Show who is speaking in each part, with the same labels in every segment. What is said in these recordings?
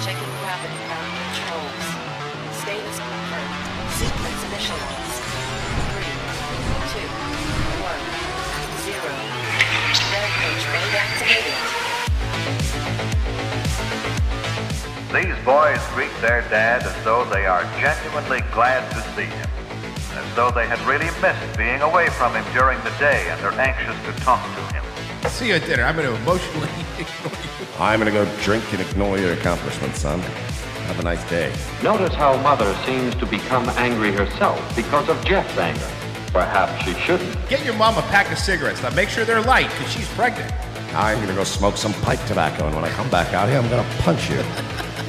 Speaker 1: Checking gravity bound controls. Status confirmed. Sequence initialized. Three, two, one, zero. Rampage mode activated.
Speaker 2: These boys greet their dad as though they are genuinely glad to see him, as though they had really missed being away from him during the day and are anxious to talk to him.
Speaker 3: See you at dinner. I'm going to emotionally ignore you.
Speaker 4: I'm gonna go drink and ignore your accomplishments, son. Have a nice day.
Speaker 5: Notice how Mother seems to become angry herself because of Jeff's anger. Perhaps she shouldn't.
Speaker 3: Get your mom a pack of cigarettes. Now make sure they're light because she's pregnant.
Speaker 4: I'm gonna go smoke some pipe tobacco, and when I come back out here, I'm gonna punch you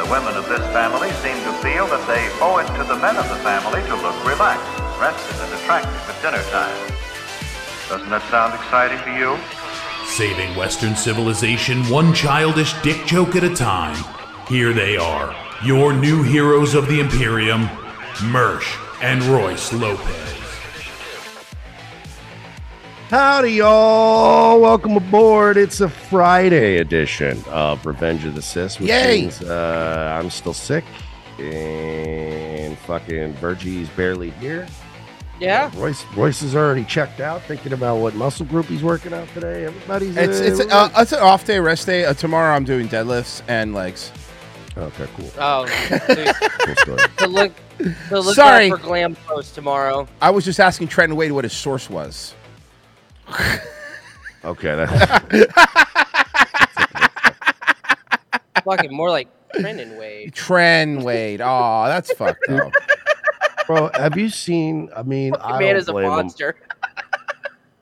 Speaker 2: The women of this family seem to feel that they owe it to the men of the family to look relaxed, rested, and attractive at dinner time. Doesn't that sound exciting to you?
Speaker 6: Saving Western civilization one childish dick joke at a time. Here they are, your new heroes of the Imperium, Mersch and Royce Lopez.
Speaker 4: Howdy, y'all! Welcome aboard. It's a Friday edition of Revenge of the Sis. Which
Speaker 3: Yay!
Speaker 4: Means, uh, I'm still sick, and fucking Virgie's barely here.
Speaker 7: Yeah.
Speaker 4: Royce, Royce is already checked out, thinking about what muscle group he's working out today. Everybody's
Speaker 3: It's
Speaker 4: uh,
Speaker 3: it's uh,
Speaker 4: relaxed.
Speaker 3: it's an off day, rest day. Uh, tomorrow I'm doing deadlifts and legs.
Speaker 4: okay, cool.
Speaker 7: Oh, dude,
Speaker 4: Cool story.
Speaker 7: the look. The look
Speaker 3: Sorry.
Speaker 7: out for glam post tomorrow.
Speaker 3: I was just asking Trenton Wade what his source was.
Speaker 4: okay, that,
Speaker 7: Fucking more like Brendan Wade.
Speaker 3: Tren Wade. Oh, that's fucked up.
Speaker 4: bro. Have you seen? I mean, I
Speaker 7: Man
Speaker 4: don't
Speaker 7: is a
Speaker 4: blame him.
Speaker 7: monster.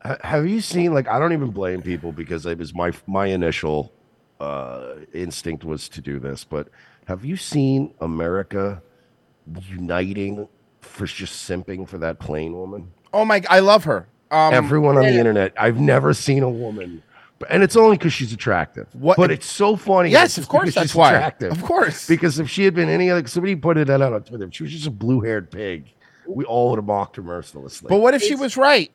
Speaker 4: Ha- Have you seen? Like, I don't even blame people because it was my my initial uh, instinct was to do this. But have you seen America uniting for just simping for that plain woman?
Speaker 3: Oh my! I love her. Um,
Speaker 4: Everyone on the
Speaker 7: yeah.
Speaker 4: internet, I've never seen a woman, but, and it's only because she's attractive.
Speaker 3: What-
Speaker 4: But it's so funny. It's
Speaker 3: yes, of
Speaker 4: just
Speaker 3: course.
Speaker 4: because
Speaker 3: That's
Speaker 4: she's
Speaker 3: why.
Speaker 4: Attractive.
Speaker 3: Of course.
Speaker 4: Because if she had been any other, somebody pointed that out on Twitter. If she was just a blue-haired pig, we all would have mocked her mercilessly.
Speaker 3: but what if she was right?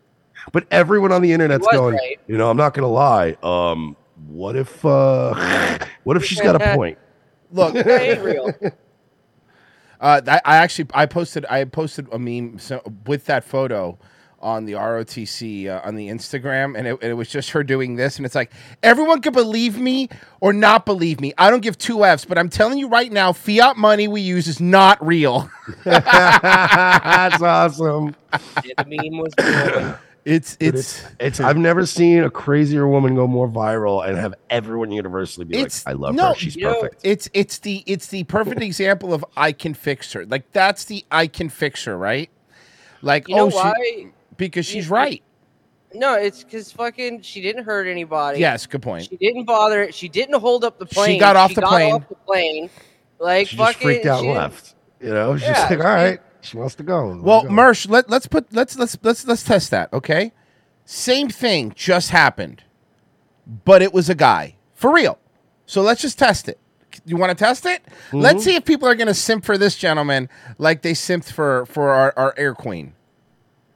Speaker 4: But everyone on the internet's
Speaker 7: was
Speaker 4: going,
Speaker 7: right.
Speaker 4: you know, I'm not gonna lie. Um, what if uh what if she's got a point?
Speaker 3: Look,
Speaker 7: That ain't real.
Speaker 3: uh, that, I actually I posted I posted a meme so, with that photo on the ROTC uh, on the Instagram, and it, it was just her doing this, and it's like everyone could believe me or not believe me. I don't give two f's, but I'm telling you right now, fiat money we use is not real.
Speaker 4: That's awesome.
Speaker 7: Yeah, the meme was real.
Speaker 3: It's
Speaker 4: But
Speaker 3: it's
Speaker 4: It's I've never seen a crazier woman go more viral and have everyone universally be
Speaker 3: It's-
Speaker 4: like, I love
Speaker 3: no,
Speaker 4: her, she's
Speaker 7: you know-
Speaker 4: perfect.
Speaker 3: it's it's the it's the perfect example of I can fix her. Like that's the I can fix her, right? Like
Speaker 7: You know
Speaker 3: oh,
Speaker 7: why?
Speaker 3: she, because she's
Speaker 7: You-
Speaker 3: right.
Speaker 7: No, it's because fucking she didn't hurt anybody.
Speaker 3: Yes, good point.
Speaker 7: She didn't bother. She didn't hold up the
Speaker 3: She
Speaker 7: plane.
Speaker 3: got off the plane.
Speaker 7: off the plane. Like
Speaker 4: she
Speaker 7: fucking.
Speaker 4: just freaked out
Speaker 7: she
Speaker 4: and
Speaker 7: didn't-
Speaker 4: left. You know, she's
Speaker 7: Yeah,
Speaker 4: like, All right, she wants to go. Let her
Speaker 3: Well,
Speaker 4: go."
Speaker 3: Mersh, let, let's put let's let's let's let's test that, okay? Same thing just happened, but it was a guy for real. So let's just test it. You want to test it?
Speaker 4: Mm-hmm.
Speaker 3: Let's see if people are going to simp for this gentleman like they simped for for our, our air queen.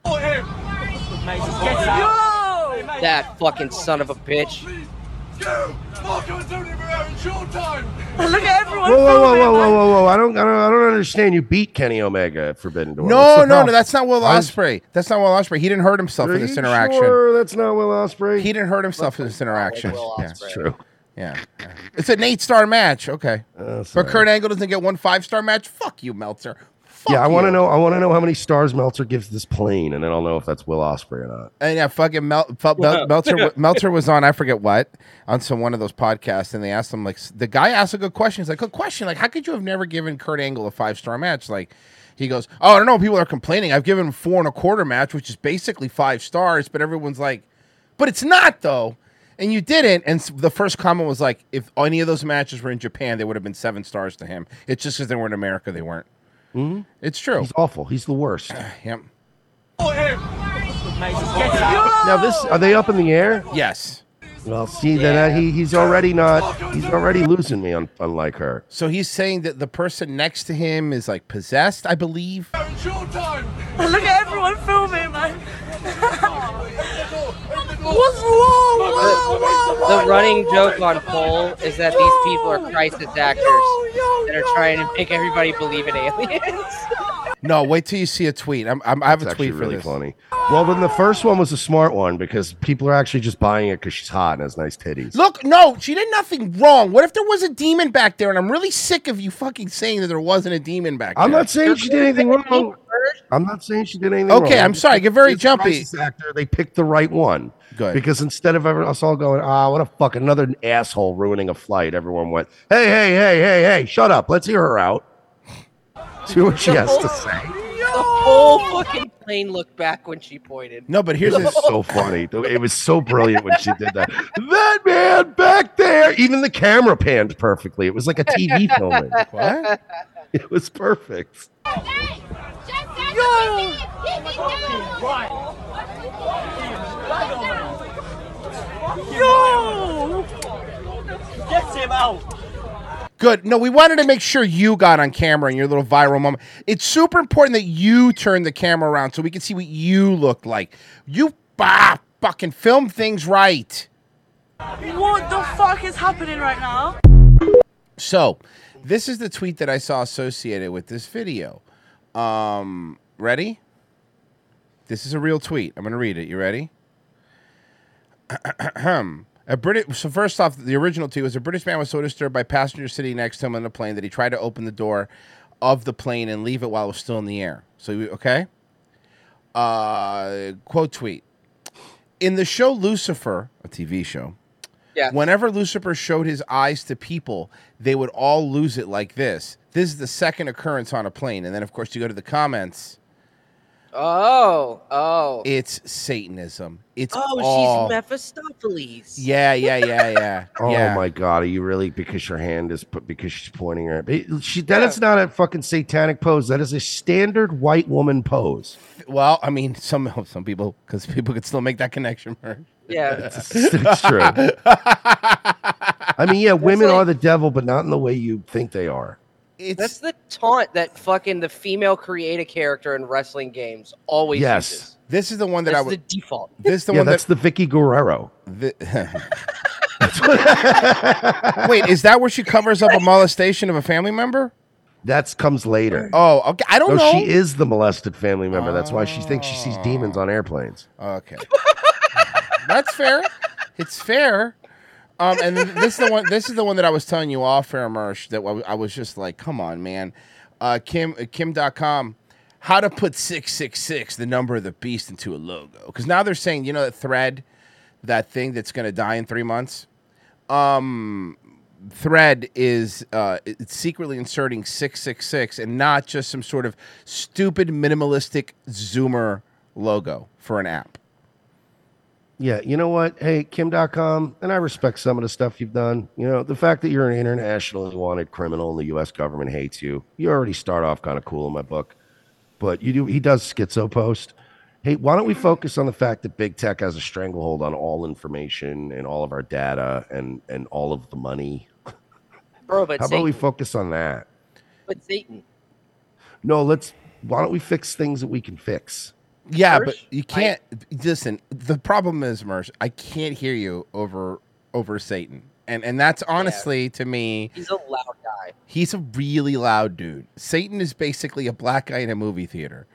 Speaker 7: That fucking son of a bitch.
Speaker 4: Whoa, whoa, whoa, whoa, whoa, whoa, whoa. I don't I don't I don't understand. You beat Kenny Omega at Forbidden Door. What's
Speaker 3: No,
Speaker 4: the
Speaker 3: no, no.
Speaker 4: problem?
Speaker 3: That's not Will
Speaker 4: I'm-
Speaker 3: Osprey. That's not Will Osprey. He didn't hurt himself
Speaker 4: Are
Speaker 3: in this
Speaker 4: you
Speaker 3: interaction.
Speaker 4: Sure, that's not Will Osprey.
Speaker 3: He didn't hurt himself in this interaction.
Speaker 7: Will
Speaker 3: Yeah,
Speaker 7: Ospreay.
Speaker 4: True.
Speaker 3: yeah, yeah. It's an eight-star match. Okay,
Speaker 4: Uh,
Speaker 3: but
Speaker 4: sorry.
Speaker 3: Kurt Angle doesn't get one five-star match. Fuck you, Meltzer. Fuck
Speaker 4: yeah, I want to
Speaker 3: you.
Speaker 4: know. I want to know how many stars Meltzer gives this plane, and then I'll know if that's Will Osprey or not.
Speaker 3: And yeah, fucking Mel, Fel- Mel, Meltzer, Meltzer was on I forget what on some one of those podcasts, and they asked him like s- the guy asked a good question. He's like, good question. Like, how could you have never given Kurt Angle a five star match? Like, he goes, oh, I don't know. People are complaining. I've given him four and a quarter match, which is basically five stars. But everyone's like, but it's not though. And you didn't. And s- the first comment was like, if any of those matches were in Japan, they would have been seven stars to him. It's just because they were in America, they weren't.
Speaker 4: Mhm.
Speaker 3: It's true.
Speaker 4: He's awful. He's the worst.
Speaker 3: Yep.
Speaker 4: Now this are they up in the air?
Speaker 3: Yes.
Speaker 4: Well, see that he, he's already not he's already losing me on unlike her.
Speaker 3: So he's saying that the person next to him is like possessed, I believe.
Speaker 8: Look at everyone filming, man. What's wrong? Whoa, whoa, whoa,
Speaker 7: The running joke on Cole is that these people are crisis actors that are trying to make everybody believe in aliens.
Speaker 3: No, wait till you see a tweet. I'm, I'm, I have
Speaker 4: It's
Speaker 3: a tweet
Speaker 4: actually
Speaker 3: for
Speaker 4: really
Speaker 3: this.
Speaker 4: funny. Well, then the first one was a smart one because people are actually just buying it because she's hot and has nice titties.
Speaker 3: Look, no, she did nothing wrong. What if there was a demon back there? And I'm really sick of you fucking saying that there wasn't a demon back
Speaker 4: I'm
Speaker 3: there.
Speaker 4: not saying she did anything wrong. I'm not saying she did anything wrong.
Speaker 3: Okay, I'm
Speaker 4: just
Speaker 3: sorry. I
Speaker 4: saying
Speaker 3: get very
Speaker 4: she's a
Speaker 3: jumpy.
Speaker 4: crisis Actor, they picked the right one.
Speaker 3: Good.
Speaker 4: Because instead of ever, us all going, ah, what a fuck, another asshole ruining a flight, everyone went, hey, hey, hey, hey, hey, shut up. Let's hear her out. See what she has to say.
Speaker 7: The whole fucking plane looked back when she pointed.
Speaker 3: No, but here's
Speaker 4: It
Speaker 3: this.
Speaker 4: was so funny. It was so brilliant when she did that. That man back there. Even the camera panned perfectly. It was like a TV filming.
Speaker 3: What?
Speaker 4: It was perfect.
Speaker 8: Yo! Get him out!
Speaker 3: Good. No, we wanted to make sure you got on camera in your little viral moment. It's super important that you turn the camera around so we can see what you looked like. You bah, fucking film things right.
Speaker 8: What the fuck is happening right now?
Speaker 3: So, this is the tweet that I saw associated with this video. Um, ready? This is a real tweet. I'm going to read it. You ready? A British. So first off, the original tweet was a British man was so disturbed by passengers sitting next to him on the plane that he tried to open the door of the plane and leave it while it was still in the air. So you- okay. Uh, quote tweet. In the show Lucifer, a TV show,
Speaker 7: Yes.
Speaker 3: whenever Lucifer showed his eyes to people, they would all lose it like this. This is the second occurrence on a plane. And then, of course, you go to the comments.
Speaker 7: Oh, oh.
Speaker 3: It's Satanism. It's
Speaker 7: Oh,
Speaker 3: all-
Speaker 7: she's Mephistopheles.
Speaker 3: Yeah, yeah, yeah, yeah.
Speaker 4: Oh
Speaker 3: yeah.
Speaker 4: my god! Are you really because your hand is put because she's pointing her? it- She that is not a fucking satanic pose. That is a standard white woman pose.
Speaker 3: Well, I mean, some some people because people could still make that connection. Murray.
Speaker 7: Yeah.
Speaker 4: It's true. I mean, yeah, women are the devil, but not in the way you think they are.
Speaker 3: It's
Speaker 7: That's the taunt that fucking the female create a character in wrestling games always
Speaker 4: Yes.
Speaker 7: uses.
Speaker 3: this is the one that
Speaker 7: That's
Speaker 3: I
Speaker 7: the
Speaker 3: would.
Speaker 7: default.
Speaker 3: This is the
Speaker 4: yeah,
Speaker 3: one
Speaker 4: that's
Speaker 3: that.
Speaker 4: the Vicky Guerrero.
Speaker 3: the- wait, is that where she covers up a molestation of a family member?
Speaker 4: That comes later.
Speaker 3: Oh, okay. I don't
Speaker 4: No,
Speaker 3: know. Oh.
Speaker 4: she is the molested family member. That's why she thinks she sees demons on airplanes.
Speaker 3: Okay, that's fair. It's fair. Um, and this is the one. This is the one that I was telling you off air, Mersh. That I was just like, come on, man. Uh, Kim uh, Kim.com. How to put six six six, the number of the beast, into a logo? Because now they're saying, you know, that thread, that thing that's going to die in three months. Um, thread is uh, it's secretly inserting 666 and not just some sort of stupid minimalistic zoomer logo for an app
Speaker 4: Yeah, you know what? Hey, Kim.com, and I respect some of the stuff you've done. You know, the fact that you're an internationally wanted criminal and the U.S. government hates you, you already start off kind of cool in my book. But you do, he does schizo post. Hey, why don't we focus on the fact that big tech has a stranglehold on all information and all of our data and and all of the money?
Speaker 7: Bro, but
Speaker 4: How about
Speaker 7: Satan.
Speaker 4: we focus on that?
Speaker 7: But Satan.
Speaker 4: No, let's. Why don't we fix things that we can fix?
Speaker 3: yeah
Speaker 7: Mersh,
Speaker 3: but you
Speaker 7: I-
Speaker 3: can't listen the problem is mersh i can't hear you over over satan and and that's honestly to me
Speaker 7: He's a loud guy.
Speaker 3: he's a really loud dude satan is basically a black guy in a movie theater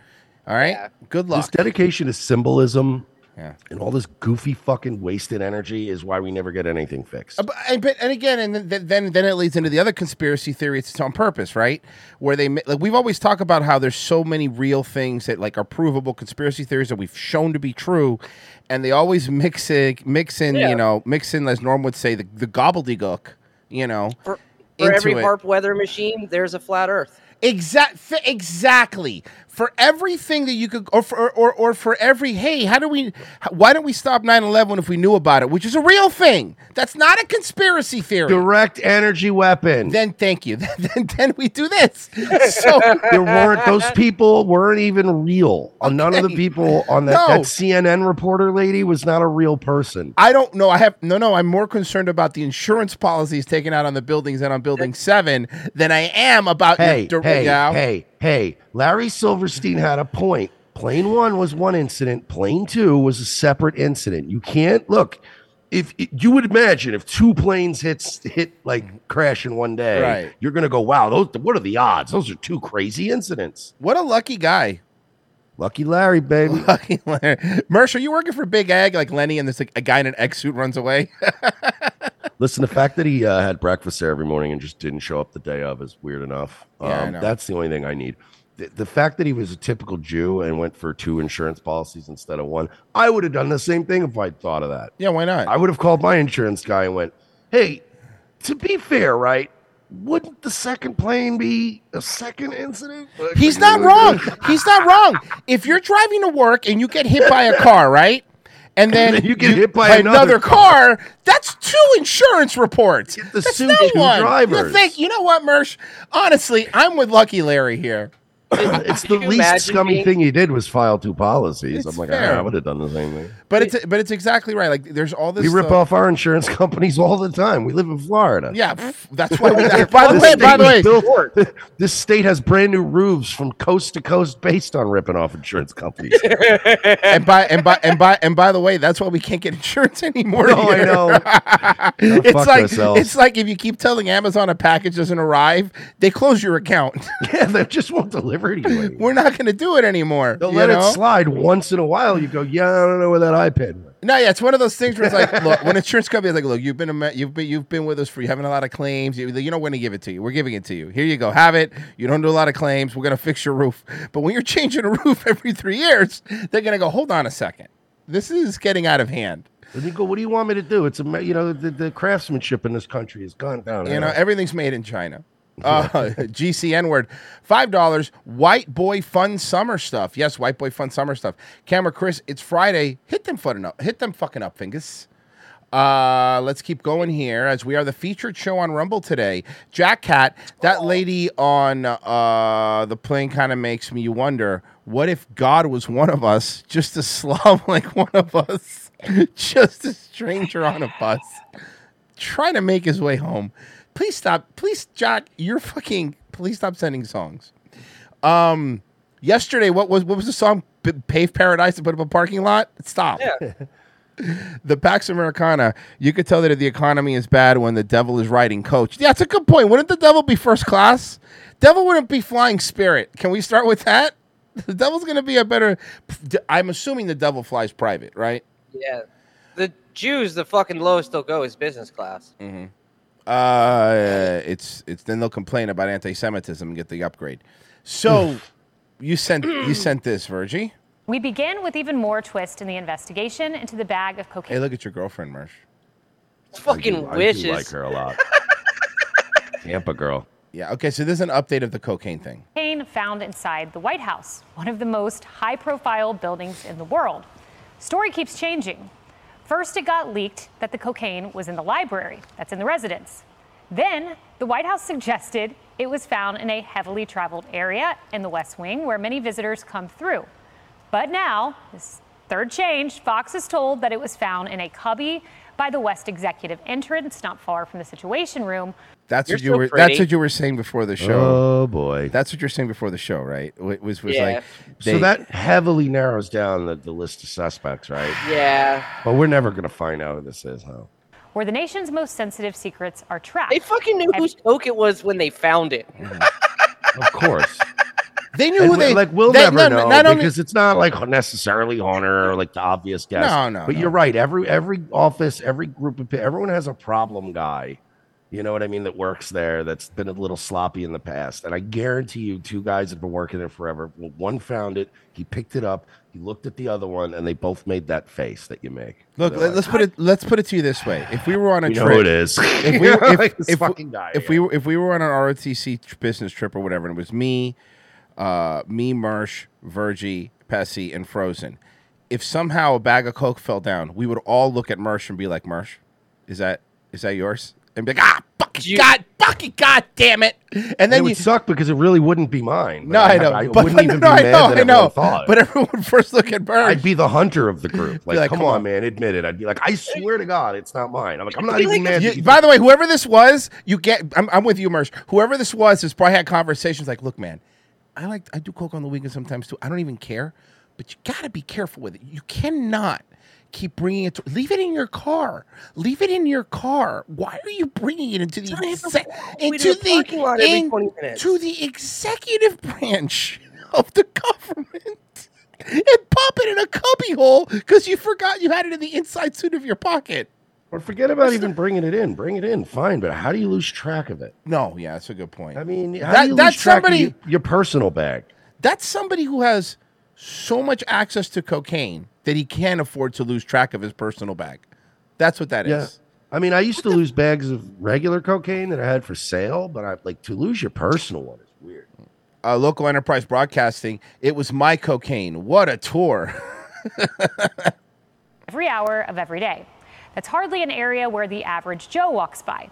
Speaker 3: all right
Speaker 7: Yeah.
Speaker 3: good
Speaker 4: This
Speaker 3: luck
Speaker 4: dedication to symbolism
Speaker 3: Yeah.
Speaker 4: and all this goofy fucking wasted energy is why we never get anything fixed.
Speaker 3: Uh, But, and, but, and again, and then- then, then then it leads into the other conspiracy theory. It's on purpose, right? Where they ma- like we've always talked about how there's so many real things that like are provable conspiracy theories that we've shown to be true, and they always mix it, mix in, you know, mix in as Norm would say the, the gobbledygook, you know,
Speaker 7: For, for every
Speaker 3: Into it.
Speaker 7: harp weather machine, there's a flat earth.
Speaker 3: exact exactly. for everything that you could, or for, or, or for every, hey, how do we, how- why don't we stop 9 11 if we knew about it, which is a real thing. That's not a conspiracy theory.
Speaker 4: Direct energy weapon.
Speaker 3: Then thank you. then, then we do this. So
Speaker 4: there weren't those people weren't even real. Uh, None of the
Speaker 3: Okay.
Speaker 4: people on that,
Speaker 3: No.
Speaker 4: that CNN reporter lady was not a real person.
Speaker 3: I don't know. I have no, no. I'm more concerned about the insurance policies taken out on the buildings and on Building Seven than I am about.
Speaker 4: Hey,
Speaker 3: the,
Speaker 4: hey,
Speaker 3: yeah.
Speaker 4: hey, hey! Larry Silverstein had a point. Plane one was one incident. Plane two was a separate incident. You can't look. If you would imagine if two planes hits hit like crash in one day,
Speaker 3: Right.
Speaker 4: you're gonna go, wow, those what are the odds? Those are two crazy incidents.
Speaker 3: What a lucky guy.
Speaker 4: Lucky Larry, baby.
Speaker 3: Fucking Larry. Mersh, are you working for Big Ag like Lenny and there's like a guy in an X suit runs away?
Speaker 4: Listen, the fact that he uh, had breakfast there every morning and just didn't show up the day of is weird enough. Um,
Speaker 3: Yeah, I know.
Speaker 4: That's the only thing I need. The, the fact that he was a typical Jew and went for two insurance policies instead of one, I would have done the same thing if I'd thought of that.
Speaker 3: yeah, why not?
Speaker 4: I would have called my insurance guy and went, hey, to be fair, right? Wouldn't the second plane be a second incident? Like,
Speaker 3: He's not wrong. He's not wrong. If you're driving to work and you get hit by a car, right? And then,
Speaker 4: then you get hit by another
Speaker 3: car. That's two insurance reports.
Speaker 4: the
Speaker 3: That's
Speaker 4: suit
Speaker 3: not
Speaker 4: two
Speaker 3: one. You
Speaker 4: drivers.
Speaker 3: think? You know what, Mersh? Honestly, I'm with Lucky Larry here.
Speaker 4: It's the
Speaker 7: Could you
Speaker 4: least
Speaker 7: imagine
Speaker 4: scummy
Speaker 7: being-
Speaker 4: thing he did was file two policies.
Speaker 3: It's
Speaker 4: I'm like,
Speaker 3: fair.
Speaker 4: "Ah, I would have done the same thing.
Speaker 3: But it's but it's exactly right. Like there's all this.
Speaker 4: We rip
Speaker 3: stuff-
Speaker 4: off our insurance companies all the time. We live in Florida.
Speaker 3: Yeah, pff, that's why we.
Speaker 4: If
Speaker 3: by the
Speaker 4: this
Speaker 3: way, by
Speaker 4: state
Speaker 3: the
Speaker 4: was
Speaker 3: way,
Speaker 4: built- this state has brand new roofs from coast to coast based on ripping off insurance companies.
Speaker 3: and by and by and by and by the way, that's why we can't get insurance anymore.
Speaker 4: No, I
Speaker 3: here.
Speaker 4: know.
Speaker 3: it's
Speaker 4: fuck
Speaker 3: like
Speaker 4: ourselves.
Speaker 3: it's like if you keep telling Amazon a package doesn't arrive, they close your account.
Speaker 4: yeah, they just won't deliver it anyway.
Speaker 3: We're not going to do it anymore.
Speaker 4: They'll
Speaker 3: you
Speaker 4: let
Speaker 3: know?
Speaker 4: it slide once in a while. You go, yeah, I don't know where that iPad went.
Speaker 3: No, yeah, it's one of those things where it's like, look, when insurance company is like, look, you've been a ma- you've been you've been with us for you having a lot of claims. You, you know when to give it to you. We're giving it to you. Here you go, have it. You don't do a lot of claims. We're gonna fix your roof. But when you're changing a roof every three years, they're gonna go, hold on a second, this is getting out of hand.
Speaker 4: And you go, what do you want me to do? It's a, ma- you know, the, the craftsmanship in this country has gone down.
Speaker 3: You know, everything's made in China. Uh, GCN word, five dollars. White boy fun summer stuff. Yes, white boy fun summer stuff. Camera Chris, it's Friday. Hit them fucking up. Hit them fucking up, fingers. Uh, let's keep going here as we are the featured show on Rumble today. Jack Cat, that lady on uh, the plane kind of makes me wonder what if God was one of us, just a slob like one of us, just a stranger on a bus trying to make his way home. Please stop. Please, Jack, you're fucking. Please stop sending songs. Um, yesterday, what was what was the song? P- Pave paradise to put up a parking lot. Stop. the Pax Americana. You could tell that the economy is bad when the devil is riding coach. Yeah, that's a good point. Wouldn't the devil be first class? Devil wouldn't be flying spirit. Can we start with that? The devil's going to be a better. I'm assuming the devil flies private, right?
Speaker 7: Yeah. The Jews, the fucking lowest they'll go is business class.
Speaker 3: Uh, it's it's then they'll complain about anti-Semitism and get the upgrade. So you sent you sent this, Virgie.
Speaker 9: We begin with even more twist in the investigation into the bag of cocaine.
Speaker 3: Hey, look at your girlfriend, Marsh.
Speaker 7: It's fucking
Speaker 4: I do
Speaker 7: wishes.
Speaker 4: like her a lot. Tampa girl.
Speaker 3: Yeah. Okay. So there's an update of the cocaine thing.
Speaker 9: cocaine found inside the White House, one of the most high profile buildings in the world. Story keeps changing. First, it got leaked that the cocaine was in the library, that's in the residence. Then, the White House suggested it was found in a heavily traveled area in the West Wing where many visitors come through. But now, this third change, Fox is told that it was found in a cubby by the West Executive entrance, not far from the Situation Room,
Speaker 3: That's
Speaker 7: You're
Speaker 3: what you
Speaker 7: so
Speaker 3: were. That's
Speaker 7: pretty.
Speaker 3: what you were saying before the show.
Speaker 4: Oh boy.
Speaker 3: that's what you're saying before the show, right? It was was
Speaker 7: Yeah.
Speaker 3: like
Speaker 4: so
Speaker 3: they-
Speaker 4: that heavily narrows down the, the list of suspects, right?
Speaker 7: Yeah.
Speaker 4: But we're never gonna find out who this is, huh?
Speaker 9: where the nation's most sensitive secrets are trapped.
Speaker 7: They fucking knew whose coke it was when they found it.
Speaker 4: Of course.
Speaker 3: they knew
Speaker 4: And
Speaker 3: who
Speaker 4: we-
Speaker 3: they
Speaker 4: like we'll
Speaker 3: they-
Speaker 4: never
Speaker 3: no, no,
Speaker 4: know
Speaker 3: not only-
Speaker 4: because it's not like necessarily Hunter or like the obvious guess.
Speaker 3: No, no,
Speaker 4: But
Speaker 3: no.
Speaker 4: you're right. Every every office, every group of people, everyone has a problem guy. You know what I mean? That works there. That's been a little sloppy in the past. And I guarantee you, two guys have been working there forever. Well, One found it. He picked it up. He looked at the other one, and they both made that face that you make.
Speaker 3: look.
Speaker 4: They're
Speaker 3: Let,
Speaker 4: like,
Speaker 3: us put it. Let's put it to you this way: If we were on a
Speaker 4: "We know
Speaker 3: trip,
Speaker 4: who it is.
Speaker 3: if we were, if,
Speaker 4: This
Speaker 3: if,
Speaker 4: fucking guy.
Speaker 3: if we were if we were on an ROTC tr- business trip or whatever, and it was me, uh, me, Mersh, Virgie, Pessy, and Frozen. If somehow a bag of Coke fell down, we would all look at Mersh and be like, Mersh, is that is that yours? And be like, ah, fucking God, fucking God damn it. And
Speaker 4: it
Speaker 3: then
Speaker 4: would
Speaker 3: you,
Speaker 4: suck because it really wouldn't be mine.
Speaker 3: No, I know.
Speaker 4: I
Speaker 3: But-
Speaker 4: wouldn't
Speaker 3: but
Speaker 4: even
Speaker 3: no,
Speaker 4: be
Speaker 3: I
Speaker 4: mad
Speaker 3: know,
Speaker 4: that
Speaker 3: I know.
Speaker 4: everyone thought it.
Speaker 3: But everyone would first look at Burns.
Speaker 4: I'd be the hunter of the group. Like,
Speaker 3: like,
Speaker 4: come,
Speaker 3: "Come
Speaker 4: on,
Speaker 3: on."
Speaker 4: man, admit it. I'd be like, I swear to God, it's not mine. I'm like, I'm not
Speaker 3: Be
Speaker 4: even
Speaker 3: like-
Speaker 4: mad.
Speaker 3: you-
Speaker 4: that you
Speaker 3: by the way, whoever this was, you get. I'm, I'm with you, Mersh. Whoever this was has probably had conversations like, "Look, man, I like I do coke on the weekend sometimes too. I don't even care, but you got to be careful with it. You cannot." Keep bringing it. To, leave it in your car. Leave it in your car. Why are you bringing it into the exact
Speaker 10: We do
Speaker 3: into
Speaker 10: a parking lot every 20
Speaker 3: the
Speaker 10: minutes.
Speaker 3: to the executive branch of the government and pop it in a cubbyhole because you forgot you had it in the inside suit of your pocket.
Speaker 4: Or forget about even bringing it in. Bring it in, fine. But how do you lose track of it?
Speaker 3: No, yeah, that's a good point.
Speaker 4: I mean, how do
Speaker 3: That-
Speaker 4: you
Speaker 3: that's
Speaker 4: lose track
Speaker 3: somebody-
Speaker 4: of your, your personal bag.
Speaker 3: That's somebody who has so much access to cocaine that he can't afford to lose track of his personal bag. That's what that is.
Speaker 4: Yeah. I mean, I used to lose bags of regular cocaine that I had for sale, but I like to lose your personal one is weird.
Speaker 3: Uh, local enterprise broadcasting. It was my cocaine. What a tour.
Speaker 9: every hour of every day. That's hardly an area where the average Joe walks by.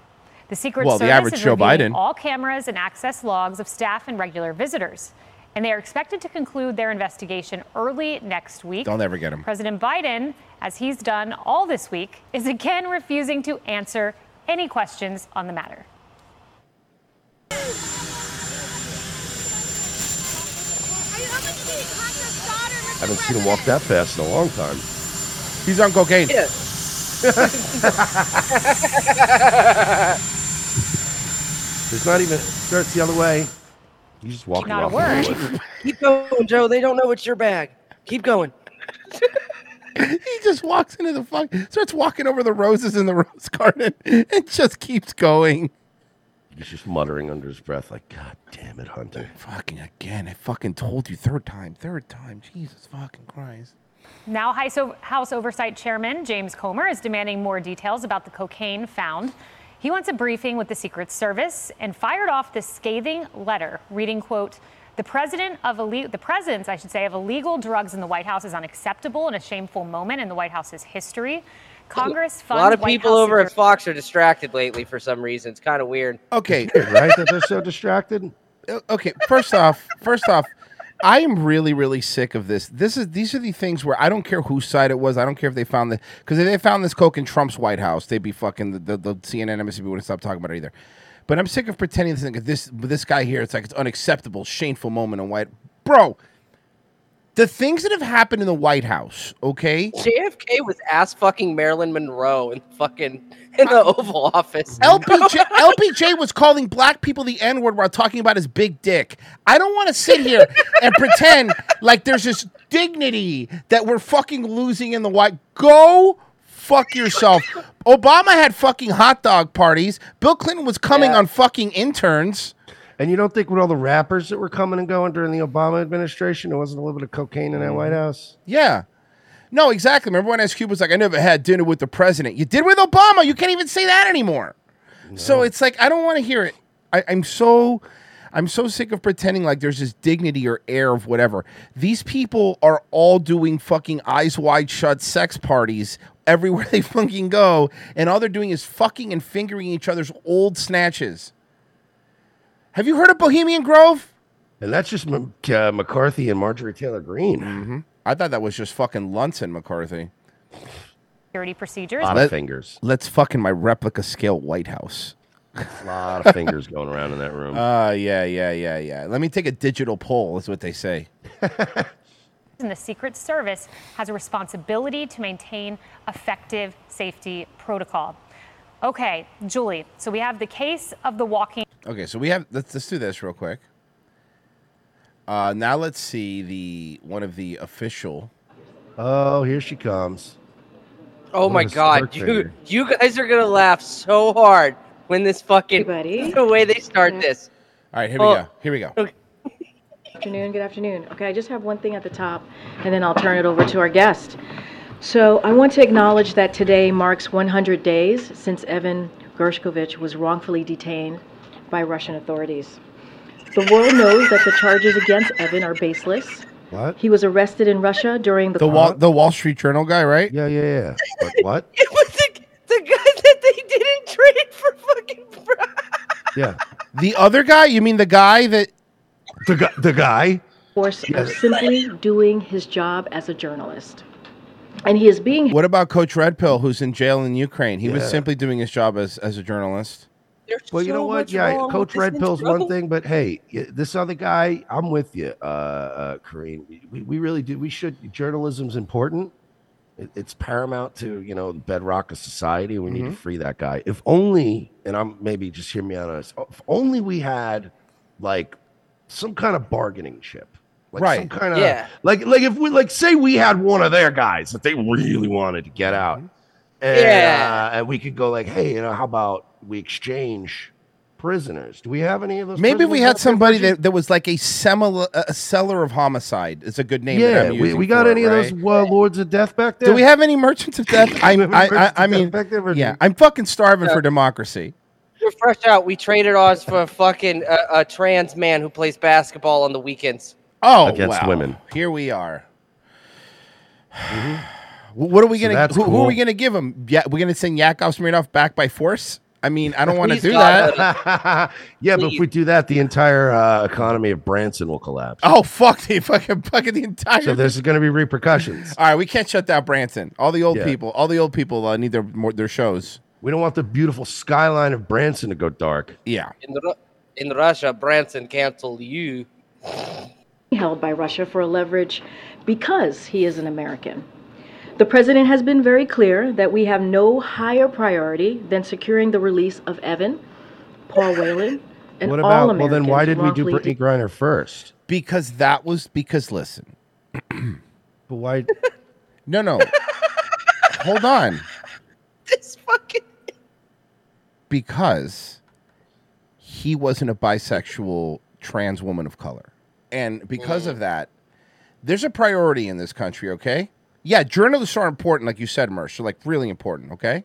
Speaker 9: The Secret
Speaker 3: Well, the
Speaker 9: Service
Speaker 3: average
Speaker 9: is
Speaker 3: Joe
Speaker 9: reviewing
Speaker 3: Biden.
Speaker 9: all cameras and access logs of staff and regular visitors, and they are expected to conclude their investigation early next week.
Speaker 3: They'll never get him.
Speaker 9: President Biden, as he's done all this week, is again refusing to answer any questions on the matter.
Speaker 4: I haven't seen him walk that fast in a long time.
Speaker 3: He's on cocaine.
Speaker 4: There's not even starts the other way. You just walking
Speaker 10: Not a
Speaker 4: off.
Speaker 10: word. Keep going, Joe. They don't know it's your bag. Keep going.
Speaker 3: he just walks into the fuck, starts walking over the roses in the rose garden, and just keeps going.
Speaker 4: He's just muttering under his breath, like, God damn it, Hunter.
Speaker 3: Fucking again. I fucking told you third time, third time. Jesus fucking Christ.
Speaker 9: Now, House O- House Oversight Chairman James Comer is demanding more details about the cocaine found. He wants a briefing with the Secret Service and fired off this scathing letter, reading, "quote The president of ille- the presence, I should say, of illegal drugs in the White House is unacceptable and a shameful moment in the White House's history. Congress
Speaker 7: A
Speaker 9: funds
Speaker 7: lot of
Speaker 9: White
Speaker 7: people
Speaker 9: House
Speaker 7: over at Fox are distracted lately for some reason. It's kind of weird.
Speaker 3: Okay.
Speaker 4: right? That they're so distracted.
Speaker 3: Okay. First off, first off, I am really, really sick of this. This is these are the things where I don't care whose side it was. I don't care if they found the because if they found this coke in Trump's White House, they'd be fucking the, the, the CNN, MSNBC wouldn't stop talking about it either. But I'm sick of pretending this thing. This this guy here, it's like it's unacceptable, shameful moment in White. Bro, the things that have happened in the White House, okay?
Speaker 7: JFK was ass fucking Marilyn Monroe in fucking in the Oval Office.
Speaker 3: LBJ, LBJ was calling black people the N word while talking about his big dick. I don't want to sit here and pretend like there's this dignity that we're fucking losing in the white. Go fuck yourself. Obama had fucking hot dog parties. Bill Clinton was coming on fucking interns.
Speaker 4: And you don't think with all the rappers that were coming and going during the Obama administration, there wasn't a little bit of cocaine in that White House?
Speaker 3: Yeah. No, exactly. Remember when S. Cube was like, I never had dinner with the president. You did with Obama. You can't even say that anymore. So it's like, I don't want to hear it. I, I'm so. I'm so sick of pretending like there's this dignity or air of whatever. These people are all doing fucking eyes wide shut sex parties everywhere they fucking go, and all they're doing is fucking and fingering each other's old snatches. Have you heard of Bohemian Grove?
Speaker 4: And that's just M- uh, McCarthy and Marjorie Taylor Greene.
Speaker 3: Mm-hmm. I thought that was just fucking Lunson McCarthy.
Speaker 9: security procedures.
Speaker 4: Lot of fingers.
Speaker 3: Let's fucking my replica scale White House.
Speaker 4: A lot of fingers going around in that room.
Speaker 3: Ah, yeah, yeah, yeah, yeah. Let me take a digital poll. Is what they say.
Speaker 9: and the Secret Service has a responsibility to maintain effective safety protocol. Okay, Julie, so we have the case of the walking
Speaker 3: Okay, so we have let's let's do this real quick. Uh, now let's see the one of the official.
Speaker 4: Oh, here she comes.
Speaker 7: Oh my
Speaker 4: What a
Speaker 7: god,
Speaker 4: smirk
Speaker 7: you
Speaker 4: figure.
Speaker 7: you guys are gonna laugh so hard when this fucking the way they start this.
Speaker 3: All right, here
Speaker 7: Oh.
Speaker 3: we go. Here we go.
Speaker 11: afternoon. Good afternoon. Okay, I just have one thing at the top, and then I'll turn it over to our guest. So I want to acknowledge that today marks 100 days since Evan Gershkovich was wrongfully detained by Russian authorities. The world knows that the charges against Evan are baseless.
Speaker 4: What?
Speaker 11: He was arrested in Russia during the
Speaker 3: The Wall, the Wall Street Journal guy, right?
Speaker 4: Yeah, yeah, yeah. what?
Speaker 10: It was the, the guy that they didn't trade for fucking
Speaker 4: Yeah.
Speaker 3: The other guy? You mean the guy that?
Speaker 4: The guy. The guy.
Speaker 11: course of simply doing his job as a journalist. And he is being
Speaker 3: What about Coach Red Pill, who's in jail in Ukraine? He was
Speaker 4: Yeah.
Speaker 3: simply doing his job as as a journalist.
Speaker 4: Well, you know what? Yeah, Coach Red Pill's one thing, but hey, y- this other guy, I'm with you, uh, uh, Kareem. We, we really do. We should. Journalism's important. It, it's paramount to you know the bedrock of society. We need to
Speaker 12: Mhm.
Speaker 4: free that guy. If only, and I'm maybe just hear me out on this. oh, If only we had like some kind of bargaining chip. Like Some
Speaker 12: Right.
Speaker 4: kind of
Speaker 12: Yeah.
Speaker 4: like like if we like say we had one of their guys that they really wanted to get out.
Speaker 12: Mm-hmm.
Speaker 4: And,
Speaker 12: Yeah.
Speaker 4: uh, and we could go like, hey, you know, how about we exchange prisoners? Do we have any of those?
Speaker 3: Maybe
Speaker 4: prisoners
Speaker 3: we
Speaker 4: out
Speaker 3: had
Speaker 4: there?
Speaker 3: somebody that, that was like a, semel- a seller of homicide. It's a good name. that
Speaker 4: Yeah,
Speaker 3: I'm
Speaker 4: we,
Speaker 3: using
Speaker 4: we got
Speaker 3: for it,
Speaker 4: any of
Speaker 3: right?
Speaker 4: those uh, lords of death back there?
Speaker 3: Do we have any merchants of death? I,
Speaker 4: have any
Speaker 3: I, I,
Speaker 4: merchants
Speaker 3: I
Speaker 4: of death
Speaker 3: mean,
Speaker 4: back there,
Speaker 3: yeah, I'm fucking starving for democracy.
Speaker 7: We're fresh out. We traded ours for a fucking uh, a trans man who plays basketball on the weekends.
Speaker 3: Oh,
Speaker 4: Against
Speaker 3: wow.
Speaker 4: women.
Speaker 3: Here we are. What are we
Speaker 4: Mm-hmm. So
Speaker 3: gonna?
Speaker 4: that's
Speaker 3: who, who are we
Speaker 4: cool.
Speaker 3: gonna give him? Yeah, we're gonna send Yakov Smirnoff back by force. I mean, I don't want to
Speaker 4: Please
Speaker 3: do
Speaker 4: God.
Speaker 3: that.
Speaker 4: yeah, but if we do that, the entire uh, economy of Branson will collapse.
Speaker 3: oh fuck, the fucking fucking the entire.
Speaker 4: So there's going to be repercussions.
Speaker 3: All right, we can't shut down Branson. All the old
Speaker 4: Yeah.
Speaker 3: people, all the old people uh, need their more, their shows.
Speaker 4: We don't want the beautiful skyline of Branson to go dark.
Speaker 3: Yeah.
Speaker 7: In, Ru- in Russia, Branson canceled you.
Speaker 11: held by Russia for leverage because he is an American. The president has been very clear that we have no higher priority than securing the release of Evan, Paul Whelan, and
Speaker 4: what
Speaker 11: all
Speaker 4: about? Well,
Speaker 11: Americans.
Speaker 4: then why did we do
Speaker 11: wrongfully
Speaker 4: Brittany Griner first?
Speaker 3: Because that was because listen.
Speaker 4: but why?
Speaker 3: No, no. Hold on.
Speaker 10: This fucking.
Speaker 3: because he wasn't a bisexual trans woman of color. And because of that, there's a priority in this country, okay? Yeah, journalists are important, like you said, Mersh. They're like really important, okay?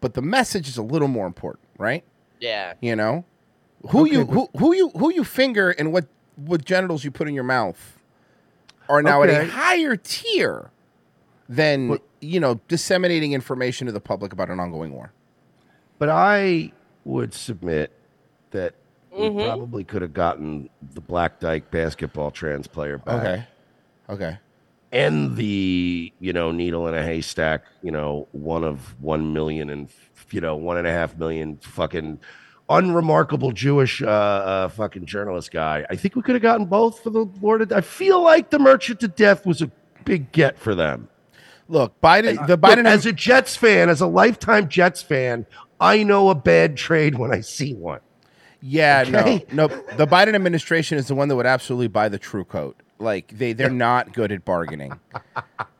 Speaker 3: But the message is a little more important, right?
Speaker 7: Yeah.
Speaker 3: You know? Who you who, who you who you finger and what what genitals you put in your mouth are now at
Speaker 12: Okay.
Speaker 3: a higher tier than you know disseminating information to the public about an ongoing war.
Speaker 4: But I would submit that we
Speaker 3: Mhm.
Speaker 4: probably could have gotten the Black Dyke basketball trans player back.
Speaker 3: Okay. Okay.
Speaker 4: And the, you know, needle in a haystack, you know, one of one million and, you know, one and a half million fucking unremarkable Jewish uh, uh, fucking journalist guy. I think we could have gotten both for the Lord. Of, I feel like the Merchant to Death was a big get for them.
Speaker 3: Look, Biden, the
Speaker 4: Biden
Speaker 3: Biden-
Speaker 4: as a Jets fan, as a lifetime Jets fan, I know a bad trade when I see one.
Speaker 3: Yeah,
Speaker 4: Okay.
Speaker 3: no, no. The Biden administration is the one that would absolutely buy the true coat. Like they, they're not good at bargaining.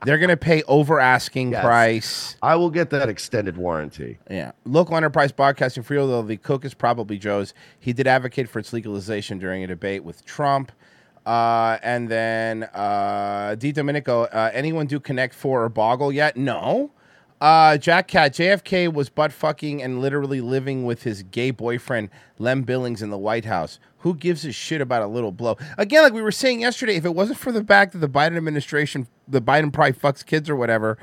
Speaker 3: they're gonna pay over asking
Speaker 4: Yes.
Speaker 3: price.
Speaker 4: I will get that extended warranty.
Speaker 3: Yeah, local enterprise broadcasting free. Although the cook is probably Joe's. He did advocate for its legalization during a debate with Trump. Uh, and then uh, D. Domenico, uh, anyone do Connect Four or Boggle yet? No. Uh, Jack Cat, JFK was butt fucking and literally living with his gay boyfriend Lem Billings in the White House. Who gives a shit about a little blow? Again, like we were saying yesterday, if it wasn't for the fact that the Biden administration, the Biden probably fucks kids or whatever,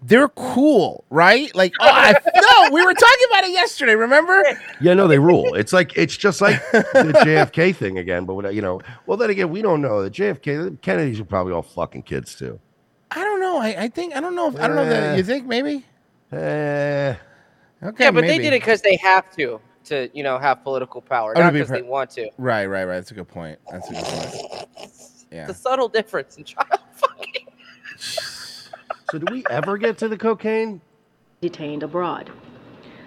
Speaker 3: they're cool, right? Like, oh, I, no, we were talking about it yesterday. Remember?
Speaker 4: Yeah, no, they rule. It's like it's just like the JFK thing again. But what- you know, well, then again, we don't know the JFK. the Kennedys are probably all fucking kids too.
Speaker 3: I don't know. I, I think I don't know. If, I don't know that
Speaker 4: Yeah.
Speaker 3: you think maybe.
Speaker 4: Eh.
Speaker 3: Okay,
Speaker 7: Uh. yeah, but
Speaker 3: maybe.
Speaker 7: they did it because they have to, to you know, have political power,
Speaker 3: Oh, to
Speaker 7: not
Speaker 3: be
Speaker 7: because
Speaker 3: pre-
Speaker 7: they want to.
Speaker 3: Right, right, right. That's a good point. That's a good point. Yeah.
Speaker 7: The subtle difference in child fucking.
Speaker 4: So do we ever get to the cocaine?
Speaker 11: Detained abroad.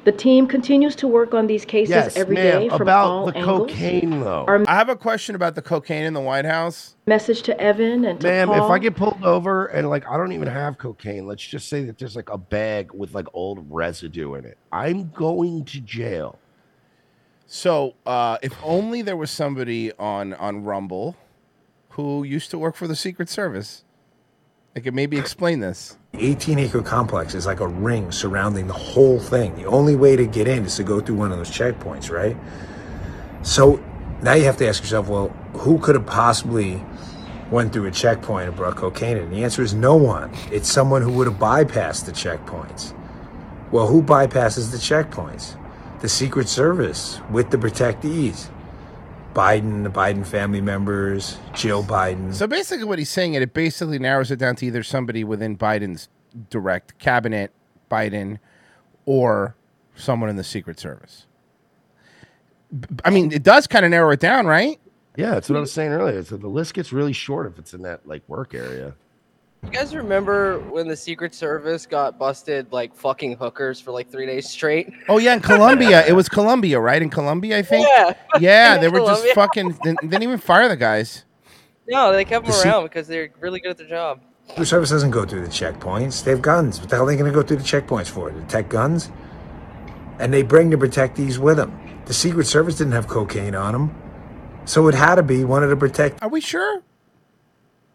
Speaker 11: The team continues to work on these cases
Speaker 3: Yes,
Speaker 11: every
Speaker 3: ma'am,
Speaker 11: day from
Speaker 3: about
Speaker 11: all
Speaker 3: the
Speaker 11: angles.
Speaker 3: cocaine,
Speaker 4: though.
Speaker 11: Our
Speaker 3: I have a question about the cocaine in the White House.
Speaker 11: message to Evan and to
Speaker 4: Ma'am,
Speaker 11: Paul.
Speaker 4: if I get pulled over and like I don't even have cocaine, let's just say that there's like a bag with like old residue in it. I'm going to jail.
Speaker 3: So, uh, if only there was somebody on on Rumble who used to work for the Secret Service. I could maybe explain this.
Speaker 13: 18 acre complex is like a ring surrounding the whole thing. The only way to get in is to go through one of those checkpoints, right? So Now you have to ask yourself, well, who could have possibly went through a checkpoint and brought cocaine in? And the answer is no one. It's someone who would have bypassed the checkpoints. Well, who bypasses the checkpoints? The Secret Service with the protectees. Biden, the Biden family members, Jill Biden.
Speaker 3: So basically, what he's saying, and it basically narrows it down to either somebody within Biden's direct cabinet, Biden, or someone in the Secret Service. B- I mean, it does kind of narrow it down, right?
Speaker 4: Yeah, that's what I was saying earlier. So the list gets really short if it's in that like work area.
Speaker 7: You guys remember when the Secret Service got busted like fucking hookers for like three days straight?
Speaker 3: Oh yeah, in Colombia, it was Colombia, right? In Colombia, I think.
Speaker 7: Yeah.
Speaker 3: Yeah,
Speaker 7: In
Speaker 3: they were just
Speaker 7: Colombia.
Speaker 3: fucking. Didn't, didn't even fire the guys.
Speaker 7: No, they kept them
Speaker 13: The se-
Speaker 7: around because they're really good at their job.
Speaker 13: The service doesn't go through the checkpoints. They have guns. What the hell are they going to go through the checkpoints for? To detect guns? And they bring the protectees with them. The Secret Service didn't have cocaine on them. So it had to be one of the protect.
Speaker 3: Are we sure?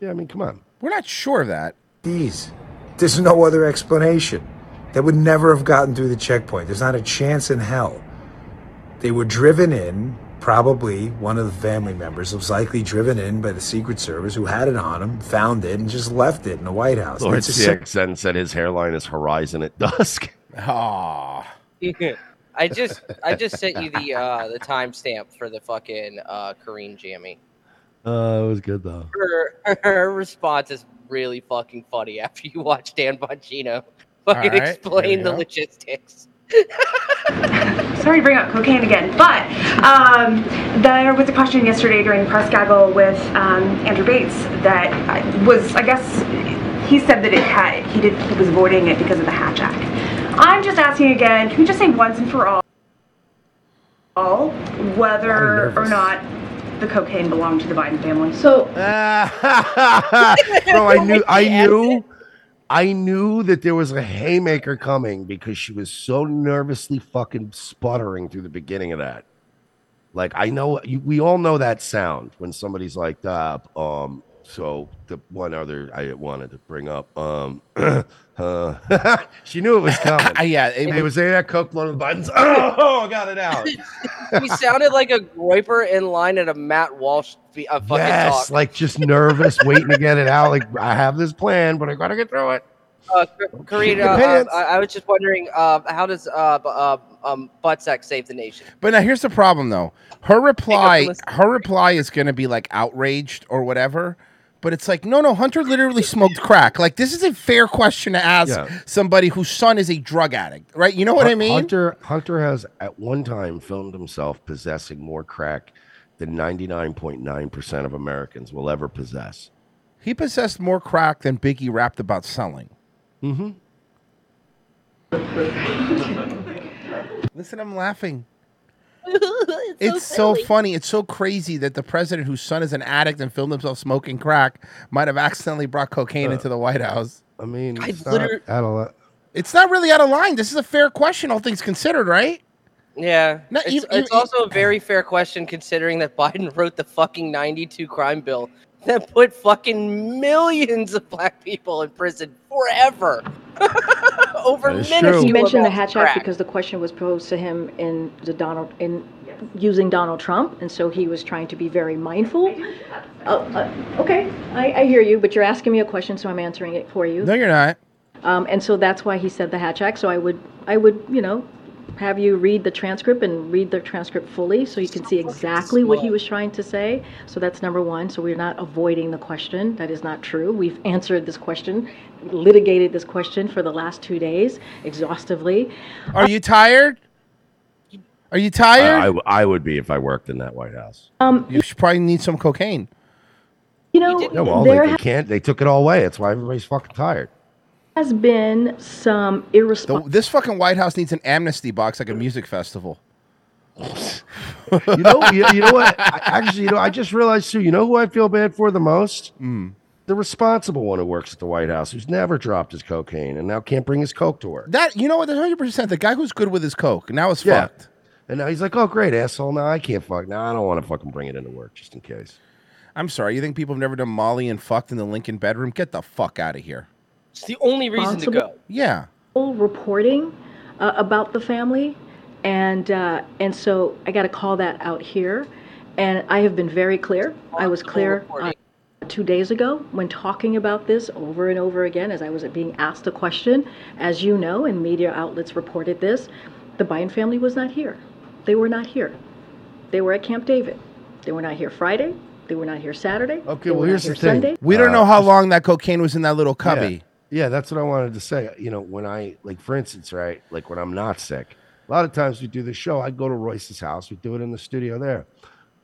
Speaker 4: Yeah, I mean, come on.
Speaker 3: We're not sure of that.
Speaker 13: These. There's no other explanation. They would never have gotten through the checkpoint. There's not a chance in hell. They were driven in, probably one of the family members was likely driven in by the Secret Service who had it on him, found it, and just left it in the White House.
Speaker 4: Lawrence
Speaker 13: It's a sim-
Speaker 4: CXN said his hairline is horizon at dusk.
Speaker 3: Ah.
Speaker 7: I just I just sent you the uh the timestamp for the fucking uh Kareem Jammy.
Speaker 4: Uh, it was good though.
Speaker 7: Her, her response is really fucking funny after you watch Dan Bongino fucking
Speaker 12: All right, there
Speaker 7: explain
Speaker 12: we
Speaker 7: the
Speaker 12: go.
Speaker 7: logistics.
Speaker 12: Sorry to bring up cocaine again, but um, there was a question yesterday during the press gaggle with um, Andrew Bates that I- was, I guess, he said that it had, he did, he was avoiding it because of the Hatch Act. I'm just asking again, can we just say once and for all, all whether or not the cocaine belonged to the Biden family?
Speaker 11: So,
Speaker 4: Ah.
Speaker 3: Oh
Speaker 4: Bro, I knew, I knew, I knew that there was a haymaker coming because she was so nervously fucking sputtering through the beginning of that. Like I know you, we all know that sound when somebody's like that. Um, so the one other I wanted to bring up, um, uh, she knew it was coming.
Speaker 3: yeah, it,
Speaker 4: it was there. Coke one of the buttons. Oh, I got it out.
Speaker 7: he sounded like a groiper in line at a Matt Walsh be- a fucking
Speaker 4: yes,
Speaker 7: talk.
Speaker 4: like just nervous, waiting to get it out. Like I have this plan, but I gotta get through it.
Speaker 7: Uh, K- Karina,
Speaker 4: Your
Speaker 7: uh,
Speaker 4: pants.
Speaker 7: I, I was just wondering, uh, how does uh, b- uh, um, butt sex save the nation?
Speaker 3: But now here's the problem, though. Her reply, her reply is going to be like outraged or whatever. But it's like, no, no, Hunter literally smoked crack. Like this is a fair question to ask
Speaker 4: Yeah.
Speaker 3: somebody whose son is a drug addict, right? You know what I
Speaker 4: Hun-
Speaker 3: mean?
Speaker 4: Hunter Hunter has at one time filmed himself possessing more crack than ninety nine point nine percent of Americans will ever possess.
Speaker 3: He possessed more crack than Biggie rapped about selling.
Speaker 4: Mm-hmm.
Speaker 3: Listen, I'm laughing. It's, so, funny. It's so crazy that the president, whose son is an addict and filmed himself smoking crack, might have accidentally brought cocaine
Speaker 4: Uh,
Speaker 3: into the White House.
Speaker 4: I mean, it's
Speaker 3: I
Speaker 4: not out of li-
Speaker 3: It's not really out of line. This is a fair question, all things considered, right?
Speaker 7: Yeah,
Speaker 3: No,
Speaker 7: it's,
Speaker 3: you- you-
Speaker 7: it's also a very fair question considering that Biden wrote the fucking ninety-two crime bill that put fucking millions of black people in prison forever over minuscule
Speaker 11: He mentioned the
Speaker 7: amounts
Speaker 11: Hatch
Speaker 7: of
Speaker 11: Act
Speaker 7: crack.
Speaker 11: because the question was posed to him in the Donald in using Donald Trump, and so he was trying to be very mindful. Uh, uh, okay, I, I hear you, but you're asking me a question, so I'm answering it for you.
Speaker 3: No, you're not.
Speaker 11: Um, and so that's why he said the Hatch Act. So I would I would you know have you read the transcript and read the transcript fully so you can see exactly what he was trying to say. So that's number one. So we're not avoiding the question. That is not true. We've answered this question, litigated this question for the last two days exhaustively.
Speaker 3: Are you tired? Are you tired?
Speaker 4: I, I, I would be if I worked in that White House.
Speaker 11: Um,
Speaker 3: you should probably need some cocaine.
Speaker 11: You know,
Speaker 4: No, well,
Speaker 11: there
Speaker 4: like, they can't. They took it all away. That's why everybody's fucking tired.
Speaker 11: has been some um, irresponsible.
Speaker 3: This fucking White House needs an amnesty box like a music festival.
Speaker 4: You know, you, you know what? I, actually, you know, I just realized too. You know who I feel bad for the most?
Speaker 3: Hmm.
Speaker 4: The responsible one who works at the White House, who's never dropped his cocaine and now can't bring his coke to work.
Speaker 3: That you know what? That's hundred percent. The guy who's good with his coke now is
Speaker 4: Yeah.
Speaker 3: fucked.
Speaker 4: And now he's like, "Oh, great, asshole! Now I can't fuck. Now I don't want to fucking bring it into work just in case."
Speaker 3: I'm sorry. You think people have never done Molly and fucked in the Lincoln bedroom? Get the fuck out of here.
Speaker 7: It's the only reason to
Speaker 11: Responsible.
Speaker 7: go.
Speaker 3: Yeah.
Speaker 11: reporting uh, about the family, and uh, and so I got to call that out here. And I have been very clear. I was clear uh, two days ago when talking about this over and over again as I was being asked a question. As you know, and media outlets reported this, the Biden family was not here. They were not here. They were at Camp David. They were not here Friday. They were not here Saturday. Okay,
Speaker 4: well, here's the thing.
Speaker 11: Sunday.
Speaker 3: We don't
Speaker 4: Uh,
Speaker 3: know how long that cocaine was in that little cubby.
Speaker 4: Yeah. yeah, that's what I wanted to say. You know, when I like, for instance, right, like when I'm not sick, a lot of times we do the show. I go to Royce's house. We do it in the studio there.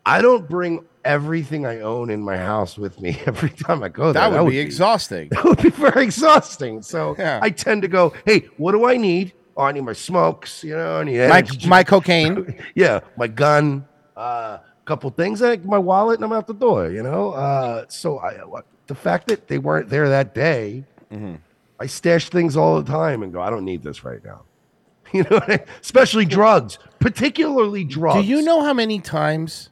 Speaker 4: I don't bring everything I own in my house with me every time I go there.
Speaker 3: That would be exhausting.
Speaker 4: That would be very exhausting. So I tend to go, hey, what do I need? Oh, I need my smokes. You know, I need
Speaker 3: My- my
Speaker 4: cocaine. yeah, my gun. A uh, couple things. I my wallet, and I'm out the door. You know. Uh, so I, what- the fact that they weren't there that day,
Speaker 3: Mm-hmm.
Speaker 4: I stash things all the time and go, I don't need this right now. You know, what I- especially drugs, particularly drugs.
Speaker 3: Do you know how many times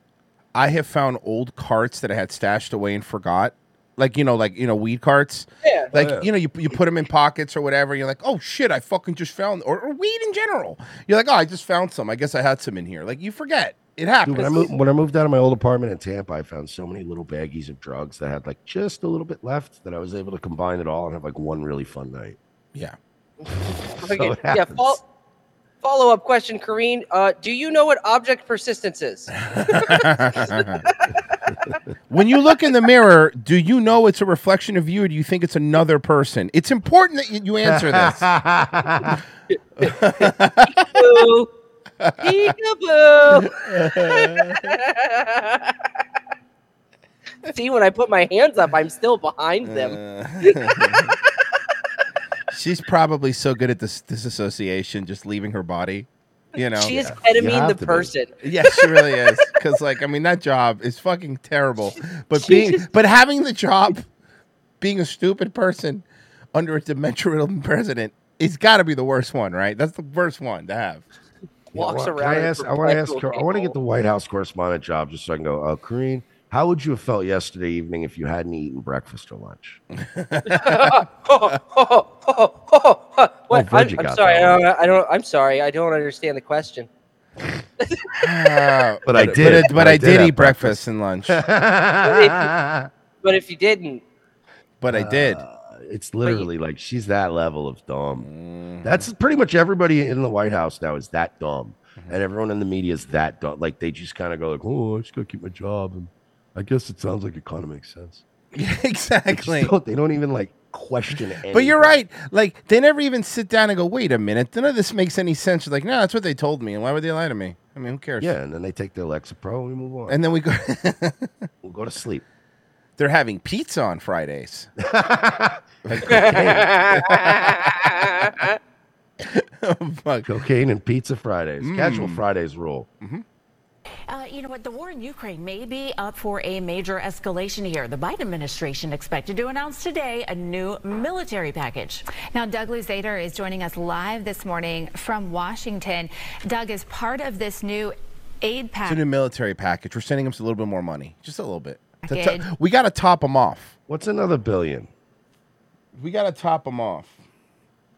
Speaker 3: I have found old carts that I had stashed away and forgot? Like you know, like you know, weed carts.
Speaker 1: Yeah.
Speaker 3: Like
Speaker 1: Yeah.
Speaker 3: you know, you, you put them in pockets or whatever. You're like, oh shit, I fucking just found or, or weed in general. You're like, oh, I just found some. I guess I had some in here. Like you forget. It happens.
Speaker 4: Dude, when I moved when I moved out of my old apartment in Tampa, I found so many little baggies of drugs that had like just a little bit left that I was able to combine it all and have like one really fun night.
Speaker 3: Yeah.
Speaker 7: Okay,
Speaker 4: it
Speaker 7: yeah.
Speaker 4: happens.
Speaker 7: Fol- follow up question, Kareen. Uh, do you know what object persistence is?
Speaker 3: when you look in the mirror, do you know it's a reflection of you or do you think it's another person? It's important that you- you answer this.
Speaker 7: Peekaboo. Peekaboo. See, when I put my hands up, I'm still behind them.
Speaker 3: She's probably so good at this disassociation, just leaving her body. You know,
Speaker 7: She is Yeah. ketamine You have the to be. person.
Speaker 3: Yes, she really is. Because, like, I mean, that job is fucking terrible. But
Speaker 7: she
Speaker 3: being,
Speaker 7: just-
Speaker 3: but having the job, being a stupid person under a dementia-ridden president, it's got to be the worst one, right? That's the worst one to have.
Speaker 4: Walks Can I ask? I want to ask. Kar- I want to get the White House correspondent job just so I can go. Uh, Kareen, how would you have felt yesterday evening if you hadn't eaten breakfast or lunch?
Speaker 3: Oh,
Speaker 7: What?
Speaker 4: Virgil
Speaker 7: I'm, I'm
Speaker 4: got
Speaker 7: sorry. I
Speaker 4: that one.
Speaker 7: don't, I don't. I'm sorry. I don't understand the question.
Speaker 3: Uh,
Speaker 4: But I
Speaker 3: But,
Speaker 4: did.
Speaker 3: but,
Speaker 4: But
Speaker 3: I
Speaker 4: I did
Speaker 3: did
Speaker 4: have
Speaker 3: eat breakfast and lunch.
Speaker 7: but, if, but if you didn't,
Speaker 3: But I did.
Speaker 4: Uh, It's literally like she's that level of dumb.
Speaker 3: Mm.
Speaker 4: That's pretty much everybody in the White House now is that dumb,
Speaker 3: Mm-hmm.
Speaker 4: and everyone in the media is that dumb. Like they just kind of go like, "Oh, I just gotta keep my job," and I guess it sounds like it kind of makes sense.
Speaker 3: exactly.
Speaker 4: They don't, they don't even like question it.
Speaker 3: But you're right. Like they never even sit down and go, "Wait a minute, none of this makes any sense." You're like, "No, that's what they told me, and why would they lie to me?" I mean, who cares?
Speaker 4: Yeah, and then they take their Lexapro and we move on.
Speaker 3: And then we go.
Speaker 4: we'll go to sleep.
Speaker 3: They're having pizza on Fridays.
Speaker 4: Oh Cocaine and pizza Fridays, casual
Speaker 14: Mm.
Speaker 4: Fridays rule.
Speaker 14: Uh, you know what? The war in Ukraine may be up for a major escalation here. The Biden administration expected to announce today a new military package.
Speaker 15: Now, Doug Luzader is joining us live this morning from Washington. Doug is part of this new aid
Speaker 3: It's a
Speaker 15: package.
Speaker 3: new military package. We're sending them a little bit more money, just a little bit. To to-
Speaker 15: Package.
Speaker 3: we got to top them off.
Speaker 4: What's another billion?
Speaker 3: We got to top them off.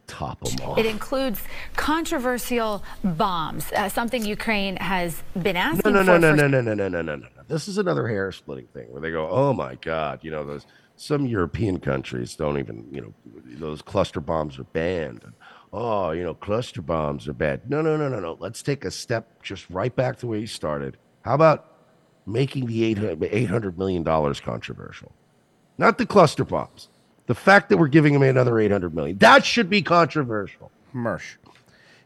Speaker 4: Top them off.
Speaker 15: It includes controversial bombs, uh, something Ukraine has been
Speaker 4: No,
Speaker 15: asking
Speaker 4: no,
Speaker 15: for.
Speaker 4: no, no,
Speaker 15: for
Speaker 4: no, no, no, no, no, no, no. This is another hair splitting thing where they go, "Oh my God!" You know, those some European countries don't even, you know, those cluster bombs are banned. Oh, you know, cluster bombs are bad. No, no, no, no, no. Let's take a step just right back to where you started. How about making the 800 $800 million dollars controversial? Not the cluster bombs. The fact that we're giving them another 800 million. That should be controversial.
Speaker 3: Mersh,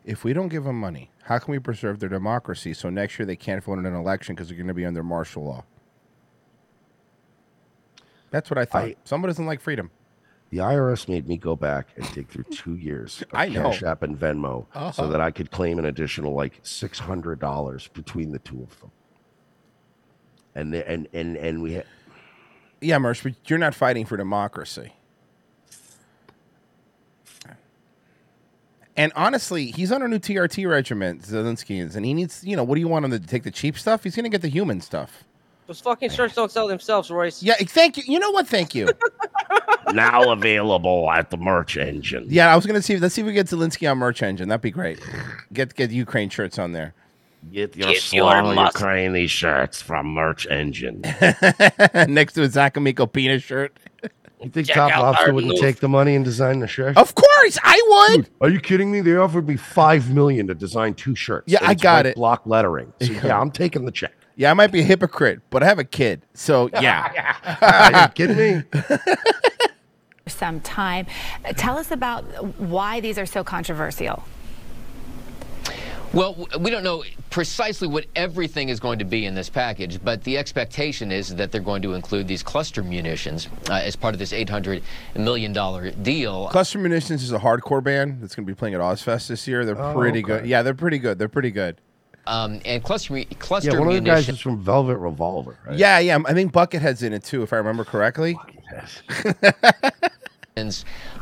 Speaker 3: if we don't give them money, how can we preserve their democracy so next year they can't vote in an election because they're going to be under martial law? That's what I thought. Someone doesn't like freedom.
Speaker 4: The IRS made me go back and dig through two years of
Speaker 3: I know.
Speaker 4: Cash App and Venmo
Speaker 3: Uh-huh.
Speaker 4: so that I could claim an additional like six hundred dollars between the two of them. And the, and and and we had
Speaker 3: Yeah, Mersh, but you're not fighting for democracy. And honestly, he's on a new TRT regiment, Zelensky is, and he needs, you know, what do you want him to take the cheap stuff? He's going to get the human stuff.
Speaker 7: those fucking shirts don't sell themselves, Royce.
Speaker 3: Yeah, thank you. You know what? Thank you.
Speaker 4: now available at the merch engine.
Speaker 3: yeah, I was going to see. Let's see if we get Zelensky on Merch Engine. That'd be great. Get get Ukraine shirts on there.
Speaker 4: Get your
Speaker 3: Get your
Speaker 4: slow
Speaker 3: mus-
Speaker 4: Ukrainian shirts from Merch Engine.
Speaker 3: Next to a Zakamiko penis shirt.
Speaker 4: You think Top Lobster wouldn't take the money and design the shirt?
Speaker 3: Of course, I would.
Speaker 4: Are you kidding me? They offered me five million to design two shirts.
Speaker 3: Yeah,
Speaker 4: and
Speaker 3: I
Speaker 4: it's
Speaker 3: got
Speaker 4: red
Speaker 3: it.
Speaker 4: Block lettering. So, yeah, I'm taking the check.
Speaker 3: Yeah, I might be a hypocrite, but I have a kid, so yeah.
Speaker 4: Are you kidding me?
Speaker 15: for some time. Uh, Tell us about why these are so controversial.
Speaker 16: Well, w- we don't know precisely what everything is going to be in this package, but the expectation is that they're going to include these cluster munitions uh, as part of this $800 million deal.
Speaker 3: Cluster Munitions is a hardcore band that's going to be playing at Ozfest this year. They're
Speaker 16: Oh,
Speaker 3: pretty
Speaker 16: okay.
Speaker 3: good. Yeah, they're pretty good. They're pretty good.
Speaker 16: Um, and cluster, mu- cluster
Speaker 4: Yeah, one of the guys
Speaker 16: munitions.
Speaker 4: is from Velvet Revolver. Right?
Speaker 3: Yeah, yeah. I think Buckethead's in it too, if I remember correctly.
Speaker 16: uh, are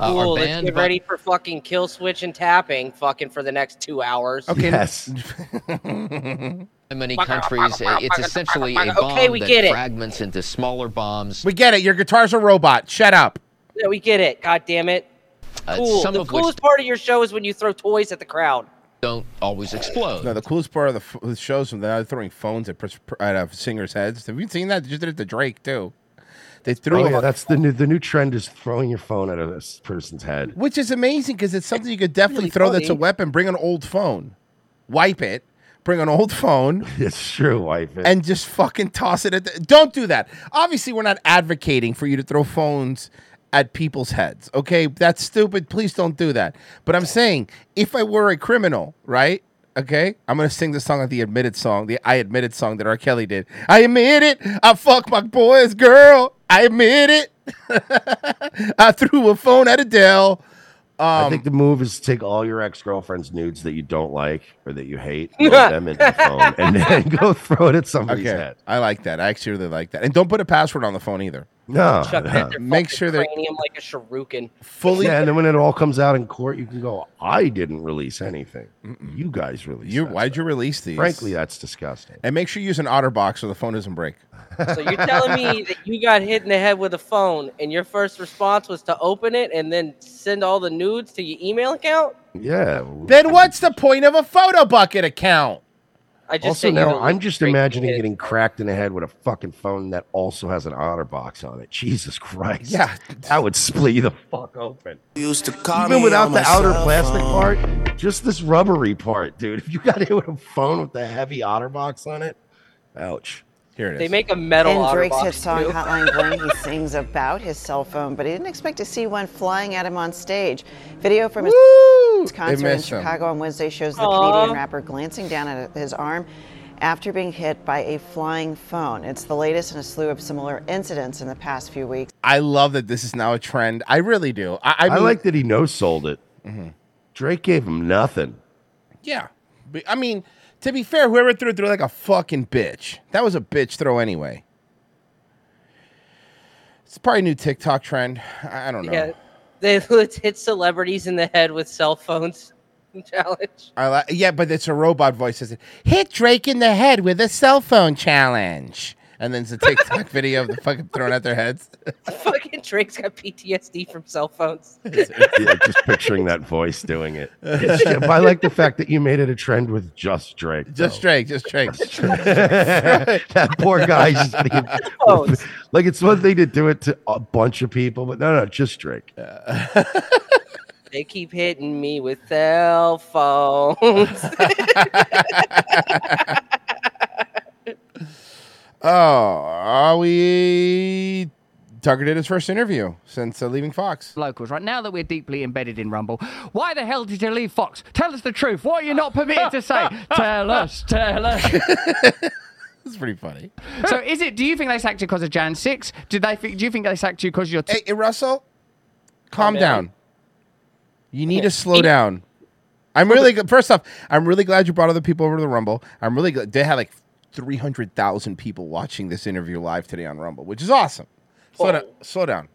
Speaker 7: Cool, let's
Speaker 16: banned
Speaker 7: get
Speaker 16: by-
Speaker 7: ready for fucking kill switch and tapping fucking for the next two hours.
Speaker 3: Okay.
Speaker 4: Yes.
Speaker 16: in many countries, uh, it's essentially a bomb
Speaker 7: Okay, we
Speaker 16: that
Speaker 7: get it.
Speaker 16: fragments into smaller bombs.
Speaker 3: We get it. Your guitar's a robot. Shut up.
Speaker 7: Yeah, we get it. God damn it.
Speaker 16: Uh,
Speaker 7: Cool.
Speaker 16: some
Speaker 7: the
Speaker 16: of which-
Speaker 7: coolest part of your show is when you throw toys at the crowd.
Speaker 16: Don't always explode.
Speaker 3: No, the coolest part of the, f- the shows when they're throwing phones at, pers- at uh, singers' heads. Have you seen that? They just did it to Drake too. They threw.
Speaker 4: Oh,
Speaker 3: a-
Speaker 4: yeah, that's the new the new trend is throwing your phone at a s- person's head.
Speaker 3: which is amazing because it's something you could definitely throw that's a
Speaker 4: funny.
Speaker 3: weapon. Bring an old phone, wipe it, bring an old phone,
Speaker 4: It's true, wife.
Speaker 3: and just fucking toss it at. The, don't do that. Obviously, we're not advocating for you to throw phones at people's heads. Okay, that's stupid. Please don't do that. But I'm saying, if I were a criminal, right? Okay, I'm gonna sing the song like the admitted song, the I admitted song that R. Kelly did. I admit it. I fuck my boy's girl. I admit it. I threw a phone at Adele.
Speaker 4: I
Speaker 3: Um,
Speaker 4: think the move is to take all your ex girlfriend's nudes that you don't like or that you hate, load them into your phone, and then go throw it at somebody's
Speaker 3: Okay,
Speaker 4: head.
Speaker 3: I like that. I actually really like that. And don't put a password on the phone either.
Speaker 4: No,
Speaker 7: Chuck
Speaker 4: no.
Speaker 7: that their
Speaker 3: Make sure they're
Speaker 7: cranium like a shuriken.
Speaker 3: fully.
Speaker 4: Yeah, and then when it all comes out in court, you can go, I didn't release anything. You guys released
Speaker 3: You why'd you release these?
Speaker 4: Frankly, that's disgusting.
Speaker 3: And make sure you use an OtterBox so the phone doesn't break.
Speaker 7: So you're telling me that you got hit in the head with a phone and your first response was to open it and then send all the nudes to your email account?
Speaker 4: Yeah.
Speaker 3: Then what's the point of a photo bucket account?
Speaker 7: I just
Speaker 4: Also,
Speaker 7: sent you
Speaker 4: now
Speaker 7: the
Speaker 4: I'm
Speaker 7: link
Speaker 4: just
Speaker 7: straight to
Speaker 4: imagining
Speaker 7: it.
Speaker 4: getting cracked in the head with a fucking phone that also has an otter box on it. Jesus Christ.
Speaker 3: Yeah.
Speaker 4: That would split you the fuck open.
Speaker 17: Used to
Speaker 4: Even without the outer plastic part, just this rubbery part, dude. If you got hit with a phone with the heavy otter box on it, ouch.
Speaker 3: Here it
Speaker 7: They make a metal
Speaker 18: In
Speaker 7: otter
Speaker 18: Drake's
Speaker 7: box,
Speaker 18: hit song
Speaker 7: too.
Speaker 18: Hotline Bling, he sings about his cell phone, but he didn't expect to see one flying at him on stage. Video from his concert in
Speaker 19: missed him.
Speaker 18: Chicago on Wednesday shows the
Speaker 19: Aw.
Speaker 18: Canadian rapper glancing down at his arm after being hit by a flying phone. It's the latest in a slew of similar incidents in the past few weeks.
Speaker 3: I love that this is now a trend. I really do. I,
Speaker 4: I,
Speaker 3: I, mean, Mm-hmm.
Speaker 4: like that he no sold it. Drake gave him nothing.
Speaker 3: Yeah. But, I mean, to be fair, whoever threw it threw like a fucking bitch. That was a bitch throw anyway. It's probably a new TikTok trend. I I don't know.
Speaker 7: Yeah. They let's hit celebrities in the head with cell phones challenge.
Speaker 3: I like yeah, but it's a robot voice. Is it hit Drake in the head with a cell phone challenge? And then it's a TikTok video of the fucking throwing at their heads.
Speaker 7: Fucking Drake's got PTSD from cell phones.
Speaker 4: yeah, just picturing that voice doing it. It's- I like the fact that you made it a trend with just Drake.
Speaker 3: Just Drake, just Drake.
Speaker 4: that poor guy just being-
Speaker 3: Oh.
Speaker 4: like it's one thing to do it to a bunch of people, but no, no, just Drake.
Speaker 7: They keep hitting me with cell phones.
Speaker 3: Oh, are we? Tucker did his first interview since uh, leaving Fox.
Speaker 20: Locals, right now that we're deeply embedded in Rumble, why the hell did you leave Fox? Tell us the truth. What are you not permitted to say? tell us, tell us.
Speaker 3: That's pretty funny.
Speaker 20: so, is it? Do you think they sacked you because of Jan Six? Did they? Think, do you think they sacked you because you're? T-
Speaker 3: hey, Russell, calm down. You need to slow down. I'm really good. First off, I'm really glad you brought other people over to the Rumble. I'm really glad they had like 300,000 people watching this interview live today on Rumble, which is awesome. Slow, down, slow down.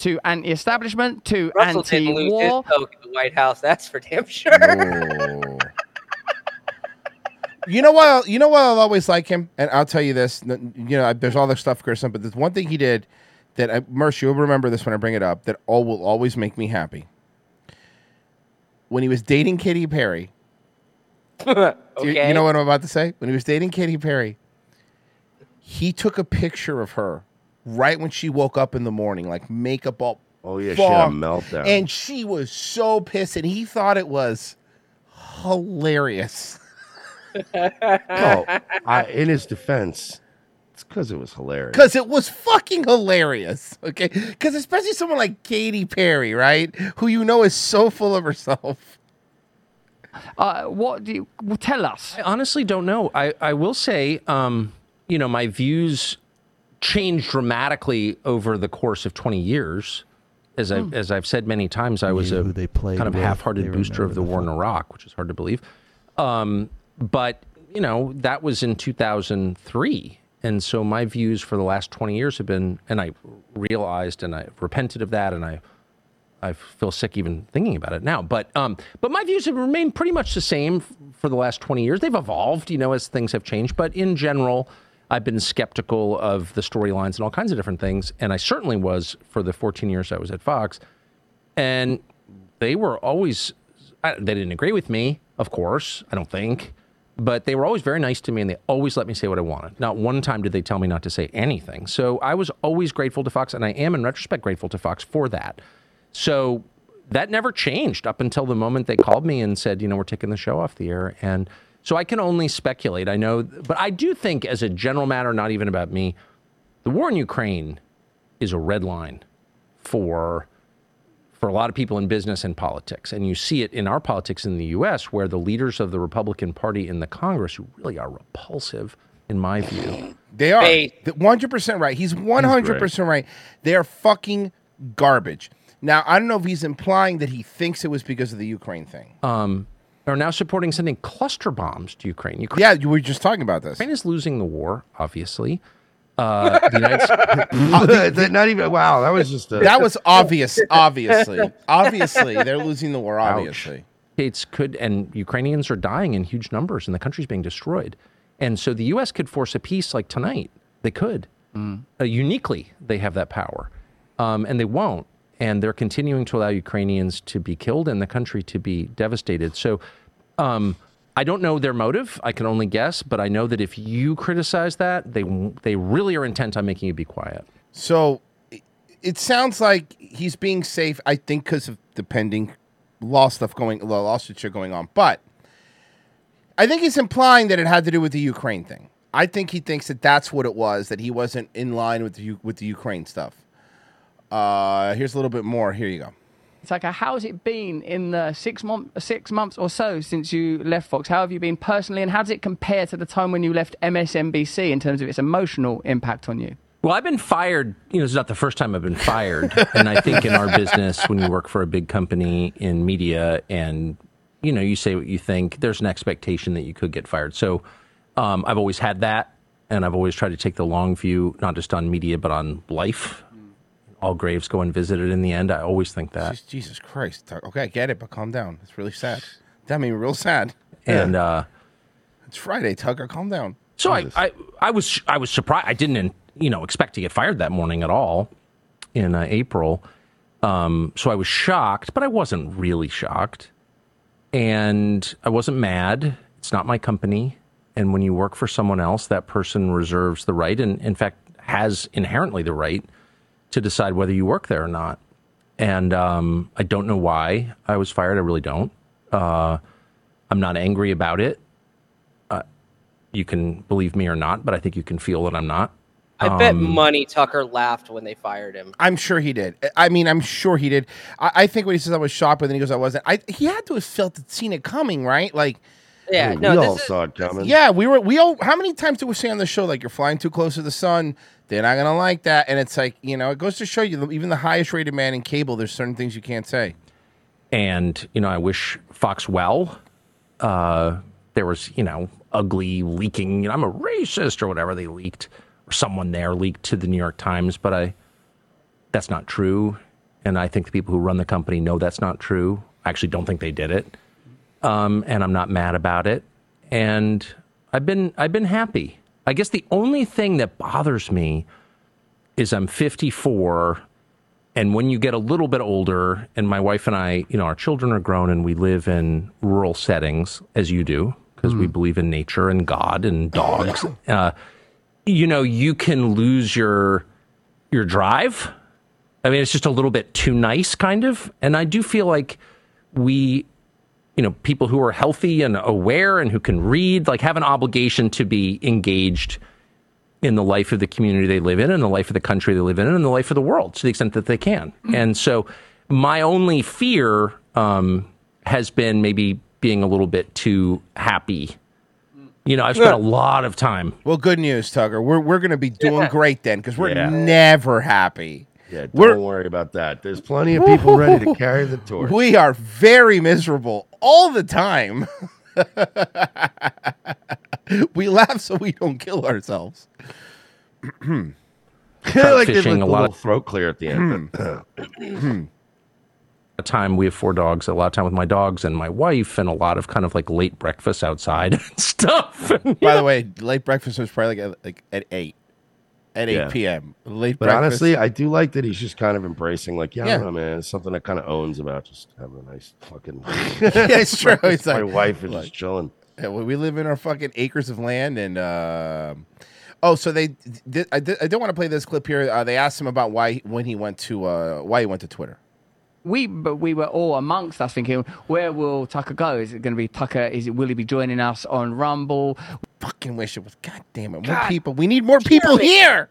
Speaker 20: To anti-establishment, to
Speaker 7: Russell didn't lose his
Speaker 20: anti-war.
Speaker 7: poke at the White House. That's for damn sure.
Speaker 3: You know why? You know why I'll always like him, and I'll tell you this. n- You know, I- there's all this stuff, Kristen, but there's one thing he did that, I, Merce, you'll remember this when I bring it up. That all will always make me happy. When he was dating Katy Perry, You- You,
Speaker 7: Okay.
Speaker 3: know what I'm about to say? When he was dating Katy Perry, he took a picture of her right when she woke up in the morning, like makeup all.
Speaker 4: Oh yeah, she had a meltdown.
Speaker 3: And she was so pissed, and he thought it was hilarious.
Speaker 4: oh, I, in his defense, it's because it was hilarious.
Speaker 3: Because it was fucking hilarious. Okay. Because especially someone like Katy Perry, right? Who you know is so full of herself.
Speaker 20: Uh, what do you well, tell us?
Speaker 17: I honestly don't know. I, I will say, um, you know, my views changed dramatically over the course of 20 years. As,
Speaker 3: Hmm.
Speaker 17: I, as I've said many times, I was a kind of
Speaker 19: with,
Speaker 17: half-hearted
Speaker 19: they
Speaker 17: booster of the war in Iraq, which is hard to believe. Um, but, you know, that was in 2003. And so my views for the last 20 years have been, and I realized and I repented of that and I I feel sick even thinking about it now. But um, but my views have remained pretty much the same f- for the last 20 years. They've evolved, you know, as things have changed. But in general, I've been skeptical of the storylines and all kinds of different things. And I certainly was for the 14 years I was at Fox. And they were always, I, they didn't agree with me, of course, I don't think. But they were always very nice to me and they always let me say what I wanted. Not one time did they tell me not to say anything. So I was always grateful to Fox. And I am, in retrospect, grateful to Fox for that. So that never changed up until the moment they called me and said, you know, we're taking the show off the air. And so I can only speculate. I know, but I do think, as a general matter, not even about me, the war in Ukraine is a red line for for a lot of people in business and politics. And you see it in our politics in the US, where the leaders of the Republican Party in the Congress, who really are repulsive, in my view,
Speaker 3: They are one hundred percent right. He's one hundred percent right. They're fucking garbage. Now I don't know if he's implying that he thinks it was because of the Ukraine thing.
Speaker 17: um, are now supporting sending cluster bombs to Ukraine. Ukraine.
Speaker 3: Yeah, you were just talking about this.
Speaker 17: Ukraine is losing the war, obviously. Uh, the United
Speaker 4: not even. Wow, that was just. A...
Speaker 3: That was obvious. Obviously, obviously, they're losing the war. Obviously,
Speaker 17: States could, and Ukrainians are dying in huge numbers, and the country's being destroyed. And so the U.S. could force a peace like tonight. They could. Uh, uniquely, they have that power, um, and they won't. And they're continuing to allow Ukrainians to be killed and the country to be devastated. So um, I don't know their motive. I can only guess, but I know that if you criticize that, they they really are intent on making you be quiet.
Speaker 3: So i- it sounds like he's being safe. I think because of the pending law stuff going, law lawsuit shit going on. But I think he's implying that it had to do with the Ukraine thing. I think he thinks that that's what it was. That he wasn't in line with the, U- with the Ukraine stuff. Uh, here's a little bit more. Here you go.
Speaker 20: It's like, uh, how's it been in the six month, six months or so since you left Fox? How have you been personally, and how does it compare to the time when you left MSNBC in terms of its emotional impact on you?
Speaker 17: Well, I've been fired. You know, it's not the first time I've been fired. and I think in our business, when you work for a big company in media and, you know, you say what you think, there's an expectation that you could get fired. So um, I've always had that. And I've always tried to take the long view, not just on media, but on life. All graves go unvisited in the end. I always think that.
Speaker 3: Jesus Christ. Okay, I get it, but calm down. It's really sad. That made me real sad.
Speaker 17: And, uh,
Speaker 3: It's Friday, Tucker. Calm down.
Speaker 17: So I, I, I was I was surprised. I didn't you know expect to get fired that morning at all in uh, April. Um, so I was shocked, but I wasn't really shocked, and I wasn't mad. It's not my company, and when you work for someone else, that person reserves the right, and in fact has inherently the right to decide whether you work there or not. And um, I don't know why I was fired. I really don't. Uh, I'm not angry about it Uh, you can believe me or not, but I think you can feel that I'm not.
Speaker 7: I bet
Speaker 17: Um,
Speaker 7: money Tucker laughed when they fired him.
Speaker 3: I'm sure he did. I- I mean, I'm sure he did. I, I think when he says I was shocked, but then he goes, I wasn't. I he had to have felt it, seen it coming, right? Like,
Speaker 7: Yeah,
Speaker 4: Hey, we all saw it coming.
Speaker 3: yeah, we were. We all. How many times did we say on the show like you're flying too close to the sun? They're not gonna like that. And it's like you know, it goes to show you, even the highest rated man in cable, there's certain things you can't say.
Speaker 17: And, you know, I wish Fox well. Uh, there was, you know, ugly leaking, you know, I'm a racist or whatever they leaked, or someone there leaked to the New York Times, but I, that's not true. And I think the people who run the company know that's not true. I actually don't think they did it. Um, and I'm not mad about it. And I've been, I've been happy. I guess the only thing that bothers me is I'm 54. And when you get a little bit older, and my wife and I, you know, our children are grown and we live in rural settings, as you do, because we believe in nature and God and dogs. uh, you know, you can lose your your drive. I mean, it's just a little bit too nice, kind of. And I do feel like we, you know, people who are healthy and aware and who can read, like, have an obligation to be engaged in the life of the community they live in, and the life of the country they live in, and the life of the world to the extent that they can. And so, my only fear um, has been maybe being a little bit too happy. You know, I've spent a lot of time.
Speaker 3: Well, good news, Tugger. We're we're gonna be doing
Speaker 17: Yeah.
Speaker 3: great then because we're
Speaker 4: Yeah.
Speaker 3: never happy.
Speaker 4: Yeah, don't
Speaker 3: We're-
Speaker 4: worry about that. There's plenty of people ready to carry the torch.
Speaker 3: We are very miserable all the time. we laugh so we don't kill ourselves.
Speaker 4: I like this
Speaker 17: fishing
Speaker 4: with
Speaker 17: a
Speaker 4: the
Speaker 17: lot
Speaker 4: little
Speaker 17: of
Speaker 4: throat clear at the
Speaker 3: Hmm.
Speaker 4: end.
Speaker 3: uh,
Speaker 17: a time we have four dogs, a lot of time with my dogs and my wife, and a lot of kind of like late breakfast outside. stuff.
Speaker 3: By the way, late breakfast was probably like at, like at eight, at eight
Speaker 4: Yeah.
Speaker 3: p.m. Late
Speaker 4: But
Speaker 3: breakfast.
Speaker 4: honestly, I do like that he's just kind of embracing, like, yeah, I
Speaker 3: Yeah.
Speaker 4: don't know, man, it's something that kind of owns about just having a nice fucking.
Speaker 3: yeah, it's true. It's
Speaker 4: my
Speaker 3: like,
Speaker 4: wife is
Speaker 3: look.
Speaker 4: just chilling.
Speaker 3: Yeah, well, we live in our fucking acres of land, and um oh, so they. Th- I, th- I don't want to play this clip here. Uh, they asked him about why when he went to uh, why he went to Twitter.
Speaker 20: we but we were all amongst us thinking, where will Tucker go? Is it going to be Tucker? Is it will he be joining us on Rumble?
Speaker 3: Fucking wish it was. God damn it! More people. We need more people here.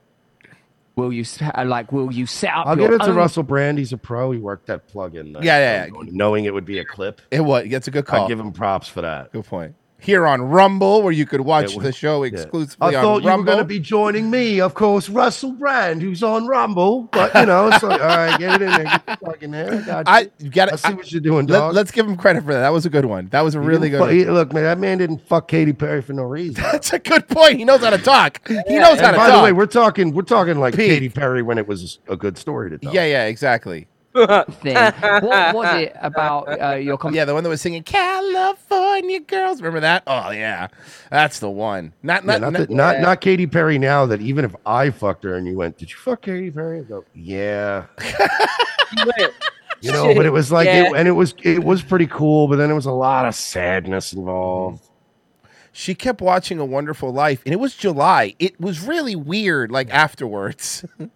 Speaker 20: Will you s- uh, like? Will you set up?
Speaker 4: I'll
Speaker 20: your
Speaker 4: give it to
Speaker 20: own-
Speaker 4: Russell Brand. He's a pro. He worked that plug in. uh,
Speaker 3: Yeah, yeah,
Speaker 4: Knowing it would be a clip.
Speaker 3: It was. That's a good call.
Speaker 4: I give him props for that.
Speaker 3: Good point. Here on Rumble, where you could watch
Speaker 4: It was-
Speaker 3: the show
Speaker 4: yeah.
Speaker 3: exclusively
Speaker 4: I
Speaker 3: on
Speaker 4: thought you were
Speaker 3: Rumble.
Speaker 4: going to be joining me, of course, Russell Brand, who's on Rumble. But you know, it's like, all right, get it in there, get the plug in there. I got you.
Speaker 3: I you gotta
Speaker 4: I see what you're doing, dog.
Speaker 3: Let, us give him credit for that. That was a good one. That was a
Speaker 4: He
Speaker 3: really
Speaker 4: didn't
Speaker 3: good.
Speaker 4: fu- he-
Speaker 3: one.
Speaker 4: look, man, that man didn't fuck Katy Perry for no reason.
Speaker 3: That's a good point. He knows how to talk. He knows
Speaker 4: And
Speaker 3: how to
Speaker 4: by
Speaker 3: talk.
Speaker 4: the way, we're talking, we're talking like Katy Perry when it was a good story to tell.
Speaker 3: yeah, yeah, exactly.
Speaker 20: thing. What was it about uh, your comment?
Speaker 3: Yeah, the one that was singing California girls. Remember that? Oh yeah, that's the one. Not
Speaker 4: Yeah, not,
Speaker 3: not
Speaker 4: that- not, not Katy Perry now. That even if I fucked her and you went, did you fuck Katy Perry? I go, yeah. you know, but it was like,
Speaker 3: Yeah.
Speaker 4: it, and it was it was pretty cool, but then it was a lot of sadness involved.
Speaker 3: Mm-hmm. She kept watching A Wonderful Life, and it was July. It was really weird. Like afterwards,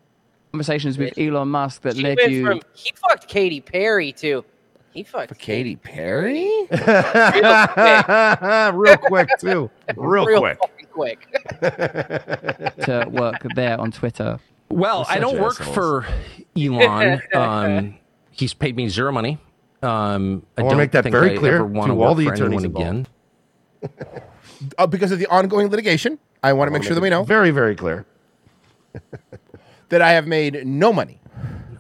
Speaker 20: conversations with Elon Musk that
Speaker 7: He
Speaker 20: led
Speaker 7: went
Speaker 20: you.
Speaker 7: from he fucked Katy Perry too. He fucked
Speaker 3: Katy Perry.
Speaker 4: Real quick too. Real, quick.
Speaker 7: fucking quick.
Speaker 20: to work there on Twitter.
Speaker 17: Well,
Speaker 20: We're
Speaker 17: I
Speaker 20: such
Speaker 17: don't work
Speaker 20: assholes.
Speaker 17: for Elon. Um, he's paid me zero money. Um,
Speaker 4: I wanna
Speaker 17: don't
Speaker 4: make that
Speaker 17: think
Speaker 4: very
Speaker 17: I
Speaker 4: clear
Speaker 17: ever wanna
Speaker 4: to all
Speaker 17: work
Speaker 4: the
Speaker 17: for anyone
Speaker 4: attorneys involved.
Speaker 17: again.
Speaker 3: uh, because of the ongoing litigation. I want to make sure that we know
Speaker 4: very very clear
Speaker 3: that I have made no money.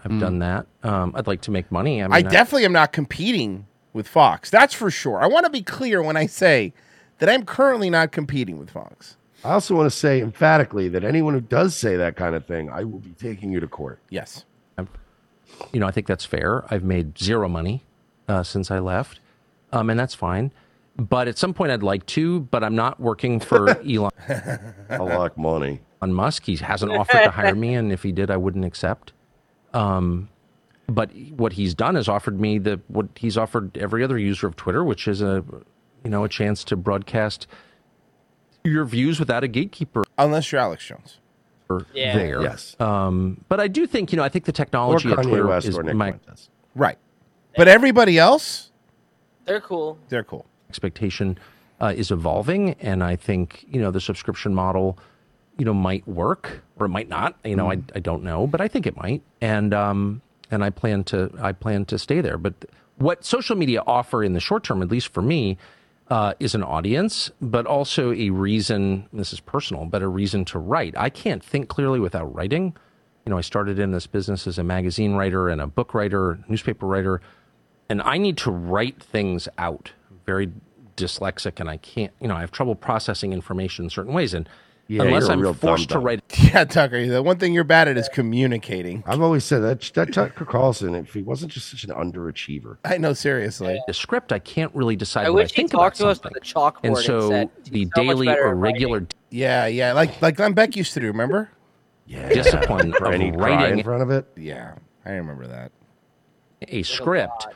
Speaker 17: I've
Speaker 4: Hmm.
Speaker 17: done that. Um, I'd like to make money. I, mean,
Speaker 3: I definitely am not competing with Fox. That's for sure. I want to be clear when I say that I'm currently not competing with Fox.
Speaker 4: I also want to say emphatically that anyone who does say that kind of thing, I will be taking you to court.
Speaker 3: Yes.
Speaker 17: you know, I think that's fair. I've made zero money uh, since I left, um, and that's fine. But at some point, I'd like to, but I'm not working for Elon.
Speaker 4: I like money.
Speaker 17: On Musk, he hasn't offered to hire me, and if he did, I wouldn't accept. Um, but what he's done is offered me the what he's offered every other user of Twitter, which is a you know a chance to broadcast your views without a gatekeeper.
Speaker 3: Unless you're Alex Jones. Yeah.
Speaker 17: There.
Speaker 3: Yes.
Speaker 17: Um, but I do think, you know, I think the technology at
Speaker 4: Kanye
Speaker 17: Twitter
Speaker 4: West
Speaker 17: is
Speaker 4: or Nick
Speaker 17: my
Speaker 3: Right. But everybody else,
Speaker 7: They're cool.
Speaker 3: they're cool.
Speaker 17: expectation uh, is evolving, and I think you know the subscription model, you know, might work or it might not. You know, I, I don't know, but I think it might, and um, and I plan to I plan to stay there. But what social media offer in the short term, at least for me, uh, is an audience, but also a reason. and This is personal, but a reason to write. I can't think clearly without writing. You know, I started in this business as a magazine writer and a book writer, newspaper writer and I need to write things out. I'm very dyslexic, and I can't. You know, I have trouble processing information in certain ways, and
Speaker 4: Yeah,
Speaker 17: unless
Speaker 4: you're a
Speaker 17: I'm
Speaker 4: real
Speaker 17: forced
Speaker 4: dum-dum.
Speaker 17: to write,
Speaker 3: Yeah, Tucker. The one thing you're bad at is communicating.
Speaker 4: I've always said that that Tucker Carlson, if he wasn't just such an underachiever.
Speaker 3: I know, seriously.
Speaker 17: The script, I can't really decide.
Speaker 7: I
Speaker 17: what
Speaker 7: wish
Speaker 17: I
Speaker 7: he
Speaker 17: think about
Speaker 7: talked to us
Speaker 17: something.
Speaker 7: with the chalkboard
Speaker 17: And
Speaker 7: and
Speaker 17: so
Speaker 7: said,
Speaker 17: the
Speaker 7: so much
Speaker 17: daily
Speaker 7: better
Speaker 17: or
Speaker 7: at
Speaker 17: regular
Speaker 3: Yeah, yeah. Like like Glenn Beck used to do, remember?
Speaker 17: Yeah. discipline of
Speaker 4: And he'd cry in
Speaker 17: writing
Speaker 4: front of it.
Speaker 3: Yeah. I remember that.
Speaker 17: a script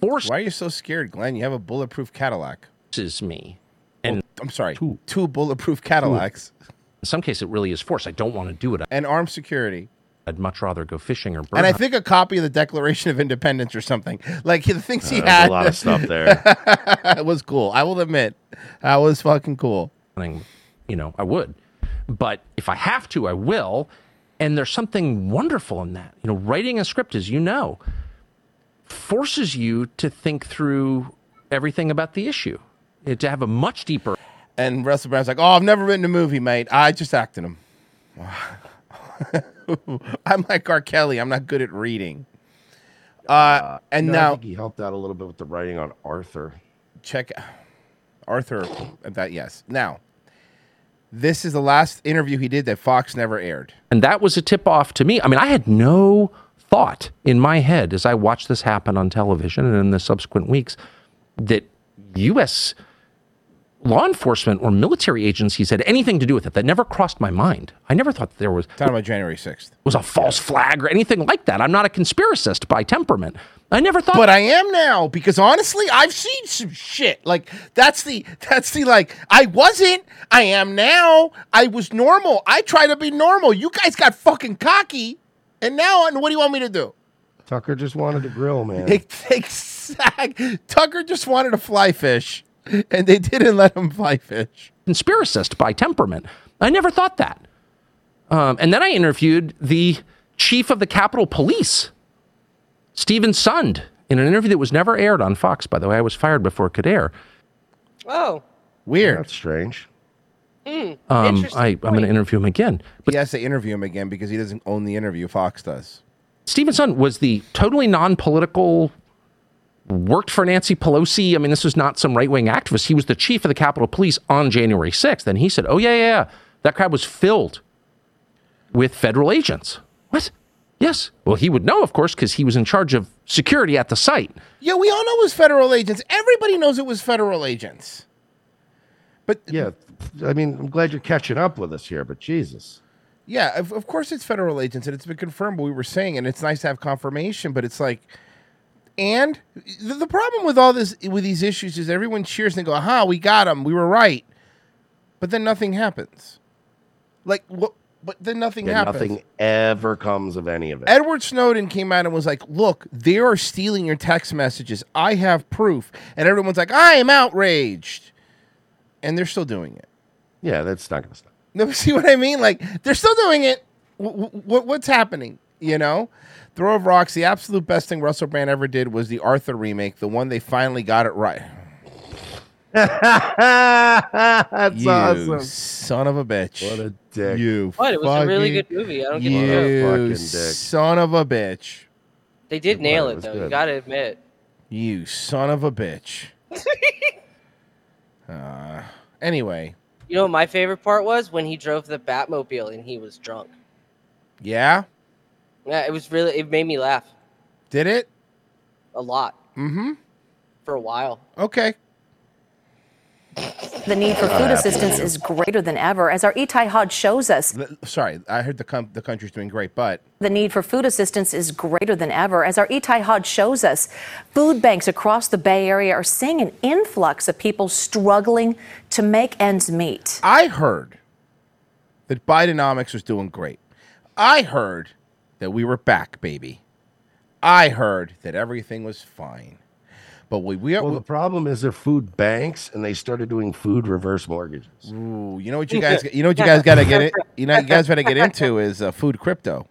Speaker 3: Why are you so scared, Glenn? You have a bulletproof Cadillac. Oh,
Speaker 17: forces me. And
Speaker 3: I'm sorry, two, bulletproof Cadillacs.
Speaker 17: In some cases, it really is force. I don't want to do it.
Speaker 3: And armed security.
Speaker 17: I'd much rather go fishing or bird.
Speaker 3: And I think a copy of the Declaration of Independence or something. Like the things he
Speaker 4: Uh, there's
Speaker 3: had.
Speaker 4: a lot of stuff there.
Speaker 3: it was cool. I will admit, that was fucking cool.
Speaker 17: hunting, you know, I would. But if I have to, I will. And there's something wonderful in that. You know, writing a script, as you know, forces you to think through everything about the issue, eh, to have a much deeper.
Speaker 3: And Russell Brand's like, "Oh, I've never written a movie, mate. I just acted them." I'm like R. Kelly. I'm not good at reading. Uh, and
Speaker 4: No, I
Speaker 3: now
Speaker 4: think he helped out a little bit with the writing on Arthur.
Speaker 3: check Arthur. That yes. Now, this is the last interview he did that Fox never aired.
Speaker 17: And that was a tip off to me. I mean, I had no thought in my head as I watched this happen on television and in the subsequent weeks that U.S. law enforcement or military agencies had anything to do with it. That never crossed my mind. I never thought there was.
Speaker 3: Talking about January 6th.
Speaker 17: was a false flag or anything like that. I'm not a conspiracist by temperament. I never thought.
Speaker 3: But I am now because honestly, I've seen some shit. Like that's the that's the like I wasn't. I am now. I was normal. I try to be normal. You guys got fucking cocky, and now and what do you want me to do?
Speaker 4: Tucker just wanted to grill, man.
Speaker 3: Exactly. Tucker just wanted to fly fish, and they didn't let him fly fish.
Speaker 17: conspiracist by temperament. I never thought that. Um, and then I interviewed the chief of the Capitol Police, Stephen Sund, in an interview that was never aired on Fox, by the way. I was fired before it could air.
Speaker 7: Oh.
Speaker 3: Weird.
Speaker 4: That's strange.
Speaker 7: Mm,
Speaker 17: Um,
Speaker 7: interesting
Speaker 17: I, I'm going to
Speaker 7: point.
Speaker 17: interview him again.
Speaker 3: But he has to interview him again because he doesn't own the interview. Fox does.
Speaker 17: Stephen Sund was the totally non political, worked for Nancy Pelosi. I mean, this was not some right wing activist. He was the chief of the Capitol Police on January 6th. And he said, Oh, yeah, yeah, yeah. That crowd was filled with federal agents. What? Yes. Well, he would know, of course, because he was in charge of security at the site.
Speaker 3: Yeah, we all know it was federal agents. Everybody knows it was federal agents. But
Speaker 4: yeah, I mean, I'm glad you're catching up with us here, but Jesus.
Speaker 3: Yeah, of, of course it's federal agents, and it's been confirmed what we were saying, and it's nice to have confirmation, but it's like, and the, the problem with all this, with these issues, is everyone cheers and go, aha, we got them, we were right. But then nothing happens. Like, what? But then nothing
Speaker 4: Yeah,
Speaker 3: happens.
Speaker 4: nothing ever comes of any of it.
Speaker 3: Edward Snowden came out and was like, look, they are stealing your text messages. I have proof. And everyone's like, I am outraged. And they're still doing it.
Speaker 4: Yeah, that's not going to stop.
Speaker 3: No, see what I mean? Like they're still doing it. W- what's happening? You know, Throw of Rocks. The absolute best thing Russell Brand ever did was the Arthur remake, the one they finally got it right.
Speaker 4: That's
Speaker 3: you
Speaker 4: awesome.
Speaker 3: son of a bitch! What a dick! You
Speaker 7: What? It was a really
Speaker 3: fucking-
Speaker 7: good movie. I don't get the joke.
Speaker 3: you
Speaker 7: What a fucking dick.
Speaker 3: son of a bitch!
Speaker 7: They did nail it
Speaker 3: was
Speaker 7: though. You
Speaker 3: good.
Speaker 7: gotta admit.
Speaker 3: You son of a bitch! Uh, anyway,
Speaker 7: You know what my favorite part was when he drove the Batmobile and he was drunk.
Speaker 3: yeah,
Speaker 7: Yeah, it was really. It made me laugh
Speaker 3: did it?
Speaker 7: a lot
Speaker 3: Mm-hmm.
Speaker 7: for a while.
Speaker 3: Okay.
Speaker 19: The need for
Speaker 3: Uh,
Speaker 19: food assistance
Speaker 3: absolutely.
Speaker 19: is greater than ever, as our Itihad shows us.
Speaker 3: The, sorry, I heard the com- the country's doing great, but
Speaker 19: need for food assistance is greater than ever, as our Itihad shows us. Food banks across the Bay Area are seeing an influx of people struggling to make ends meet.
Speaker 3: I heard that Bidenomics was doing great. I heard that we were back, baby. I heard that everything was fine. But we, we
Speaker 4: Well, the problem is they're food banks, and they started doing food reverse mortgages.
Speaker 3: Ooh, you know what you guys you know what you guys got to get it. You know you guys got to get into is uh, food crypto.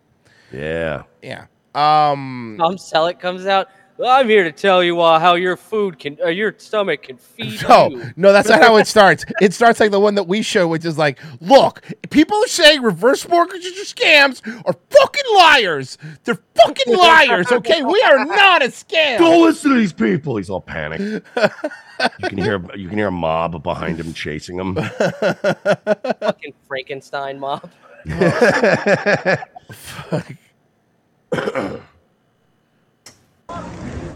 Speaker 4: Yeah.
Speaker 3: Yeah. Um.
Speaker 7: Tom Selleck comes out. "Well, I'm here to tell you uh, how your food can, uh, your stomach can feed
Speaker 3: No,
Speaker 7: you.
Speaker 3: no, that's not how it starts. It starts like the one that we show, which is like, look, people are saying reverse mortgages are scams are fucking liars. They're fucking liars. Okay, we are not a scam.
Speaker 4: Don't listen to these people. He's all panicked. you can hear you can hear a mob behind him chasing him.
Speaker 7: Fucking Frankenstein mob.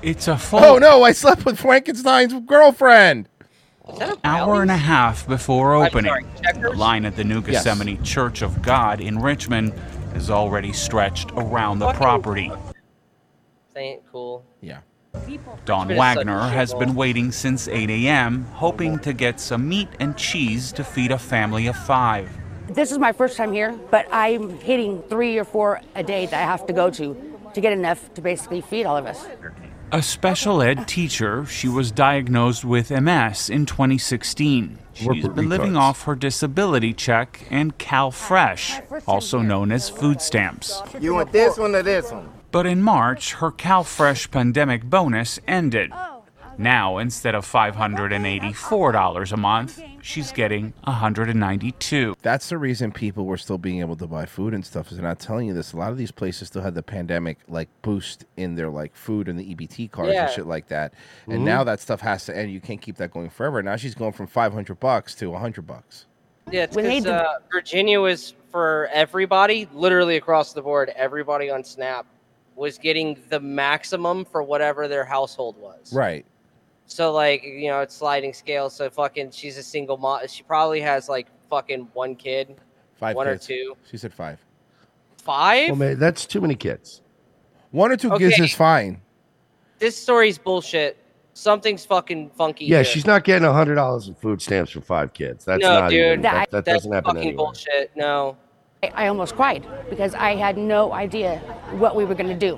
Speaker 21: It's a full
Speaker 3: Oh no, I slept with Frankenstein's girlfriend.
Speaker 21: hour and a half before opening.
Speaker 3: sorry,
Speaker 21: the line at the New
Speaker 3: Yes.
Speaker 21: Gethsemane Church of God in Richmond is already stretched around the property.
Speaker 7: They ain't cool.
Speaker 3: Yeah.
Speaker 21: Don It's Wagner such a has shithole. been waiting since 8 a.m., hoping to get some meat and cheese to feed a family of five.
Speaker 5: This is my first time here, but I'm hitting three or four a day that I have to go to to get enough to basically feed all of us.
Speaker 21: A special ed teacher, she was diagnosed with MS in 2016. She's
Speaker 4: Worker
Speaker 21: been living
Speaker 4: retards.
Speaker 21: off her disability check and CalFresh, also known as food stamps.
Speaker 22: You want this one or this one?
Speaker 21: But in March, her CalFresh pandemic bonus ended. Now, instead of $584 a month, she's getting 192.
Speaker 3: That's the reason people were still being able to buy food and stuff. Is they're not telling you this. A lot of these places still had the pandemic like boost in their like food and the EBT cards
Speaker 23: Yeah.
Speaker 3: and shit like that.
Speaker 23: Mhm.
Speaker 4: Mm-hmm.
Speaker 3: And now that stuff has to end. You can't keep that going forever. Now she's going from five hundred bucks to hundred bucks.
Speaker 7: Yeah, it's
Speaker 5: We
Speaker 7: because
Speaker 5: need to-
Speaker 7: uh, Virginia was for everybody, literally across the board, everybody on Snap was getting the maximum for whatever their household was.
Speaker 3: Right.
Speaker 7: So like you know, it's sliding scale. So fucking, she's a single mom. She probably has like fucking one kid,
Speaker 3: Five.
Speaker 7: one
Speaker 3: kids.
Speaker 7: or two,
Speaker 3: She said five.
Speaker 7: five.
Speaker 4: Well, man, that's too many kids.
Speaker 3: One or two kids
Speaker 7: Okay.
Speaker 3: is fine.
Speaker 7: This story's bullshit. Something's fucking funky.
Speaker 4: Yeah,
Speaker 7: here.
Speaker 4: she's not getting a hundred dollars in food stamps for five kids. That's
Speaker 7: no,
Speaker 4: not
Speaker 7: dude.
Speaker 4: even, that, that
Speaker 7: that's
Speaker 4: doesn't happen
Speaker 7: fucking
Speaker 4: anywhere.
Speaker 7: bullshit. No.
Speaker 5: I, I almost cried because I had no idea what we were going to do.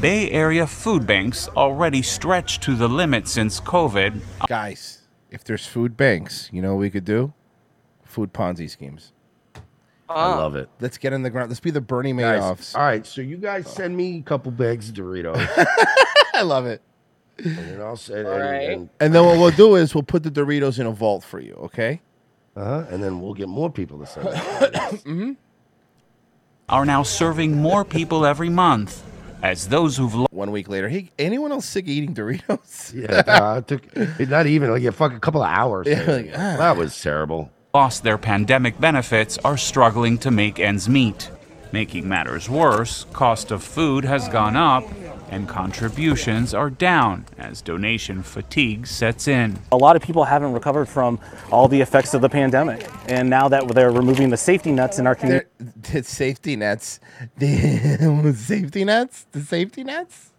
Speaker 21: Bay Area food banks already stretched to the limit since COVID. uh,
Speaker 3: Guys, if there's food banks, you know what we could do? Food Ponzi schemes.
Speaker 4: I love it.
Speaker 3: Let's get in the ground. Let's be the Bernie
Speaker 4: Guys,
Speaker 3: Madoffs. Oh.
Speaker 4: all right, so you guys send me a couple bags of Doritos.
Speaker 3: I love it.
Speaker 4: And then I'll say, and,
Speaker 3: right.
Speaker 4: and,
Speaker 3: And then what we'll do is we'll put the Doritos in a vault for you, okay?
Speaker 4: Uh-huh. And then we'll get more people to send.
Speaker 3: mm-hmm.
Speaker 21: Are now serving more people every month, as those who've lo-
Speaker 3: one week later. Hey, anyone else sick of eating Doritos?
Speaker 4: Yeah, nah, it took it- not even like a fucking couple of hours.
Speaker 3: Yeah,
Speaker 4: maybe.
Speaker 3: like, ah.
Speaker 4: That was terrible.
Speaker 21: lost their pandemic benefits are struggling to make ends meet. Making matters worse, cost of food has gone up and contributions are down as donation fatigue sets in.
Speaker 24: A lot of people haven't recovered from all the effects of the pandemic. And now that they're removing the safety nets in our community,
Speaker 3: There- the safety nets. The safety nets? The safety nets?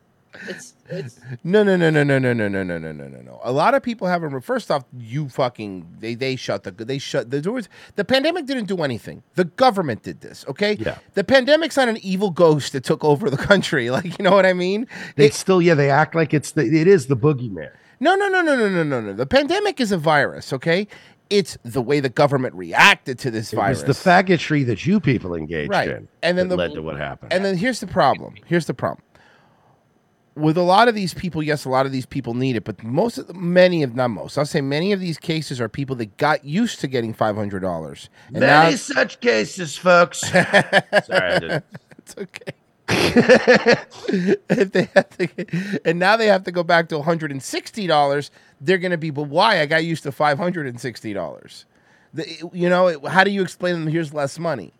Speaker 7: It's, it's
Speaker 3: No, no, no, no, no, no, no, no, no, no, no, no, no. A lot of people haven't. re- First off, you fucking they they shut the they shut the doors. The pandemic didn't do anything. The government did this. Okay. Yeah. The pandemic's not an evil ghost that took over the country. Like you know what I mean?
Speaker 4: They still, yeah, they act like it's the, it is the boogeyman.
Speaker 3: No, no, no, no, no, no, no, no. The pandemic is a virus. Okay. It's the way the government reacted to this
Speaker 4: It
Speaker 3: virus.
Speaker 4: was the faggotry that you people engaged
Speaker 3: Right.
Speaker 4: in,
Speaker 3: And then
Speaker 4: that
Speaker 3: the-
Speaker 4: led to what happened.
Speaker 3: And then here's the problem. Here's the problem. With a lot of these people, yes, a lot of these people need it, but most of the, many of not most. I'll say many of these cases are people that got used to getting five hundred dollars.
Speaker 4: Many such cases, folks. Sorry, I did.
Speaker 3: it's okay. If they have to- and now they have to go back to one hundred and sixty dollars. They're going to be, but why? I got used to five hundred and sixty dollars. You know, it, how do you explain them? Here's less money.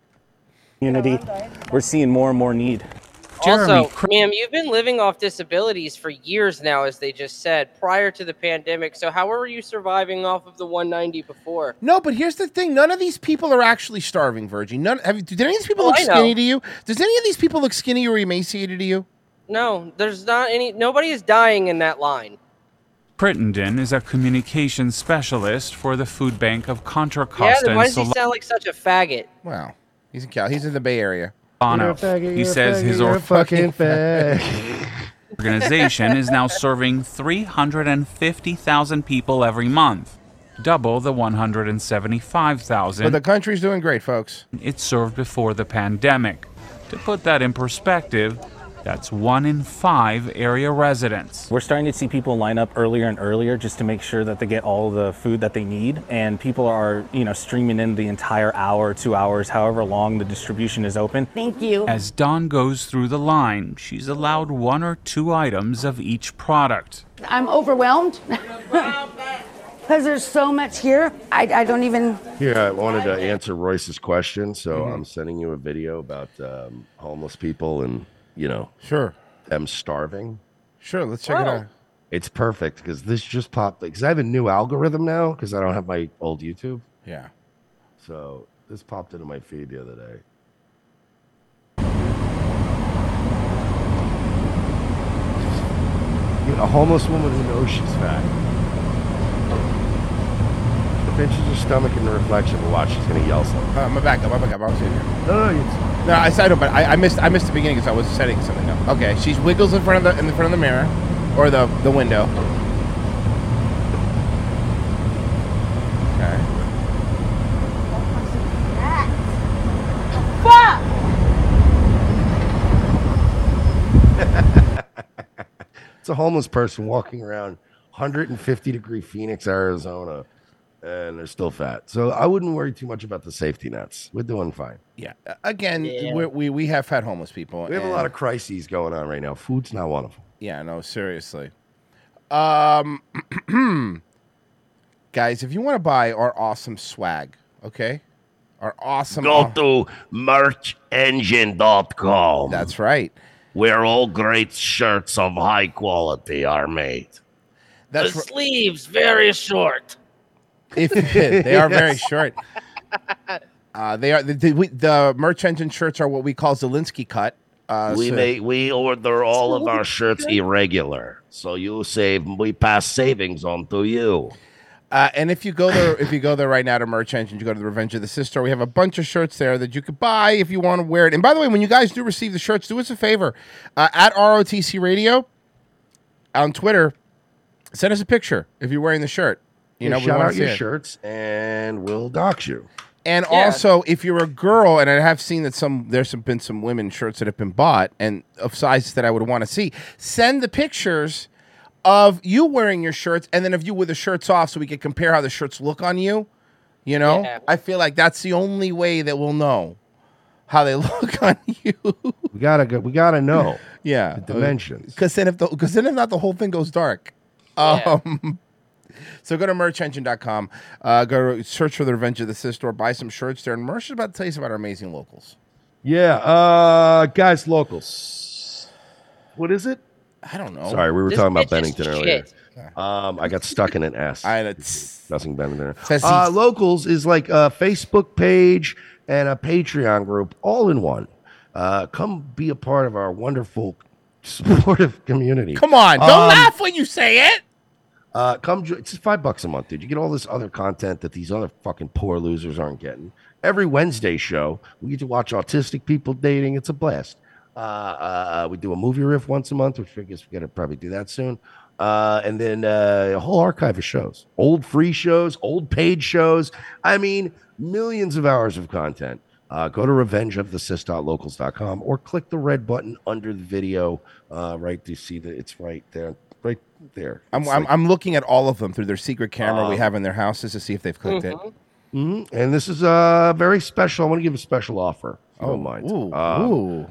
Speaker 24: we're seeing more and more need.
Speaker 7: also, ma'am, you've been living off disabilities for years now, as they just said, prior to the pandemic. So how were you surviving off of the 190 before?
Speaker 3: No, but here's the thing: none of these people are actually starving, Virgie. None. Have you, did any of these people
Speaker 7: Oh,
Speaker 3: look
Speaker 7: I know.
Speaker 3: skinny to you? Does any of these people look skinny or emaciated to you?
Speaker 7: No, there's not any. Nobody is dying in that line.
Speaker 21: Crittenden is a communications specialist for the food bank of Contra
Speaker 7: yeah,
Speaker 21: Costa
Speaker 7: then why
Speaker 21: and
Speaker 7: does he sound like such a faggot?
Speaker 3: Wow, he's in Cal. He's in the Bay Area.
Speaker 21: You're a faggot, He you're a says faggot, his you're a or- fucking fag. organization is now serving 350,000 people every month, double the
Speaker 3: But
Speaker 21: 175,000
Speaker 3: the country's doing great, folks.
Speaker 21: it served before the pandemic. To put that in perspective, that's one in five area residents.
Speaker 24: We're starting to see people line up earlier and earlier just to make sure that they get all the food that they need. And people are, you know, streaming in the entire hour, two hours, however long the distribution is open.
Speaker 5: Thank you.
Speaker 21: As Dawn goes through the line, she's allowed one or two items of each product.
Speaker 5: I'm overwhelmed because there's so much here. I, I don't even.
Speaker 4: Here, I wanted to answer Royce's question, so
Speaker 3: Mm-hmm.
Speaker 4: I'm sending you a video about um, homeless people and you know,
Speaker 3: sure,
Speaker 4: them starving.
Speaker 3: Sure, let's check it
Speaker 4: Wow.
Speaker 3: out.
Speaker 4: It's perfect because this just popped because I have a new algorithm now because I don't have my old YouTube.
Speaker 3: Yeah.
Speaker 4: So this popped into my feed the other day. a homeless woman who knows she's fat. Pinches her stomach in the reflection of a watch. She's gonna yell something.
Speaker 3: I'm gonna Uh, back up. I'm gonna back up. I'm sitting here.
Speaker 4: No, no,
Speaker 3: No, I said it, but I, I missed. I missed the beginning because I was setting something up. Okay, she wiggles in front of the in the front of the mirror, or the the window. Okay.
Speaker 4: It's a homeless person walking around 150 degree Phoenix, Arizona, and they're still fat. So I wouldn't worry too much about the safety nets. We're doing fine.
Speaker 3: Yeah. Again, we're, we we have had homeless people.
Speaker 4: We have a lot
Speaker 3: and-
Speaker 4: of crises going on right now. Food's not one of them.
Speaker 3: Yeah, no, seriously. Um, guys, if you want to buy our awesome swag, okay, our awesome.
Speaker 2: Go to merchengine.com.
Speaker 3: That's right.
Speaker 2: Where all great shirts of high quality are made.
Speaker 3: That's
Speaker 2: the
Speaker 3: ri-
Speaker 2: sleeves very short.
Speaker 3: if they are very
Speaker 2: Yes.
Speaker 3: short. Uh, they are the the, we, the merch engine shirts are what we call Zelinsky cut. Uh,
Speaker 2: we
Speaker 3: so-
Speaker 2: may we order all of our shirts irregular, so you save. We pass savings on to you.
Speaker 3: Uh, and if you go there, if you go there right now to Merch Engine, you go to the Revenge of the Sister. We have a bunch of shirts there that you could buy if you want to wear it. And by the way, when you guys do receive the shirts, do us a favor uh, at ROTC Radio on Twitter. Send us a picture if you're wearing the shirt. You
Speaker 4: Yeah,
Speaker 3: know, we
Speaker 4: shout
Speaker 3: want
Speaker 4: out
Speaker 3: to
Speaker 4: your
Speaker 3: see it.
Speaker 4: shirts, and we'll dox you.
Speaker 3: And also, if you're a girl, and I have seen that some there's some, been some women shirts that have been bought and of sizes that I would want to see. Send the pictures of you wearing your shirts, and then of you with the shirts off, so we can compare how the shirts look on you. You know, I feel like that's the only way that we'll know how they look on you.
Speaker 4: We gotta go. We gotta know.
Speaker 3: yeah, Uh,
Speaker 4: the dimensions.
Speaker 3: Because then if the because then if not, the whole thing goes dark. Um, so go to merchengine.com. Uh, go to search for the Revenge of the Sith store. Buy some shirts there. And Merch is about to tell you about our amazing locals.
Speaker 4: Yeah, uh, guys, locals. What is it?
Speaker 3: I don't know.
Speaker 4: Sorry, we were
Speaker 3: This
Speaker 4: talking about
Speaker 3: bitch is
Speaker 4: Bennington earlier.
Speaker 3: shit.
Speaker 4: Um, I got stuck in an S.
Speaker 3: I had
Speaker 4: nothing Bennington.
Speaker 3: Says he-
Speaker 4: Uh, locals is like uh, a Facebook page and a Patreon group all in one. Uh, come be a part of our wonderful supportive community.
Speaker 3: Come on, don't
Speaker 4: Um,
Speaker 3: laugh when you say it.
Speaker 4: Uh, come, jo- it's five bucks a month, dude. You get all this other content that these other fucking poor losers aren't getting. Every Wednesday show, we get to watch autistic people dating. It's a blast. Uh, uh, we do a movie riff once a month, which I guess we're gonna probably do that soon. Uh, and then uh, a whole archive of shows, old free shows, old paid shows. I mean, millions of hours of content. Uh, go to revengeofthesis.locals.com or click the red button under the video uh, right to see that it's right there, right there.
Speaker 3: I'm,
Speaker 4: It's
Speaker 3: I'm,
Speaker 4: like-
Speaker 3: I'm looking at all of them through their secret camera we
Speaker 4: Um,
Speaker 3: have in their houses to see if they've clicked it.
Speaker 4: hmm And this is uh, very special. I want to give a special offer. If you
Speaker 3: Oh,
Speaker 4: don't mind.
Speaker 3: ooh,
Speaker 4: Um,
Speaker 3: ooh.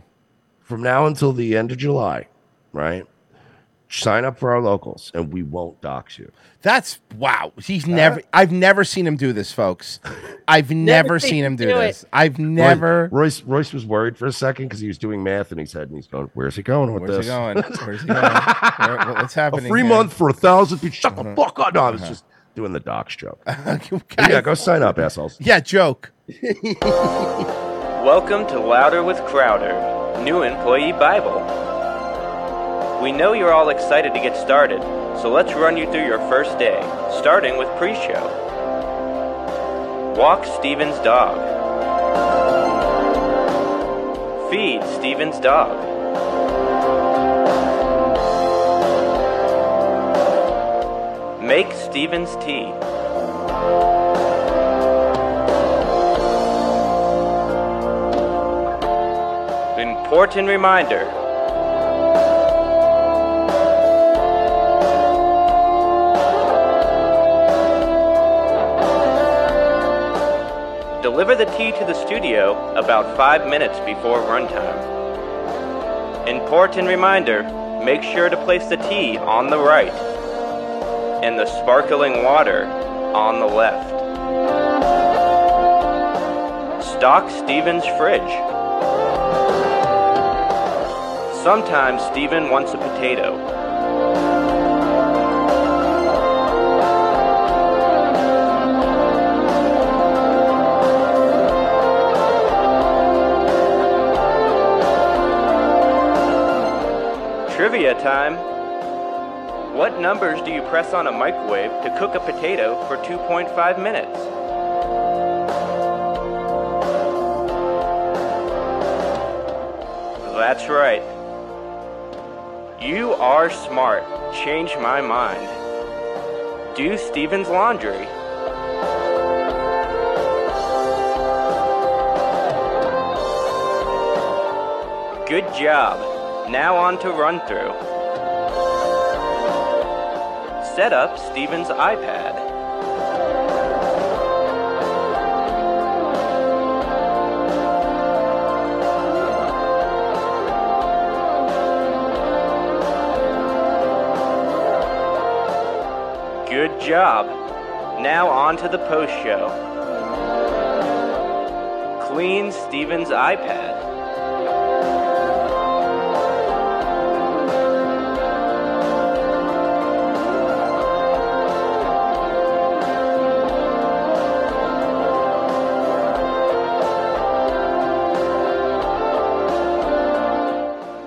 Speaker 4: From now until the end of July, right? Sign up for our locals, and we won't dox you.
Speaker 3: That's wow. He's never. I've never seen him do this, folks. I've never, seen him do, this. I've never.
Speaker 4: Royce, Royce was worried for a second because he was doing math in his head, and he's going, "Where's he going with this?
Speaker 3: Where's he going? Where's he going? Where- what- what's happening?
Speaker 4: a free
Speaker 3: here?
Speaker 4: month for a thousand people. Shut the
Speaker 3: Uh-huh.
Speaker 4: fuck up! No, I was
Speaker 3: Uh-huh.
Speaker 4: just doing the dox joke. yeah, go sign up, assholes.
Speaker 3: Yeah, joke.
Speaker 6: Welcome to Louder with Crowder, new employee Bible. We know you're all excited to get started, so let's run you through your first day, starting with pre show. Walk Steven's dog. Feed Steven's dog. Make Steven's tea. Important reminder. Deliver the tea to the studio about five minutes before runtime. Important reminder make sure to place the tea on the right and the sparkling water on the left. Stock Steven's fridge. Sometimes Steven wants a potato. Trivia time. What numbers do you press on a microwave to cook a potato for 2.5 minutes? That's right. You are smart. Change my mind. Do Steven's laundry. Good job. Now on to run through. Set up Steven's iPad. Good job. Now on to the post show. Clean Steven's iPad.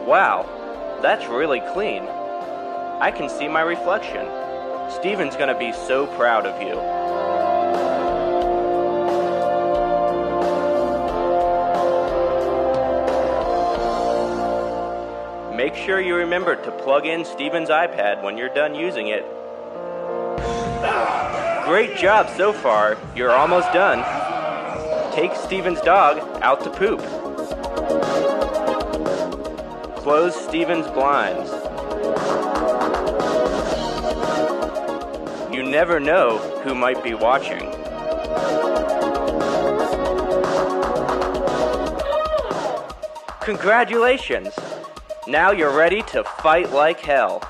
Speaker 6: Wow, that's really clean. I can see my reflection. Steven's gonna be so proud of you. Make sure you remember to plug in Steven's iPad when you're done using it. Great job so far, you're almost done. Take Steven's dog out to poop. Close Steven's blinds. You never know who might be watching. Congratulations! Now you're ready to fight like hell.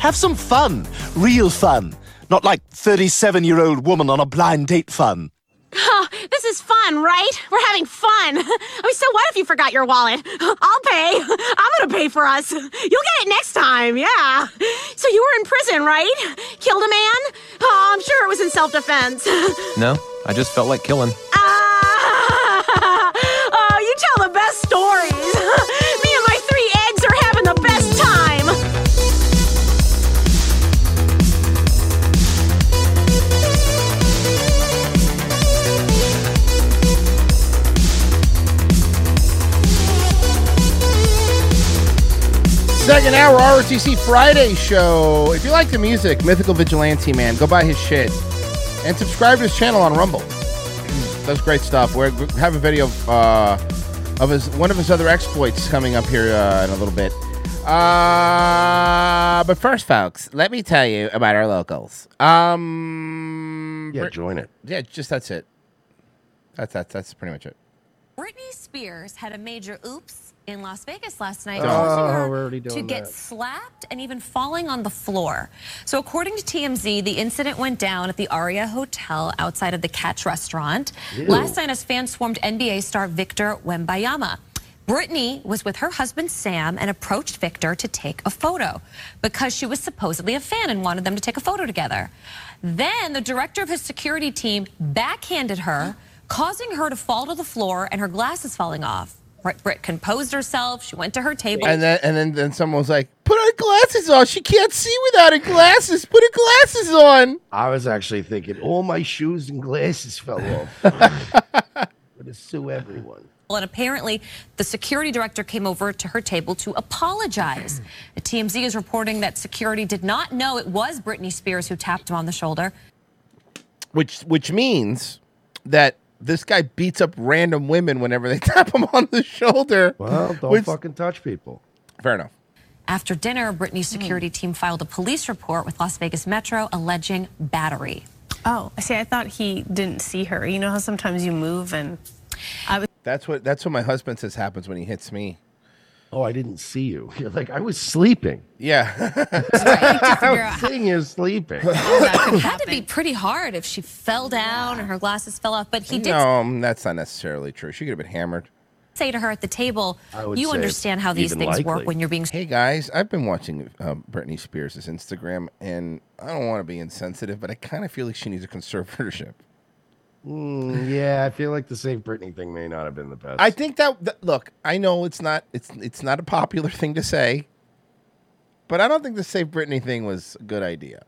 Speaker 19: Have some fun. Real fun. Not like 37 year old woman on a blind date fun.
Speaker 25: Oh, this is fun, right? We're having fun. I mean, so what if you forgot your wallet? I'll pay. I'm gonna pay for us. You'll get it next time, yeah. So you were in prison, right? Killed a man? Oh, I'm sure it was in self defense.
Speaker 10: No, I just felt like killing.
Speaker 25: oh, you tell the best stories. Me and my three eggs are having the best time.
Speaker 3: Second hour ROTC Friday show. If you like the music, Mythical Vigilante Man, go buy his shit and subscribe to his channel on Rumble. Hmm, That's great stuff. We're, we have a video of, uh, of his one of his other exploits coming up here uh, in a little bit. Uh, but first, folks, let me tell you about our locals. Um,
Speaker 4: Yeah, join it.
Speaker 3: Yeah, just that's it. That's that's that's pretty much it.
Speaker 23: Britney Spears had a major oops in Las Vegas last night,
Speaker 3: Oh,
Speaker 23: causing her
Speaker 3: we're already doing
Speaker 23: to get
Speaker 3: that.
Speaker 23: slapped and even falling on the floor. So, according to TMZ, the incident went down at the Aria Hotel outside of the Catch restaurant.
Speaker 26: Ew.
Speaker 23: Last night, as fans swarmed NBA star Victor Wembayama. Brittany was with her husband Sam and approached Victor to take a photo because she was supposedly a fan and wanted them to take a photo together. Then the director of his security team backhanded her, causing her to fall to the floor and her glasses falling off. Brit- Brit composed herself. She went to her table.
Speaker 3: And then and then then someone was like, "Put her glasses on. She can't see without her glasses. Put her glasses on."
Speaker 4: I was actually thinking, all my shoes and glasses fell off. Gonna sue everyone.
Speaker 23: And apparently, the security director came over to her table to apologize. TMZ is reporting that security did not know it was Britney Spears who tapped him on the shoulder.
Speaker 3: which which means that this guy beats up random women whenever they tap him on the shoulder.
Speaker 4: Well, don't
Speaker 3: which-
Speaker 4: fucking touch people.
Speaker 3: Fair enough.
Speaker 23: After dinner, Britney's
Speaker 3: Hmm.
Speaker 23: security team filed a police report with Las Vegas Metro alleging battery.
Speaker 19: Oh, see, I thought he didn't see her. You know how sometimes you move and I was
Speaker 3: That's what that's what my husband says happens when he hits me.
Speaker 4: Oh, I didn't see you. You're like I was sleeping.
Speaker 3: Yeah.
Speaker 4: Thing is sleeping.
Speaker 23: It had to be pretty hard if she fell down and her glasses fell off. But he did
Speaker 3: No, that's not necessarily true. She could have been hammered.
Speaker 23: say to her at the table,
Speaker 3: I would
Speaker 23: "You
Speaker 3: say
Speaker 23: understand how these
Speaker 3: even
Speaker 23: things
Speaker 3: likely."
Speaker 23: work when you're being."
Speaker 3: Hey guys, I've been watching uh, Britney Spears' Instagram, and I don't want to be insensitive, but I kind of feel like she needs a conservatorship.
Speaker 4: Mm, yeah, I feel like the Save Britney thing may not have been the best.
Speaker 3: I think that, that- look, I know it's not it's it's not a popular thing to say, but I don't think the Save Britney thing was a good idea.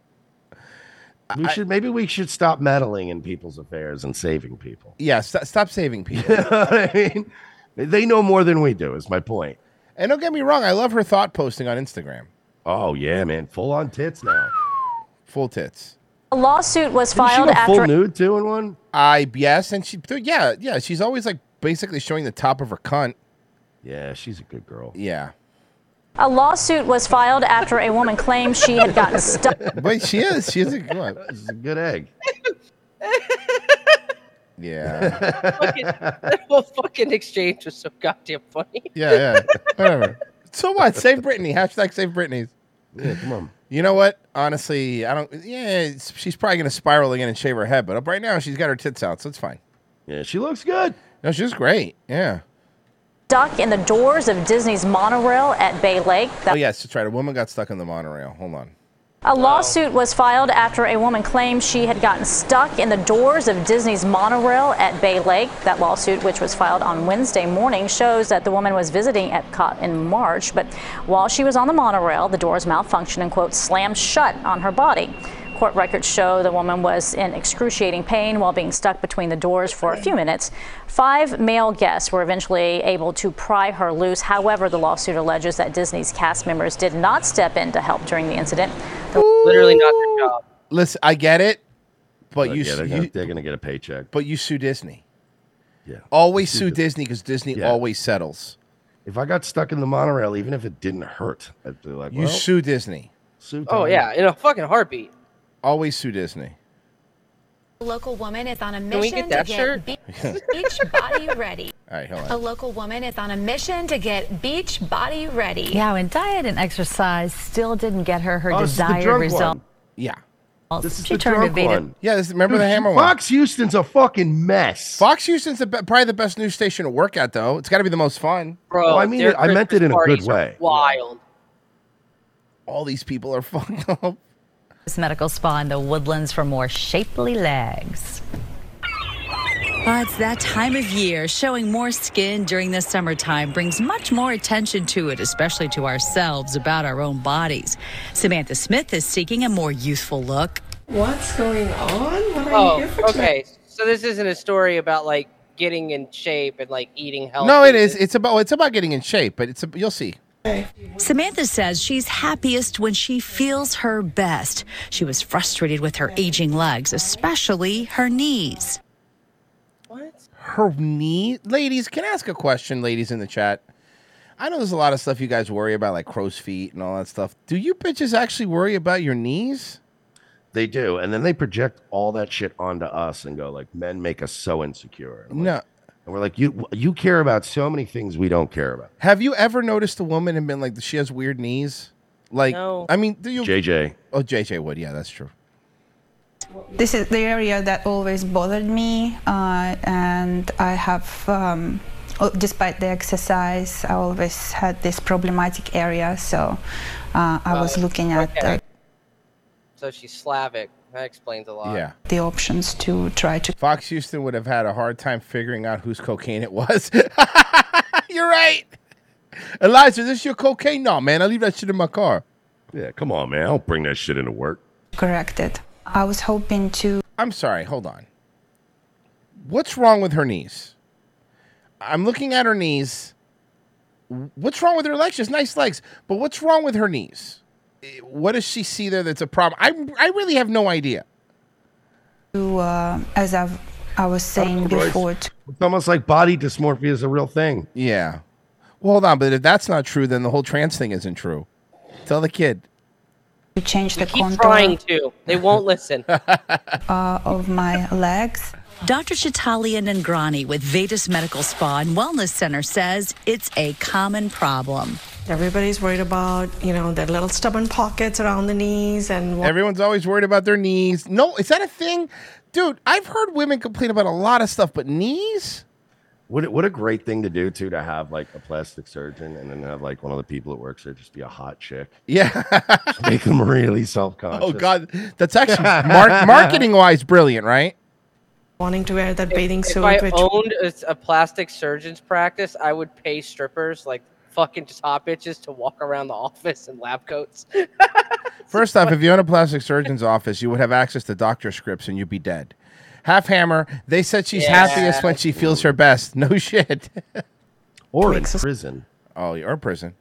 Speaker 4: we should maybe we should stop meddling in people's affairs and saving people.
Speaker 3: Yeah, st- stop saving people.
Speaker 4: I mean, they know more than we do. Is my point.
Speaker 3: And don't get me wrong, I love her thought posting on Instagram.
Speaker 4: Oh yeah, man, full on tits now.
Speaker 3: Full tits.
Speaker 26: A lawsuit was
Speaker 4: Didn't she
Speaker 26: filed
Speaker 4: go full
Speaker 26: after
Speaker 4: nude too in one.
Speaker 3: I yes, and she dude, yeah yeah she's always like basically showing the top of her cunt.
Speaker 4: Yeah, she's a good girl.
Speaker 3: Yeah,
Speaker 26: a lawsuit was filed after a woman claimed she had gotten stuck.
Speaker 3: but she is she is a good
Speaker 4: she's a good egg.
Speaker 3: Yeah.
Speaker 7: fucking, that whole fucking exchange was so goddamn funny.
Speaker 3: Yeah, yeah. Whatever. So what? Save Britney. Hashtag save Britney's.
Speaker 4: Yeah, come on.
Speaker 3: You know what? Honestly, I don't. Yeah, it's- she's probably gonna spiral again and shave her head, but up right now she's got her tits out, so it's fine.
Speaker 4: Yeah, she looks good.
Speaker 3: No, she's great. Yeah.
Speaker 26: Stuck in the doors of Disney's monorail at Bay Lake.
Speaker 3: Oh yes, that's right. A woman got stuck in the monorail. Hold on.
Speaker 26: A lawsuit was filed after a woman claimed she had gotten stuck in the doors of Disney's monorail at Bay Lake. That lawsuit, which was filed on Wednesday morning, shows that the woman was visiting Epcot in March, but while she was on the monorail, the doors malfunctioned and, quote, slammed shut on her body. Court records show the woman was in excruciating pain while being stuck between the doors for a few minutes. Five male guests were eventually able to pry her loose. However, the lawsuit alleges that Disney's cast members did not step in to help during the incident.
Speaker 7: Literally not their job.
Speaker 3: Listen, I get it, but
Speaker 4: But yeah,
Speaker 3: you, su-
Speaker 4: they're gonna,
Speaker 3: you-
Speaker 4: they're gonna get a paycheck.
Speaker 3: but you sue Disney.
Speaker 4: Yeah.
Speaker 3: Always sue Disney because Disney
Speaker 4: Yeah.
Speaker 3: always settles.
Speaker 4: If I got stuck in the monorail, even if it didn't hurt, I'd be like,
Speaker 3: You
Speaker 4: well,
Speaker 3: sue Disney.
Speaker 4: Sue
Speaker 7: Oh yeah, in a fucking heartbeat.
Speaker 3: Always sue Disney.
Speaker 15: A local woman is on a
Speaker 7: Can we get
Speaker 15: mission
Speaker 7: that
Speaker 15: to
Speaker 7: shirt?
Speaker 15: get beach, beach body ready.
Speaker 3: All right, hold
Speaker 15: A
Speaker 27: Oh,
Speaker 3: on.
Speaker 15: local woman is on a mission to get beach body ready.
Speaker 27: Yeah, when diet and exercise still didn't get her her
Speaker 15: Oh, this is the
Speaker 27: desired
Speaker 15: drunk
Speaker 27: result.
Speaker 15: one.
Speaker 3: Yeah.
Speaker 4: This is
Speaker 27: she
Speaker 4: the
Speaker 27: turned to
Speaker 4: drunk
Speaker 27: Vita-
Speaker 4: one.
Speaker 3: Yeah, this, remember the
Speaker 4: Dude,
Speaker 3: hammer one.
Speaker 4: Fox Houston's a fucking mess.
Speaker 3: Fox Houston's the be- probably the best news station to work at, though. It's got to be the most fun.
Speaker 7: Bro,
Speaker 4: Well, I mean
Speaker 7: their
Speaker 4: it- I meant
Speaker 7: Christmas
Speaker 4: it in a good
Speaker 7: parties are
Speaker 4: way.
Speaker 7: Wild.
Speaker 3: All these people are fucked up.
Speaker 15: This medical spa in the woodlands for more shapely legs.
Speaker 13: Well, it's that time of year. Showing more skin during the summertime brings much more attention to it, especially to ourselves about our own bodies. Samantha Smith is seeking a more youthful look.
Speaker 28: What's going on? What are you here
Speaker 7: Oh,
Speaker 28: for?
Speaker 7: okay. So this isn't a story about like getting in shape and like eating healthy.
Speaker 3: No, it is. It's about it's about getting in shape, but it's a, you'll see.
Speaker 13: Samantha says she's happiest when she feels her best. She was frustrated with her aging legs, especially her knees.
Speaker 3: Her knee, ladies. Can I ask a question, ladies in the chat? I know there's a lot of stuff you guys worry about, like crow's feet and all that stuff. Do you bitches actually worry about your knees?
Speaker 4: They do, and then they project all that shit onto us and go like, "Men make us so insecure." And I'm
Speaker 3: No.
Speaker 4: like- and we're like, "You you care about so many things we don't care about."
Speaker 3: Have you ever noticed a woman and been like, she has weird knees? Like,
Speaker 4: No.
Speaker 3: I mean, do you?
Speaker 4: JJ,
Speaker 3: Oh, JJ would. Yeah, that's true.
Speaker 29: This is the area that always bothered me, uh, and I have, um, oh, despite the exercise, I always had this problematic area. So uh, I was looking at uh,
Speaker 7: So she's Slavic. That explains a lot.
Speaker 3: Yeah.
Speaker 29: the options to try to.
Speaker 3: Fox Houston would have had a hard time figuring out whose cocaine it was. You're right. Elijah, this your cocaine? No, man. I leave that shit in my car.
Speaker 4: Yeah, come on, man. I'll bring that shit into work.
Speaker 29: correct it. I was hoping to.
Speaker 3: I'm sorry. Hold on. What's wrong with her knees? I- I'm looking at her knees. What's wrong with her legs? She has nice legs, but what's wrong with her knees? Eh, What does she see there that's a problem? I I really have no idea.
Speaker 29: to, uh, as I've, I was saying before, to
Speaker 4: It's almost like body dysmorphia is a real thing.
Speaker 3: Yeah. Well, hold on, but if that's not true, then the whole trans thing isn't true. Tell the kid.
Speaker 29: to change the
Speaker 7: Keep
Speaker 29: contour
Speaker 7: trying to. They won't listen.
Speaker 29: uh, of my legs.
Speaker 13: Dr. Chitalian Nangrani with Vedas Medical Spa and Wellness Center says it's a common problem.
Speaker 30: Everybody's worried about, you know, their little stubborn pockets around the knees and what
Speaker 3: Everyone's always worried about their knees. No, is that a thing? Dude, I've heard women complain about a lot of stuff, but knees?
Speaker 4: What a- what a great thing to do too to have like a plastic surgeon and then have like one of the people that works there just be a hot chick.
Speaker 3: Yeah.
Speaker 4: Make them really self conscious.
Speaker 3: Oh god, that's actually mar- marketing wise brilliant, right?
Speaker 30: wanting to wear that bathing
Speaker 7: if
Speaker 30: suit,
Speaker 7: I
Speaker 30: which
Speaker 7: owned a, a plastic surgeon's practice, I would pay strippers like fucking top bitches to walk around the office in lab coats.
Speaker 3: First off, if you own a plastic surgeon's office, you would have access to doctor scripts and you'd be dead. Half hammer, they said she's
Speaker 7: Yeah.
Speaker 3: happiest when she feels her best. No shit.
Speaker 4: or in prison.
Speaker 3: Oh, or prison.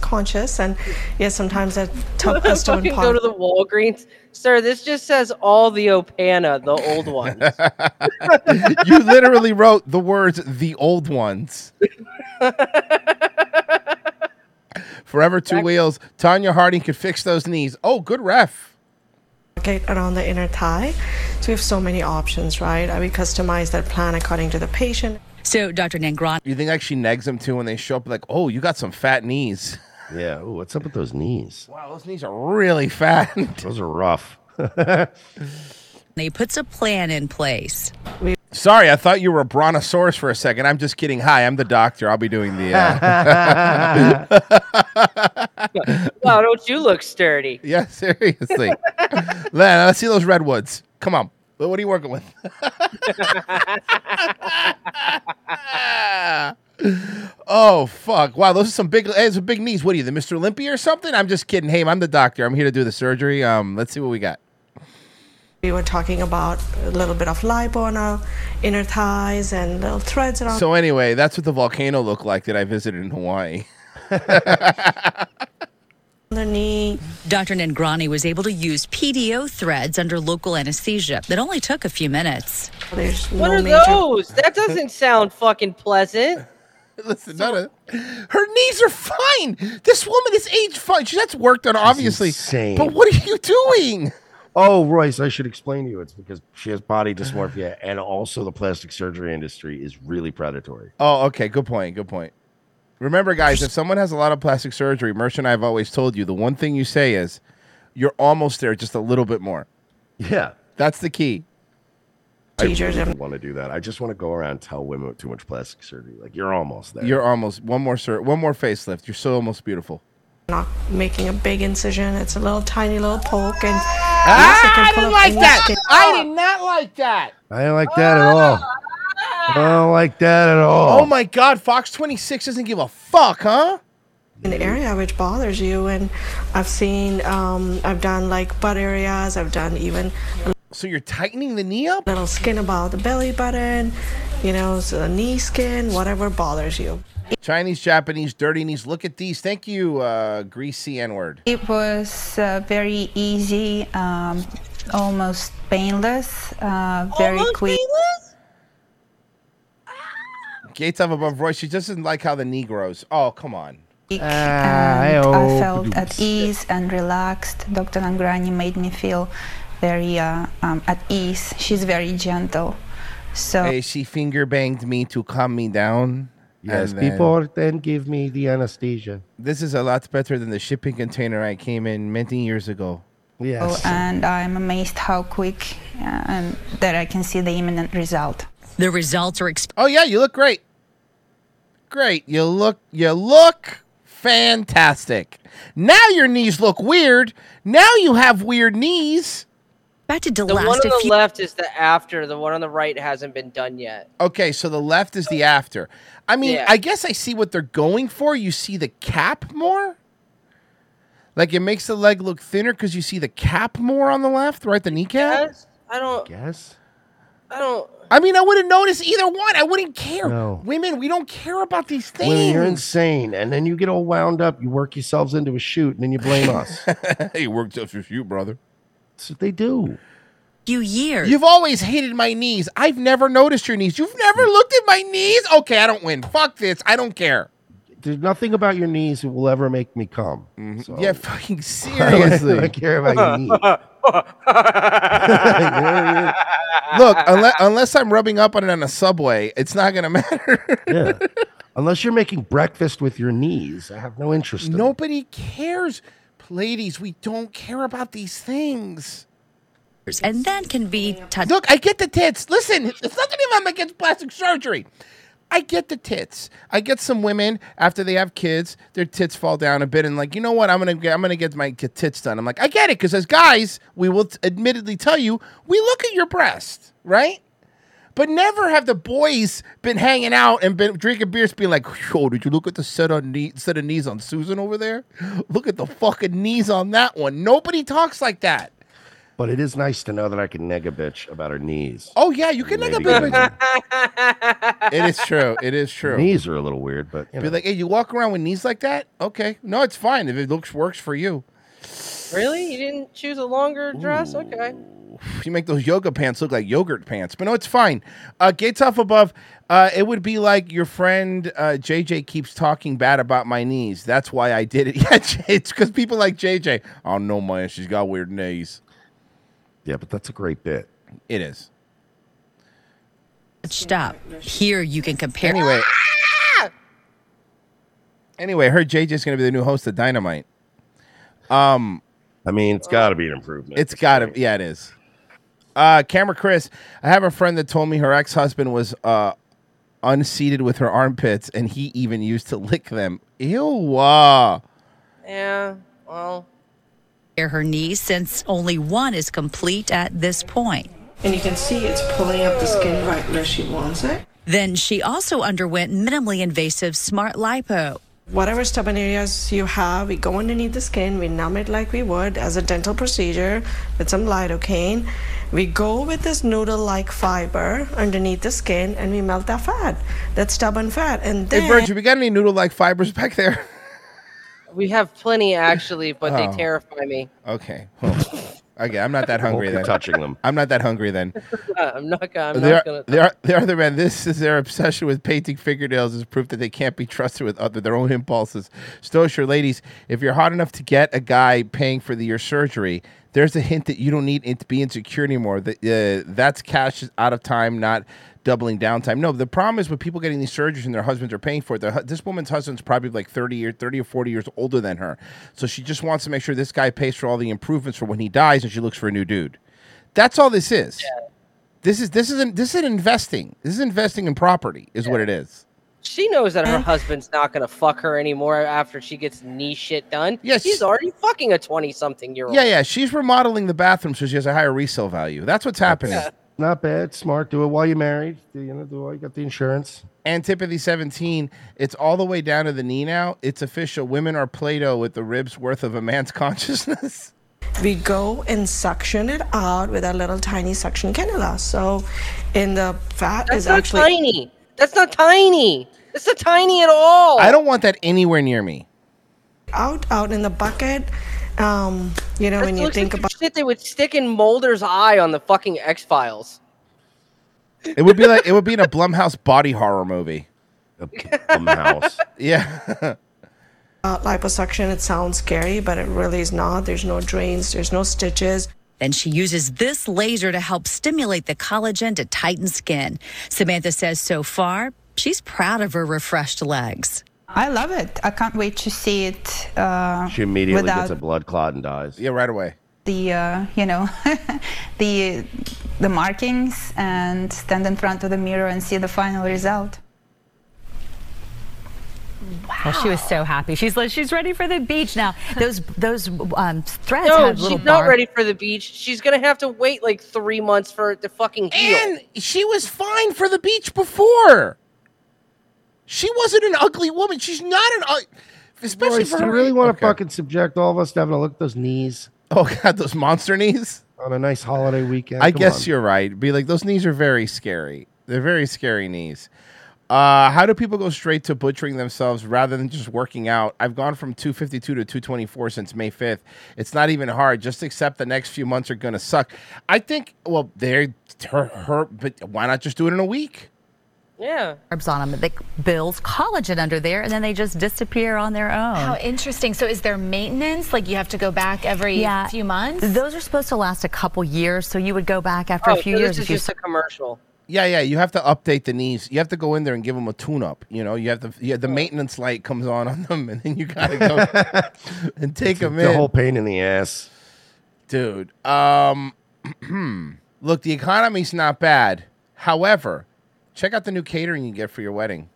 Speaker 30: conscious and yeah, sometimes that tough
Speaker 7: I
Speaker 30: stubborn
Speaker 7: fucking go to
Speaker 30: pocket.
Speaker 7: the Walgreens, sir. This just says all the Opana, the old ones.
Speaker 3: you literally wrote the words the old ones. Forever two wheels. Tanya Harding could fix those knees. Oh, good ref.
Speaker 30: pocket around the inner thigh. So we have so many options, right? Uh, We customize that plan according to the patient.
Speaker 13: So Dr. Nangrani
Speaker 3: You think like she negs them too when they show up like, oh, you got some fat knees.
Speaker 4: Yeah. Ooh, what's up with those knees?
Speaker 3: Wow, those knees are really fat.
Speaker 4: Those are rough.
Speaker 13: puts a plan in place.
Speaker 3: Sorry, I thought you were a brontosaurus for a second. I'm just kidding. Hi, I'm the doctor. I'll be doing the. Uh...
Speaker 7: wow, don't you look sturdy?
Speaker 3: yeah, seriously. Lana, let's see those redwoods. Come on. What what are you working with?
Speaker 2: Uh,
Speaker 3: Oh fuck! Wow, those are some big. Hey, those are big knees. What are you, the Mr. Olympia or something? I'm just kidding. Hey, I'm the doctor. I'm here to do the surgery. Um, let's see what we got.
Speaker 30: We were talking about a little bit of lipo on our inner thighs and little threads around.
Speaker 3: So anyway, that's what the volcano looked like that I visited in Hawaii.
Speaker 13: Dr. Nangrani was able to use PDO threads under local anesthesia that only took a few minutes.
Speaker 7: What are those? That doesn't sound fucking pleasant.
Speaker 3: Listen, none of her knees are fine. This woman is age fine. She that's worked on obviously. But what are you doing?
Speaker 4: Oh, Royce, I should explain to you. It's because she has body dysmorphia, and also the plastic surgery industry is really predatory.
Speaker 3: Oh, okay. Good point. Good point. Remember, guys, if someone has a lot of plastic surgery, Merch and I have always told you the one thing you say is, "You're almost there, just a little bit more."
Speaker 4: Yeah,
Speaker 3: that's the key.
Speaker 4: I
Speaker 3: Teachers
Speaker 4: really
Speaker 3: have-
Speaker 4: want to do that. I just want to go around and tell women with too much plastic surgery, like you're almost there.
Speaker 3: You're almost one more sur- one more facelift. You're so almost beautiful.
Speaker 30: not making a big incision. It's a little tiny little poke and
Speaker 3: Ah, I didn't like that. I did not like that.
Speaker 4: I don't like that at all. I don't like that at all.
Speaker 3: Oh my God, Fox 26 doesn't give a fuck, huh?
Speaker 30: an area which bothers you. And I've seen, um, I've done like butt areas. I've done even.
Speaker 3: So you're tightening the knee up.
Speaker 30: Little skin about the belly button, you know, so the knee skin, whatever bothers you.
Speaker 3: Chinese, Japanese, dirty knees. Look at these. Thank you, uh, greasy N word.
Speaker 29: It was uh, very easy, um, almost painless, uh, very quick.
Speaker 3: Gates up above Roy. She just doesn't like how the knee grows. Oh, come on.
Speaker 29: and
Speaker 3: ayo.
Speaker 29: Ah, I felt at ease and relaxed. Dr. Nangrani made me feel very uh, um, at ease. She's very gentle. So
Speaker 3: Hey, she finger banged me to calm me down.
Speaker 4: Yes,
Speaker 3: and then-
Speaker 4: before then give me the anesthesia.
Speaker 3: This is a lot better than the shipping container I came in many years ago.
Speaker 29: Oh, and I'm amazed how quick uh, and that I can see the imminent result.
Speaker 13: The results are expected.
Speaker 3: Oh yeah, you look great. Great. You look you look fantastic. Now your knees look weird. Now you have weird knees.
Speaker 13: Expected to
Speaker 7: The one on the left is the after. The one on the right hasn't been done yet.
Speaker 3: Okay, so the left is the after. I mean,
Speaker 7: Yeah.
Speaker 3: I guess I see what they're going for. You see the cap more? Like it makes the leg look thinner because you see the cap more on the left, right? The kneecap?
Speaker 7: I don't.
Speaker 4: Yes.
Speaker 7: I don't.
Speaker 3: I mean, I wouldn't notice either one. I wouldn't care. Women, we don't care about these things.
Speaker 4: Women, you're insane. And then you get all wound up. You work yourselves into a shoot, and then you blame us.
Speaker 3: hey, worked up for you, brother.
Speaker 4: That's what they do.
Speaker 3: You years. You've always hated my knees. I've never noticed your knees. You've never looked at my knees. Okay, I don't win. Fuck this. I don't care.
Speaker 4: There's nothing about your knees that will ever make me come. So,
Speaker 3: Mm-hmm. Yeah, fucking
Speaker 4: honestly, I
Speaker 3: seriously.
Speaker 4: don't care about your knees.
Speaker 3: Look, unless, unless I'm rubbing up on it on a subway, it's not gonna matter.
Speaker 4: yeah. Unless you're making breakfast with your knees, I have no interest. in
Speaker 3: Nobody cares, ladies. We don't care about these things.
Speaker 13: And then can be touched.
Speaker 3: Look, I get the tits. Listen, it's nothing even I'm against plastic surgery. I get the tits. I get some women after they have kids, their tits fall down a bit, and like, you know what? I'm gonna get, I'm gonna get my ki- tits done. I'm like, I get it, because as guys, we will t- admittedly tell you, we look at your breast, right? But never have the boys been hanging out and been drinking beers, being like, "Yo, did you look at the set on knee, set of knees on Susan over there? Look at the fucking knees on that one." Nobody talks like that.
Speaker 4: But it is nice to know that I can neg a bitch about her knees.
Speaker 3: Oh yeah, you can neg a
Speaker 4: Maybe you
Speaker 3: bitch. it is true. It is true.
Speaker 4: Knees are a little weird, but you
Speaker 3: Be
Speaker 4: know.
Speaker 3: like, hey, you walk around with knees like that? Okay, no, it's fine if it looks works for you.
Speaker 7: Really? You didn't choose a longer dress? Okay.
Speaker 3: You make those yoga pants look like yogurt pants, but no, it's fine. Uh, Gates off above. Uh, it would be like your friend uh, JJ keeps talking bad about my knees. That's why I did it. Yeah, it's because people like JJ. Oh no, man, she's got weird knees.
Speaker 4: yeah, but that's a great bit.
Speaker 3: It is.
Speaker 13: Stop. Here you can compare.
Speaker 3: Anyway. Anyway, I heard JJ's going to be the new host of Dynamite. Um,
Speaker 4: I mean, it's got to be an improvement.
Speaker 3: It's got to, yeah, it is. Uh, Camera Chris, I have a friend that told me her ex husband was uh, unseated with her armpits, and he even used to lick them. Ew. Uh.
Speaker 7: Yeah. Well.
Speaker 13: Compare her knees since only one is complete at this point.
Speaker 30: And you can see it's pulling up the skin right where she wants it.
Speaker 13: Then she also underwent minimally invasive smart lipo.
Speaker 30: Whatever stubborn areas you have, we go underneath the skin, we numb it like we would as a dental procedure with some lidocaine. We go with this noodle like fiber underneath the skin and we melt that fat, that stubborn fat. And then
Speaker 3: Hey, Virgil, we got any noodle like fibers back there?
Speaker 7: We have plenty actually, but
Speaker 3: Oh.
Speaker 7: they terrify me.
Speaker 3: Okay. well, okay, I'm not that hungry
Speaker 4: be
Speaker 3: then.
Speaker 4: touching them.
Speaker 3: I'm not that hungry then.
Speaker 7: I'm not gonna. I'm
Speaker 3: They
Speaker 7: not
Speaker 3: are,
Speaker 7: gonna.
Speaker 3: they are, the other man, this is their obsession with painting fingernails is proof that they can't be trusted with other their own impulses. Stosher, ladies, if you're hot enough to get a guy paying for the, your surgery, there's a hint that you don't need it to be insecure anymore. That uh, that's cash out of time, not doubling downtime. No, the problem is with people getting these surgeries and their husbands are paying for it. Their, hu- this woman's husband's probably like 30 or 30 or 40 years older than her, so she just wants to make sure this guy pays for all the improvements for when he dies, and she looks for a new dude. That's all this is. This is this isn't this is investing. This is investing in property, is what it is.
Speaker 7: She knows that her husband's not gonna fuck her anymore after she gets knee shit done.
Speaker 3: Yes.
Speaker 7: She's already fucking a twenty-something-year-old.
Speaker 3: Yeah, yeah. She's remodeling the bathroom so she has a higher resale value. That's what's happening.
Speaker 4: Not bad. Smart. Do it while you're married. Do you know? Do it while you got the insurance?
Speaker 3: Antipathy 17, it's all the way down to the knee now. It's official. Women are Play Doh with the ribs worth of a man's consciousness.
Speaker 30: we go and suction it out with our little tiny suction cannula. So, in the fat
Speaker 7: That's
Speaker 30: is
Speaker 7: not
Speaker 30: actually
Speaker 7: tiny. That's not tiny. It's not tiny at all.
Speaker 3: I don't want that anywhere near me.
Speaker 30: out out in the bucket. Um, you know,
Speaker 7: That
Speaker 30: when you
Speaker 7: looks
Speaker 30: think
Speaker 7: like
Speaker 30: about
Speaker 7: shit they would stick in Mulder's eye on the fucking X Files.
Speaker 3: It would be like it would be in a Blumhouse body horror movie.
Speaker 4: Blumhouse.
Speaker 3: yeah.
Speaker 30: uh, liposuction, it sounds scary, but it really is not. There's no drains, there's no stitches.
Speaker 13: Then she uses this laser to help stimulate the collagen to tighten skin. Samantha says so far, she's proud of her refreshed legs.
Speaker 29: I love it. I can't wait to see it. Uh,
Speaker 4: She immediately
Speaker 29: without
Speaker 4: gets a blood clot and dies.
Speaker 3: Yeah, right away.
Speaker 29: the uh, you know the the markings and stand in front of the mirror and see the final result.
Speaker 15: Well, she was so happy. She's like, she's ready for the beach now. Those those um, threads
Speaker 7: No,
Speaker 15: have
Speaker 7: she's
Speaker 15: little
Speaker 7: not
Speaker 15: bar-
Speaker 7: ready for the beach. She's gonna have to wait like three months for it to fucking heal.
Speaker 3: And she was fine for the beach before. She wasn't an ugly woman. She's not an ugly. Especially
Speaker 4: Boys,
Speaker 3: for
Speaker 4: do
Speaker 3: her.
Speaker 4: you really want to fucking subject all of us to having a look at those knees?
Speaker 3: Oh god, those monster knees.
Speaker 4: Oh on a nice holiday weekend.
Speaker 3: I
Speaker 4: Come
Speaker 3: guess
Speaker 4: on.
Speaker 3: you're right. Be like, those knees are very scary. They're very scary knees. Uh, how do people go straight to butchering themselves rather than just working out? I've gone from 252 to 224 since May 5th. It's not even hard. Just accept the next few months are going to suck. I think, well, they're her, her, but why not just do it in a week?
Speaker 7: Yeah.
Speaker 15: Herbs on them. They builds collagen under there, and then they just disappear on their own.
Speaker 22: How interesting. So is there maintenance? Like you have to go back every few months?
Speaker 15: Those are supposed to last a couple years, so you would go back after a few
Speaker 7: Oh, so
Speaker 15: years.
Speaker 7: This is
Speaker 15: if you
Speaker 7: just a commercial.
Speaker 3: Yeah, yeah. You have to update the knees. You have to go in there and give them a tune-up. You know, you have to. Yeah, the maintenance light comes on on them, and then you gotta go and take them
Speaker 4: The
Speaker 3: in.
Speaker 4: whole pain in the ass,
Speaker 3: dude. Um, look, the economy's not bad. However, check out the new catering you get for your wedding.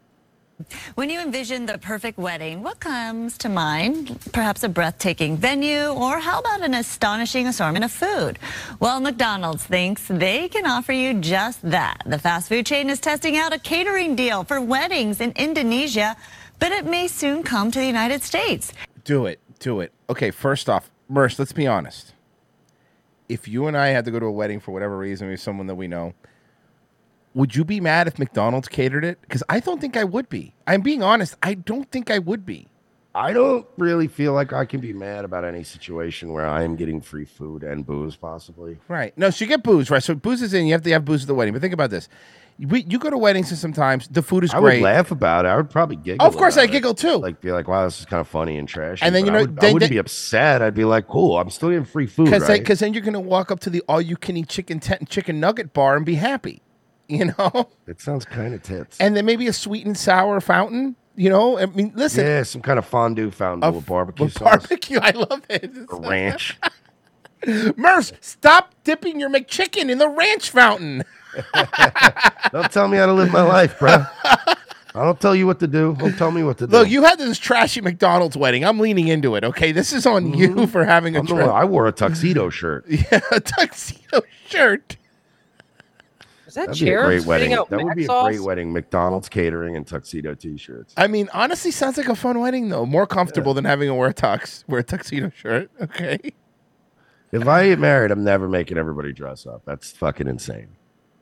Speaker 16: When you envision the perfect wedding, what comes to mind? Perhaps a breathtaking venue, or how about an astonishing assortment of food? Well, McDonald's thinks they can offer you just that. The fast food chain is testing out a catering deal for weddings in Indonesia, but it may soon come to the United States.
Speaker 3: Do it, do it. Okay, first off, Merce, let's be honest. If you and I had to go to a wedding for whatever reason, with someone that we know, would you be mad if McDonald's catered it? Because I don't think I would be. I'm being honest. I don't think I would be.
Speaker 4: I don't really feel like I can be mad about any situation where I am getting free food and booze, possibly.
Speaker 3: Right. No, so you get booze, right? So booze is in. You have to have booze at the wedding. But think about this. We, you go to weddings and sometimes the food is
Speaker 4: I
Speaker 3: great.
Speaker 4: would laugh about it. I would probably giggle.
Speaker 3: Of course
Speaker 4: about
Speaker 3: I giggle too.
Speaker 4: Like be like, wow, this is kind of funny and trashy.
Speaker 3: And then,
Speaker 4: but
Speaker 3: you
Speaker 4: I,
Speaker 3: know,
Speaker 4: would,
Speaker 3: they-
Speaker 4: I wouldn't
Speaker 3: they-
Speaker 4: be upset. I'd be like, cool, I'm still getting free food,
Speaker 3: Because
Speaker 4: right?
Speaker 3: then you're going to walk up to the all you can eat chicken tent, chicken nugget bar and be happy, you know?
Speaker 4: It sounds kind of tits.
Speaker 3: And then maybe a sweet and sour fountain, you know? I mean, listen,
Speaker 4: yeah, some kind of fondue fountain with barbecue sauce,
Speaker 3: barbecue, I love it.
Speaker 4: or ranch.
Speaker 3: Merce, stop dipping your McChicken in the ranch fountain.
Speaker 4: Don't tell me how to live my life, bro. I don't tell you what to do. Don't tell me what to do.
Speaker 3: Look, you had this trashy McDonald's wedding. I'm leaning into it, okay? This is on you for having a
Speaker 4: Mm-hmm. I'm the
Speaker 3: tra-
Speaker 4: one- I wore a tuxedo shirt.
Speaker 3: yeah, a tuxedo shirt.
Speaker 7: Is that
Speaker 4: That'd be a
Speaker 7: chair
Speaker 4: great
Speaker 7: spitting
Speaker 4: wedding.
Speaker 7: out
Speaker 4: That would
Speaker 7: mac
Speaker 4: be a
Speaker 7: sauce?
Speaker 4: great wedding. McDonald's catering and tuxedo T-shirts.
Speaker 3: I mean, honestly, sounds like a fun wedding though. More comfortable than having a wear tux, wear a tuxedo shirt. Okay.
Speaker 4: If I get married, I'm never making everybody dress up. That's fucking insane.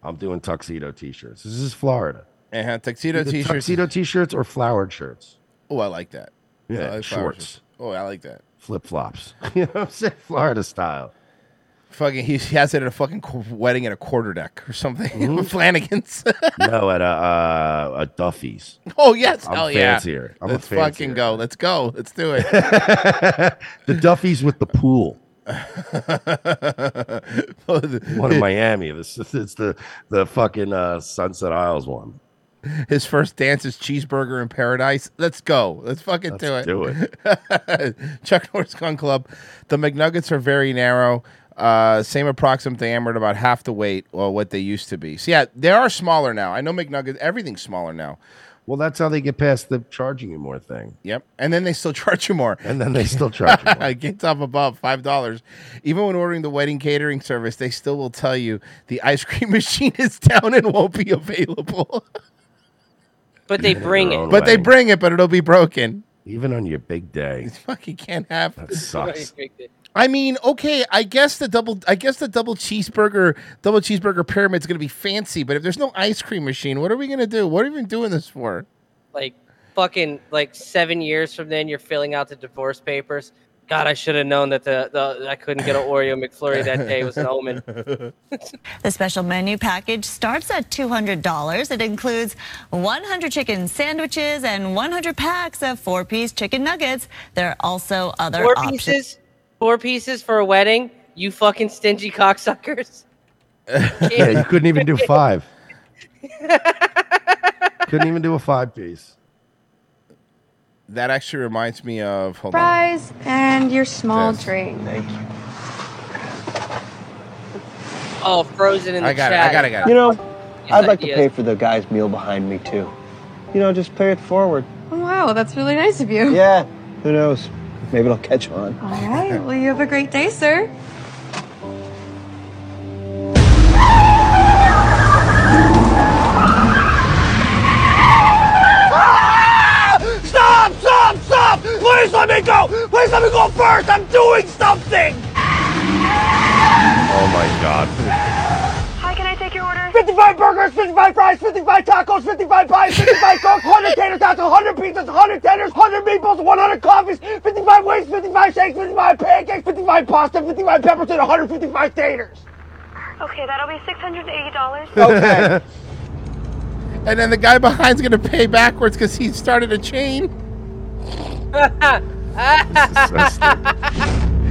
Speaker 4: I'm doing tuxedo T-shirts. This is Florida.
Speaker 3: Uh-huh, tuxedo
Speaker 4: Either
Speaker 3: t-shirts.
Speaker 4: tuxedo T-shirts or flowered shirts.
Speaker 3: Oh, I like that.
Speaker 4: Yeah,
Speaker 3: I like flower
Speaker 4: shorts.
Speaker 3: shirts. Oh, I like that.
Speaker 4: Flip flops. you know what I'm saying? Florida style.
Speaker 3: Fucking, he, he has it at a fucking qu- wedding at a quarter deck or something.
Speaker 4: Mm-hmm.
Speaker 3: Flanagan's.
Speaker 4: no, at a, uh, a Duffy's.
Speaker 3: oh yes.
Speaker 4: I'm
Speaker 3: oh yeah.
Speaker 4: fancier. I'm a
Speaker 3: Let's
Speaker 4: fancier
Speaker 3: fucking go. Let's go. Let's do it.
Speaker 4: the Duffy's with the pool. one
Speaker 3: one
Speaker 4: in Miami. This it's the the fucking uh, Sunset Isles one.
Speaker 3: His first dance is cheeseburger in paradise. Let's go. Let's fucking do
Speaker 4: Let's
Speaker 3: it.
Speaker 4: do
Speaker 3: it. Chuck Norris Gun Club. The McNuggets are very narrow. Uh, same approximate diameter, about half the weight or what they used to be. So yeah, they are smaller now. I know McNuggets. Everything's smaller now.
Speaker 4: Well, that's how they get past the charging you more thing.
Speaker 3: Yep. And then they still charge you more.
Speaker 4: And then they still charge you
Speaker 3: more. Gets up above five dollars. Even when ordering the wedding catering service, they still will tell you the ice cream machine is down and won't be available.
Speaker 7: But they bring it.
Speaker 3: but they bring it, but it'll be broken.
Speaker 4: Even on your big day,
Speaker 3: Fucking can't have
Speaker 4: that sucks.
Speaker 3: I mean, okay, I guess the double I guess the double cheeseburger double cheeseburger pyramid's gonna be fancy, but if there's no ice cream machine, what are we gonna do? What are we even doing this for?
Speaker 7: Like fucking like seven years from then, you're filling out the divorce papers. God, I should have known that the, the I couldn't get an Oreo McFlurry that day was an omen.
Speaker 16: The special menu package starts at $200. It includes 100 chicken sandwiches and 100 packs of four piece chicken nuggets. There are also other
Speaker 7: Four
Speaker 16: options.
Speaker 7: pieces, four pieces for a wedding. You fucking stingy cocksuckers.
Speaker 4: yeah, you couldn't even do five. couldn't even do a five piece.
Speaker 3: That actually reminds me of hold on.
Speaker 17: Fries and your small drink.
Speaker 4: Thank you.
Speaker 7: Oh, frozen in the
Speaker 17: I got it,
Speaker 7: chat.
Speaker 17: I got it, I got it.
Speaker 18: You know, I'd like to
Speaker 7: Yes.
Speaker 18: pay for the guy's meal behind me too. You know, just pay it forward.
Speaker 17: Wow, that's really nice of you.
Speaker 18: Yeah, who knows? Maybe it'll catch on.
Speaker 17: All right. Well, you have a great day, sir.
Speaker 19: Stop! Stop! Stop! Please let me go! Please let me go first! I'm doing something!
Speaker 4: Oh my god.
Speaker 19: Hi, can I take your order? 55 burgers, 55 fries, 55 tacos, 55 pies, 55 cokes, 100 tater tots, 100 pizzas, 100 tenders, 100 meatballs, 100 coffees, 55 wings, 55 shakes, 55 pancakes, 55 pasta, 55 peppers, and 155 taters.
Speaker 17: Okay, that'll be $680.
Speaker 3: Okay. and then the guy behind's gonna pay backwards because he started a chain.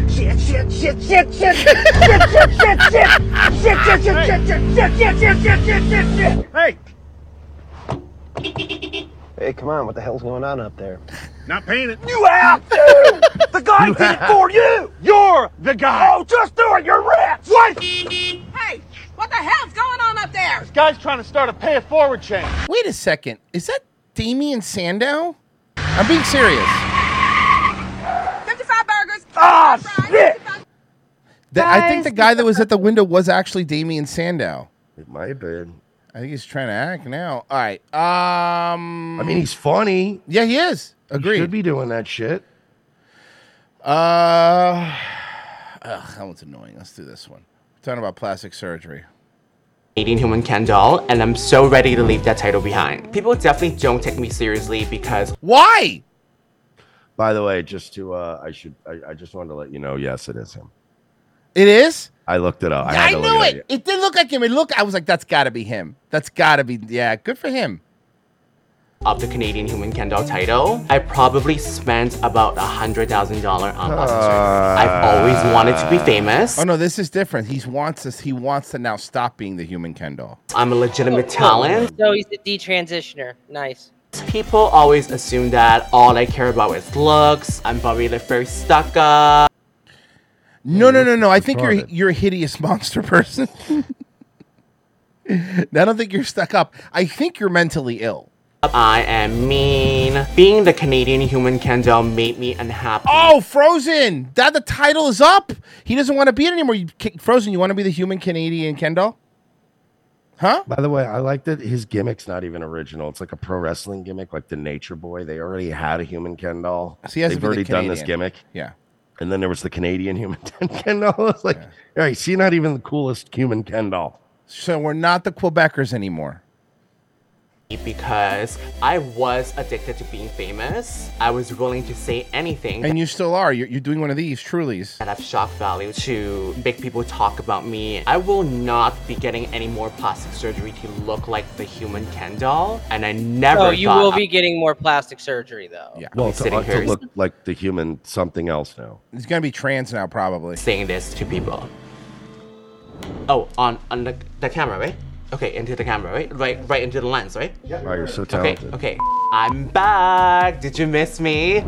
Speaker 19: Shit, shit, shit, shit, shit, shit, shit, shit, shit, shit, shit, shit, shit, shit, shit, shit, shit, shit, shit, shit. Hey,
Speaker 18: Hey, come on, what the hell's going on up there?
Speaker 19: Not paying it. You have to. The guy did it for you. You're the guy. Oh, just do it. You're rich. What? Hey, what the hell's going on up there? This guy's trying to start a pay it forward chain.
Speaker 3: Wait a second. Is that Damien Sandow? I'm being serious.
Speaker 19: 55 burgers. Ah, shit.
Speaker 3: That, I think the guy that was at the window was actually Damien Sandow.
Speaker 4: It might have been.
Speaker 3: I think he's trying to act now. All right. Um.
Speaker 4: I mean, he's funny.
Speaker 3: Yeah, he is. Agreed.
Speaker 4: should be doing that shit.
Speaker 3: Uh, ugh, that one's annoying. Let's do this one. We're talking about plastic surgery.
Speaker 2: Canadian human Ken doll, and I'm so ready to leave that title behind. People definitely don't take me seriously because
Speaker 3: why?
Speaker 4: By the way, just to uh, I should I, I just wanted to let you know. Yes, it is him.
Speaker 3: It is.
Speaker 4: I looked it up. I, had
Speaker 3: I
Speaker 4: to
Speaker 3: knew
Speaker 4: look
Speaker 3: it. It did look like him. It looked. I was like, that's got to be him. That's got to be. Yeah, good for him.
Speaker 2: of the Canadian human Ken doll title, I probably spent about a hundred thousand dollar on plastic surgery. I've always wanted to be famous.
Speaker 3: Oh no, this is different. He wants us. He wants to now stop being the human Kendall.
Speaker 2: I'm a legitimate talent.
Speaker 7: So he's a detransitioner. Nice.
Speaker 2: People always assume that all I care about is looks. I'm Bobby Lift very stuck up.
Speaker 3: No, no, no, no. I think you're you're a hideous monster person. I don't think you're stuck up. I think you're mentally ill.
Speaker 2: I am mean. Being the Canadian human Ken doll made me unhappy.
Speaker 3: Oh, Frozen! That the title is up. He doesn't want to be it anymore. You, K- Frozen, you want to be the human Canadian Kendall? Huh?
Speaker 4: By the way, I like that his gimmick's not even original. It's like a pro wrestling gimmick, like the Nature Boy. They already had a human Ken doll.
Speaker 3: So he has to
Speaker 4: They've
Speaker 3: be the
Speaker 4: already done this
Speaker 3: Canadian.
Speaker 4: gimmick.
Speaker 3: Yeah.
Speaker 4: And then there was the Canadian human Ken doll. It's like, all right, see, not even the coolest human Ken doll.
Speaker 3: So we're not the Quebecers anymore.
Speaker 2: because I was addicted to being famous. I was willing to say anything
Speaker 3: And you still are. You're, you're doing one of these, Trulies.
Speaker 2: that have shock value to make people talk about me. I will not be getting any more plastic surgery to look like the human Ken doll, and I never.
Speaker 7: So Oh, you
Speaker 2: thought
Speaker 7: will
Speaker 2: I-
Speaker 7: be getting more plastic surgery though. Yeah.
Speaker 4: Well, to,
Speaker 2: sitting
Speaker 4: uh, to
Speaker 2: here-
Speaker 4: look like the human something else now.
Speaker 3: It's gonna be trans now, probably.
Speaker 2: Saying this to people. Oh, on on the, the camera, right? Okay, into the camera, right? Right, right into the lens, right?
Speaker 4: Wow, you're so
Speaker 2: Okay,
Speaker 4: talented.
Speaker 2: okay. I'm back. Did you miss me?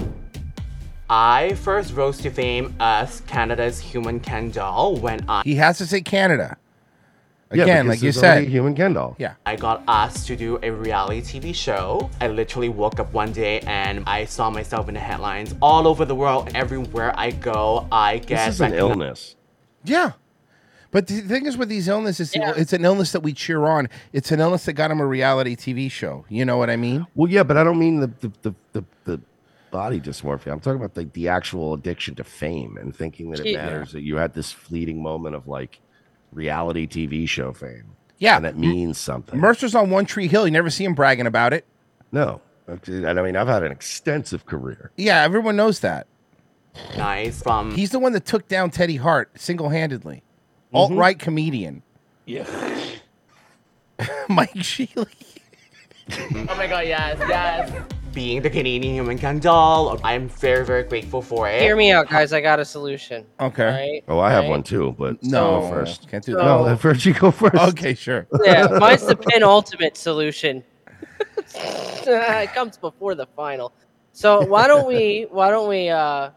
Speaker 2: I first rose to fame as Canada's human Ken doll when I
Speaker 3: He has to say Canada.
Speaker 2: Yeah,
Speaker 3: Again,
Speaker 2: because
Speaker 3: like you
Speaker 2: there's already
Speaker 3: said.
Speaker 4: a human Ken doll.
Speaker 3: Yeah.
Speaker 2: I got asked to do a reality TV show. I literally woke up one day and I saw myself in the headlines all over the world. Everywhere I go, I get
Speaker 4: This is an
Speaker 2: recogni-
Speaker 4: illness.
Speaker 3: Yeah. But the thing is, with these illnesses,
Speaker 2: Yeah.
Speaker 3: it's an illness that we cheer on. It's an illness that got him a reality TV show. You know what I mean?
Speaker 4: Well, yeah, but I don't mean the the, the, the, the body dysmorphia. I'm talking about like the actual addiction to fame and thinking that it
Speaker 3: Gee.
Speaker 4: matters that you had this fleeting moment of like reality TV show fame.
Speaker 3: Yeah.
Speaker 4: and that means something.
Speaker 3: Mercer's on One Tree Hill. You never see him bragging about it.
Speaker 4: No, and I mean I've had an extensive career.
Speaker 3: Yeah, everyone knows that.
Speaker 2: Nice from
Speaker 3: He's the one that took down Teddy Hart single handedly. Alt right comedian.
Speaker 2: Yeah.
Speaker 3: Mike Shealy.
Speaker 2: oh my god, yes, yes. Being the Canadian human Ken doll, I'm very, very grateful for it.
Speaker 7: Hear me out, guys. I got a solution.
Speaker 3: Okay.
Speaker 7: Right?
Speaker 4: Oh, I have
Speaker 7: Right?
Speaker 4: one too, but
Speaker 3: No,
Speaker 4: you go first
Speaker 3: can't do
Speaker 4: No,
Speaker 3: that.
Speaker 4: first you go first.
Speaker 3: Okay, sure.
Speaker 7: Yeah, mine's the penultimate solution. it comes before the final. So why don't we? Why don't we? Uh,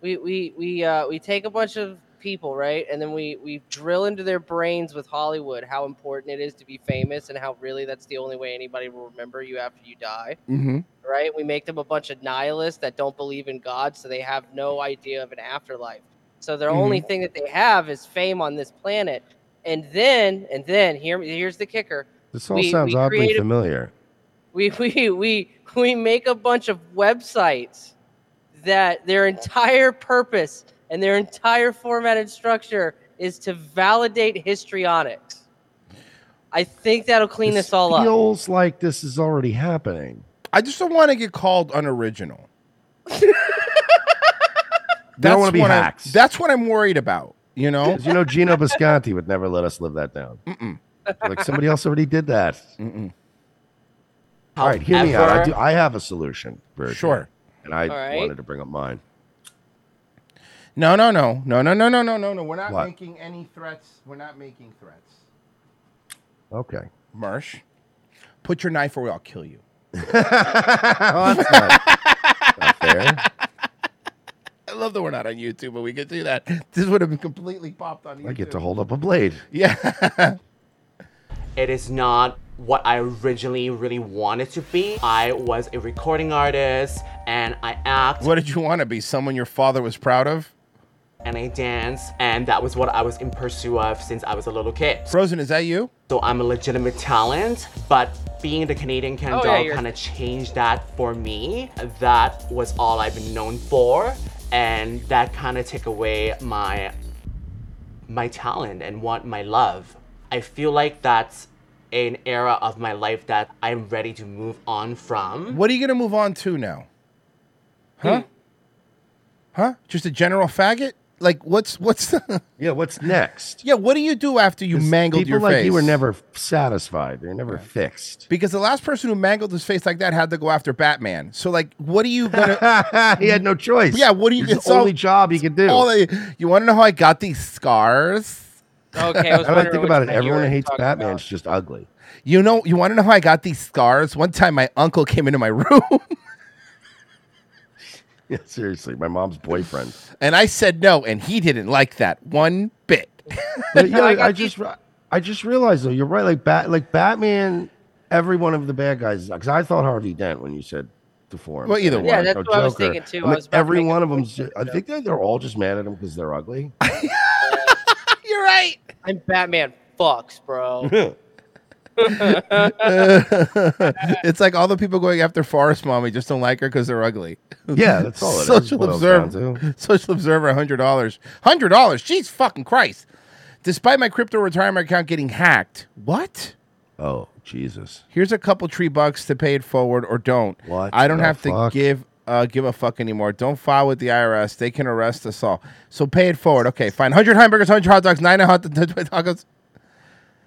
Speaker 7: we we we uh, we take a bunch of people, right, and then we we drill into their brains with Hollywood how important it is to be famous and how really that's the only way anybody will remember you after you die
Speaker 3: Mhm.
Speaker 7: right? We make them a bunch of nihilists that don't believe in God, so they have no idea of an afterlife. So their only
Speaker 4: Mm-hmm.
Speaker 5: Mhm.
Speaker 7: thing that they have is fame on this planet. And then, and then, here, here's the kicker.
Speaker 4: This all
Speaker 7: We-
Speaker 4: sounds
Speaker 7: we
Speaker 4: oddly
Speaker 7: create a-
Speaker 4: familiar.
Speaker 7: we we we we make a bunch of websites that their entire purpose and their entire formatted structure is to validate histrionics. I think that'll clean this all up.
Speaker 4: Feels like this is already happening.
Speaker 3: I just don't want to get called unoriginal.
Speaker 4: They don't wanna be
Speaker 3: what I'm-
Speaker 4: hacks.
Speaker 3: That's what I'm worried about. You know,
Speaker 4: 'Cause you know, Gino Bisconti would never let us live that down.
Speaker 3: Mm-mm.
Speaker 4: Like somebody else already did that. All right, hear me out. I,
Speaker 3: However-
Speaker 4: do, I have a solution. Virgil,
Speaker 3: Sure.
Speaker 4: And I
Speaker 3: All right.
Speaker 4: wanted to bring up mine.
Speaker 3: No, no, no, no, no, no, no, no, no, no. We're not
Speaker 4: What?
Speaker 3: making any threats. We're not making threats.
Speaker 4: Okay.
Speaker 3: Marsh, put your knife or I'll kill you. I love that we're not on YouTube, but we could do that. This would have been completely popped on YouTube.
Speaker 4: I get to hold up a blade.
Speaker 3: Yeah.
Speaker 2: it is not what I originally really wanted to be. I was a recording artist and I act
Speaker 3: What did you want to be? Someone your father was proud of?
Speaker 2: and I dance, and that was what I was in pursuit of since I was a little kid.
Speaker 3: Frozen, is that you?
Speaker 2: So I'm a legitimate talent, but being the Canadian Ken
Speaker 7: Oh, yeah,
Speaker 2: doll
Speaker 7: you're-
Speaker 2: kind of changed that for me. That was all I've been known for, and that kind of took away my my talent and want my love. I feel like that's an era of my life that I'm ready to move on from.
Speaker 3: What are you going to move on to now? Huh? Huh? Just a general faggot? Like what's what's the
Speaker 4: Yeah, what's next?
Speaker 3: Yeah, what do you do after you mangled
Speaker 4: People
Speaker 3: your
Speaker 4: like
Speaker 3: face?
Speaker 4: you were never satisfied. You're never fixed.
Speaker 3: because the last person who mangled his face like that had to go after Batman. So like, what are you gonna?
Speaker 4: he had no choice.
Speaker 3: Yeah, what do you?
Speaker 4: It's the only job he could do.
Speaker 3: All that- you want to know how I got these scars?
Speaker 7: Okay, I was
Speaker 4: I mean,
Speaker 7: wondering
Speaker 4: think
Speaker 7: which
Speaker 4: about it.
Speaker 7: one you
Speaker 4: Everyone
Speaker 7: were
Speaker 4: who hates
Speaker 7: talking
Speaker 4: Batman. It's just ugly.
Speaker 3: You know, you want to know how I got these scars? One time, my uncle came into my room
Speaker 4: Yeah, seriously, my mom's boyfriend.
Speaker 3: and I said no, and he didn't like that one bit.
Speaker 4: But yeah, I, just re- I just realized though you're right. Like bat, like Batman, every one of the bad guys. Because I thought Harvey Dent when you said the form.
Speaker 3: Well, either
Speaker 7: Yeah, one. that's what I was thinking, too. I was about to
Speaker 4: every
Speaker 7: make a
Speaker 4: one of them. I think they're, they're all just mad at him because they're ugly.
Speaker 3: You're right.
Speaker 7: I'm Batman fucks, bro.
Speaker 3: it's like all the people going after Forest Mommy just don't like her because they're ugly.
Speaker 4: Yeah, that's all it is,
Speaker 3: Social
Speaker 4: what it boils down
Speaker 3: Observer. Social Observer, hundred dollars. Hundred dollars. Jeez, fucking Christ! Despite my crypto retirement account getting hacked, what?
Speaker 4: Oh Jesus!
Speaker 3: Here's a couple tree bucks to pay it forward or don't.
Speaker 4: What
Speaker 3: I don't
Speaker 4: the
Speaker 3: have
Speaker 4: fuck?
Speaker 3: to give uh, give a fuck anymore. Don't file with the IRS. They can arrest us all. So pay it forward. Okay, fine. Hundred hamburgers, hundred hot dogs, nine hot tacos.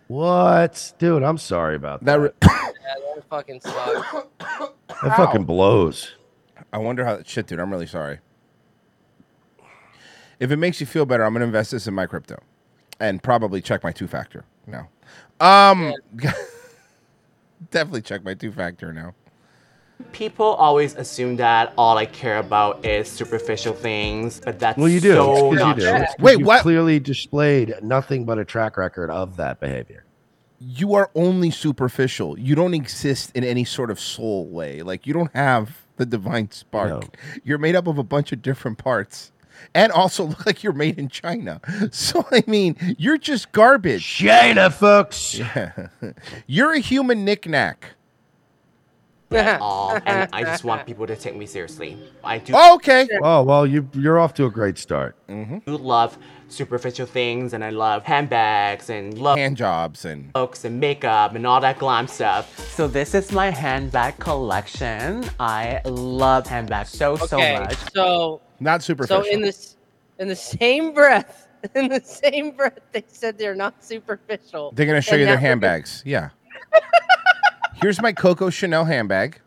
Speaker 4: What, dude? I'm sorry about that.
Speaker 3: That re-
Speaker 7: Yeah, that fucking sucks.
Speaker 4: That fucking blows.
Speaker 3: I wonder how shit, dude. I'm really sorry. If it makes you feel better, I'm gonna invest this in my crypto, and probably check my two factor now. Um, definitely check my two factor now.
Speaker 2: People always assume that all I care about is superficial things, but that's
Speaker 4: Well, you do.
Speaker 2: so
Speaker 4: It's 'cause
Speaker 2: not
Speaker 4: you do.
Speaker 2: true.
Speaker 4: It's 'cause you Clearly displayed nothing but a track record of that behavior.
Speaker 3: You are only superficial. You don't exist in any sort of soul way. Like you don't have the divine spark. You're made up of a bunch of different parts. And also look like you're made in China. So I mean, you're just garbage.
Speaker 4: China, folks.
Speaker 3: Yeah. You're a human knickknack.
Speaker 2: at all, and I just want people to take me seriously. I do.
Speaker 3: okay. Mm-hmm.
Speaker 4: Oh well, you you're off to a great start.
Speaker 2: do love superficial things, and I love handbags and love
Speaker 3: hand jobs and
Speaker 2: looks and makeup and all that glam stuff. So this is my handbag collection. I love handbags so so
Speaker 7: Okay,
Speaker 2: much.
Speaker 7: so
Speaker 3: Not
Speaker 7: so in this in the same breath, in the same breath, they said they're not superficial.
Speaker 3: They're gonna show
Speaker 7: And
Speaker 3: you their
Speaker 7: now we're gonna-
Speaker 3: handbags. Yeah. Here's my Coco Chanel handbag.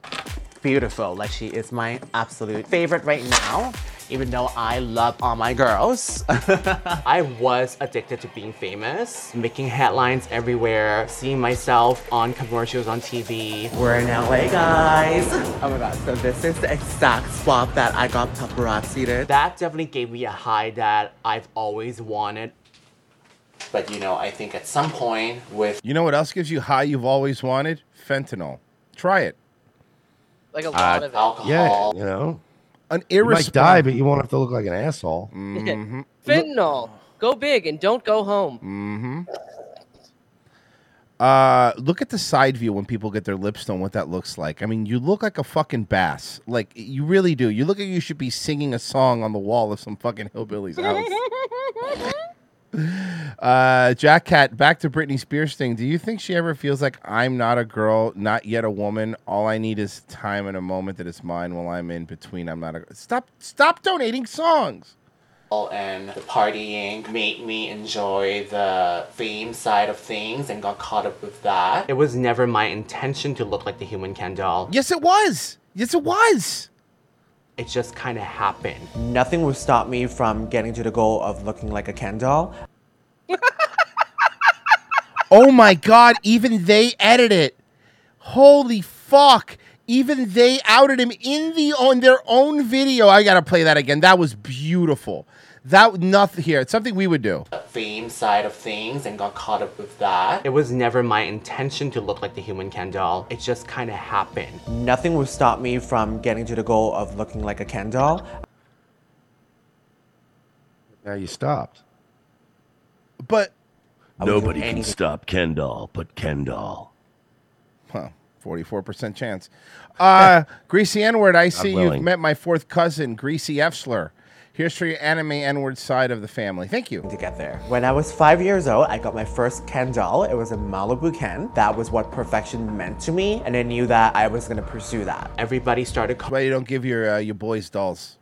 Speaker 2: Beautiful, like she is my absolute favorite right now. Even though I love all my girls, I was addicted to being famous, making headlines everywhere, seeing myself on commercials on TV. We're in LA, guys. Oh my god, so this is the exact swap that I got paparazzi That definitely gave me a high that I've always wanted. But you know, I think at some point with
Speaker 3: You know what else gives you high you've always wanted? Fentanyl. Try it.
Speaker 7: like a
Speaker 4: Uh,
Speaker 7: lot of it.
Speaker 4: Yeah, you know,
Speaker 3: an
Speaker 4: you might die,
Speaker 3: irrespon-
Speaker 4: but you won't have to look like an asshole.
Speaker 7: Fentanyl. Go big and don't go home.
Speaker 3: Mm-hmm. Uh, look at the side view when people get their lips done. What that looks like. I mean, you look like a fucking bass. Like you really do. You look like you should be singing a song on the wall of some fucking hillbilly's house. Uh, Jack Cat, back to Britney Spears thing. Do you think she ever feels like I'm not a girl, not yet a woman? All I need is time and a moment that is mine while I'm in between. I'm not a stop. Stop donating songs.
Speaker 2: and the partying made me enjoy the fame side of things and got caught up with that. It was never my intention to look like the human Ken doll.
Speaker 3: Yes, it was. Yes, it was.
Speaker 2: It just kind of happened. Nothing would stop me from getting to the goal of looking like a Ken doll.
Speaker 3: Oh my god! Even they edit it. Holy fuck! Even they outed him in the on their own video. I gotta play that again. That was beautiful. That nothing here. It's something we would do.
Speaker 2: The fame side of things and got caught up with that. It was never my intention to look like the human Ken doll. It just kind of happened. Nothing would stop me from getting to the goal of looking like a Ken doll.
Speaker 4: Now you stopped.
Speaker 3: But
Speaker 4: Nobody can stop Kendall but Kendall.
Speaker 3: Huh. Forty-four percent chance. Uh, Greasy N-word. I see you've
Speaker 4: willing.
Speaker 3: met my fourth cousin, Greasy Efsler. Here's for your anime N-word side of the family. Thank you.
Speaker 2: To get there. When I was five years old, I got my first Ken doll. It was a Malibu Ken. That was what perfection meant to me, and I knew that I was gonna pursue that. Everybody started
Speaker 3: Why you don't give your uh, your boys dolls?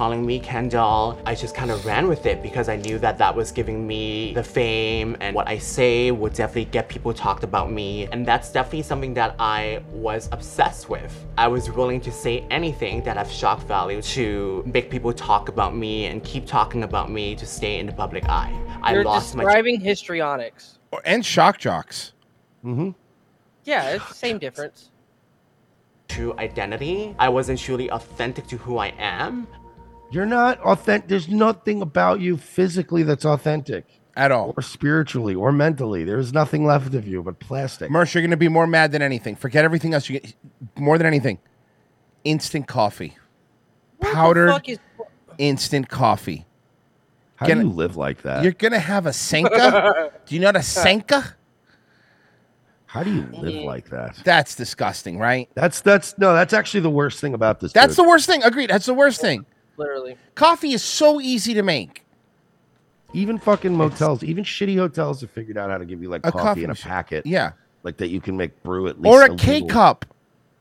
Speaker 2: calling me Ken doll. I just kind of ran with it because I knew that that was giving me the fame, and what I say would definitely get people talked about me, and that's definitely something that I was obsessed with. I was willing to say anything that have shock value to make people talk about me and keep talking about me to stay in the public eye. I
Speaker 7: You're
Speaker 2: lost my
Speaker 7: describing histrionics.
Speaker 3: Or- And shock jocks. Mm-hmm.
Speaker 7: Yeah, it's the same difference.
Speaker 2: true identity. I wasn't truly authentic to who I am.
Speaker 4: You're not authentic. There's nothing about you physically that's authentic
Speaker 3: at all,
Speaker 4: or spiritually, or mentally. There's nothing left of you but plastic.
Speaker 3: Mersh, you're gonna be more mad than anything. Forget everything else. You get more than anything. Instant coffee, powdered
Speaker 7: fuck is-
Speaker 3: instant coffee.
Speaker 4: How
Speaker 3: Can-
Speaker 4: do you live like that?
Speaker 3: You're gonna have a senka. do you know what a senka?
Speaker 4: How do you live like that?
Speaker 3: That's disgusting, right?
Speaker 4: That's that's no. That's actually the worst thing about this.
Speaker 3: That's
Speaker 4: dude.
Speaker 3: the worst thing. Agreed. That's the worst thing.
Speaker 7: Literally.
Speaker 3: Coffee is so easy to make.
Speaker 4: Even fucking motels, even shitty hotels have figured out how to give you like
Speaker 3: A
Speaker 4: coffee,
Speaker 3: coffee
Speaker 4: in a
Speaker 3: machine.
Speaker 4: packet.
Speaker 3: Yeah.
Speaker 4: Like that you can make brew at least.
Speaker 2: Or a
Speaker 4: K
Speaker 3: cup.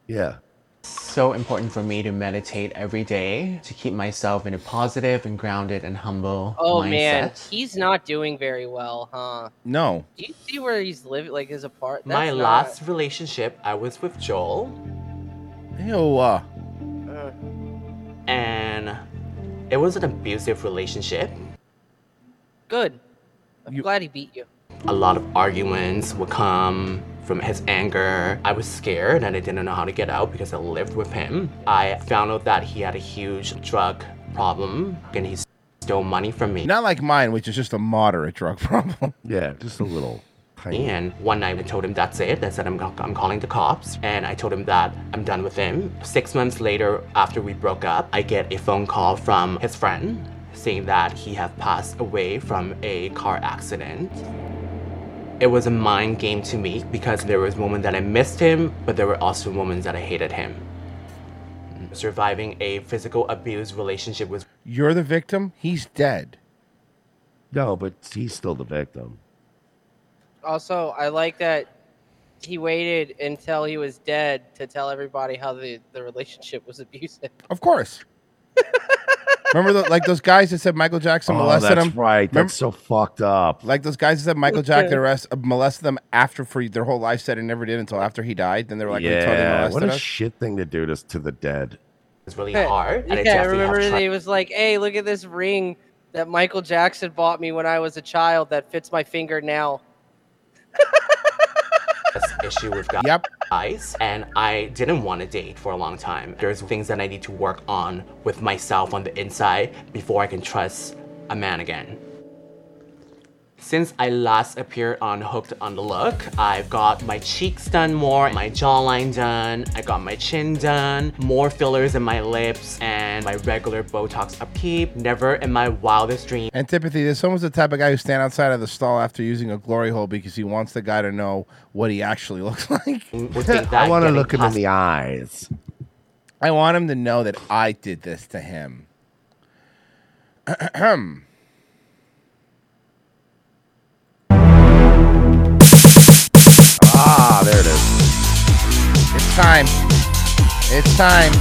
Speaker 4: Yeah.
Speaker 2: So important for me to meditate every day to keep myself in a positive and grounded and humble
Speaker 7: Oh
Speaker 2: mindset.
Speaker 7: man, he's not doing very well, huh?
Speaker 3: No.
Speaker 7: Do you see where he's living? Like his apart. That's
Speaker 2: My
Speaker 7: not-
Speaker 2: last relationship, I was with Joel,
Speaker 3: Ew. Uh,
Speaker 7: Uh,
Speaker 2: and it was an abusive relationship.
Speaker 7: good. I'm glad he beat you.
Speaker 2: A lot of arguments would come from his anger. I was scared and I didn't know how to get out because I lived with him. I found out that he had a huge drug problem and he stole money from me.
Speaker 3: Not like mine, which is just a moderate drug problem.
Speaker 4: Yeah, just a little.
Speaker 2: And one night I told him that's it. I said I'm, I'm calling the cops. And I told him that I'm done with him. Six months later, after we broke up, I get a phone call from his friend saying that he had passed away from a car accident. It was a mind game to me because there was moments that I missed him, but there were also moments that I hated him. Surviving a physical abuse relationship was
Speaker 3: You're the victim. He's dead.
Speaker 4: No, but he's still the victim.
Speaker 7: Also, I like that he waited until he was dead to tell everybody how the, the relationship was abusive.
Speaker 3: Of course. Remember, the, like those guys that said Michael Jackson
Speaker 4: Oh,
Speaker 3: molested
Speaker 4: that's
Speaker 3: him.
Speaker 4: right.
Speaker 3: Remember-
Speaker 4: That's so fucked up.
Speaker 3: Like those guys that said Michael Jackson
Speaker 4: Yeah.
Speaker 3: arrest, uh, molested them after for their whole life said it never did until after he died. Then they were like, we totally
Speaker 4: yeah.
Speaker 3: molested
Speaker 4: What a
Speaker 3: us.
Speaker 4: shit thing to do to, to the dead.
Speaker 2: It's really
Speaker 7: Yeah, I remember he was like, "Hey, look at this ring that Michael Jackson bought me when I was a child that fits my finger now."
Speaker 2: this issue with guys,
Speaker 3: yep.
Speaker 2: and I didn't want to date for a long time. There's things that I need to work on with myself on the inside before I can trust a man again. Since I last appeared on Hooked on the Look, I've got my cheeks done more, my jawline done, I got my chin done, more fillers in my lips, and my regular Botox upkeep. Never in my wildest dreams.
Speaker 3: Antipathy. There's someone's the type of guy who stand outside of the stall after using a glory hole because he wants the guy to know what he actually looks like.
Speaker 4: I want to look him in the eyes.
Speaker 3: I want him to know that I did this to him. Ahem.
Speaker 4: Ah, there it is.
Speaker 3: It's time. It's time.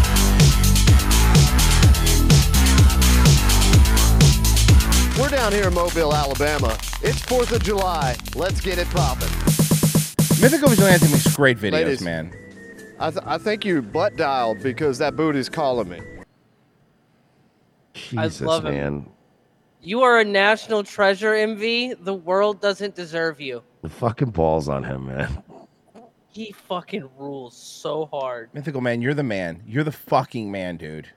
Speaker 5: We're down here in Mobile, Alabama. It's 4th of July. Let's get it popping.
Speaker 3: Mythical Vigilante makes great videos,
Speaker 5: Ladies.
Speaker 3: man.
Speaker 5: I, th- I think you butt dialed because that booty's calling me.
Speaker 4: Jesus,
Speaker 7: love him.
Speaker 4: man.
Speaker 7: You are a national treasure, MV. The world doesn't deserve you.
Speaker 4: The fucking balls on him, man.
Speaker 7: He fucking rules so hard.
Speaker 3: Mythical man, you're the man. You're the fucking man, dude.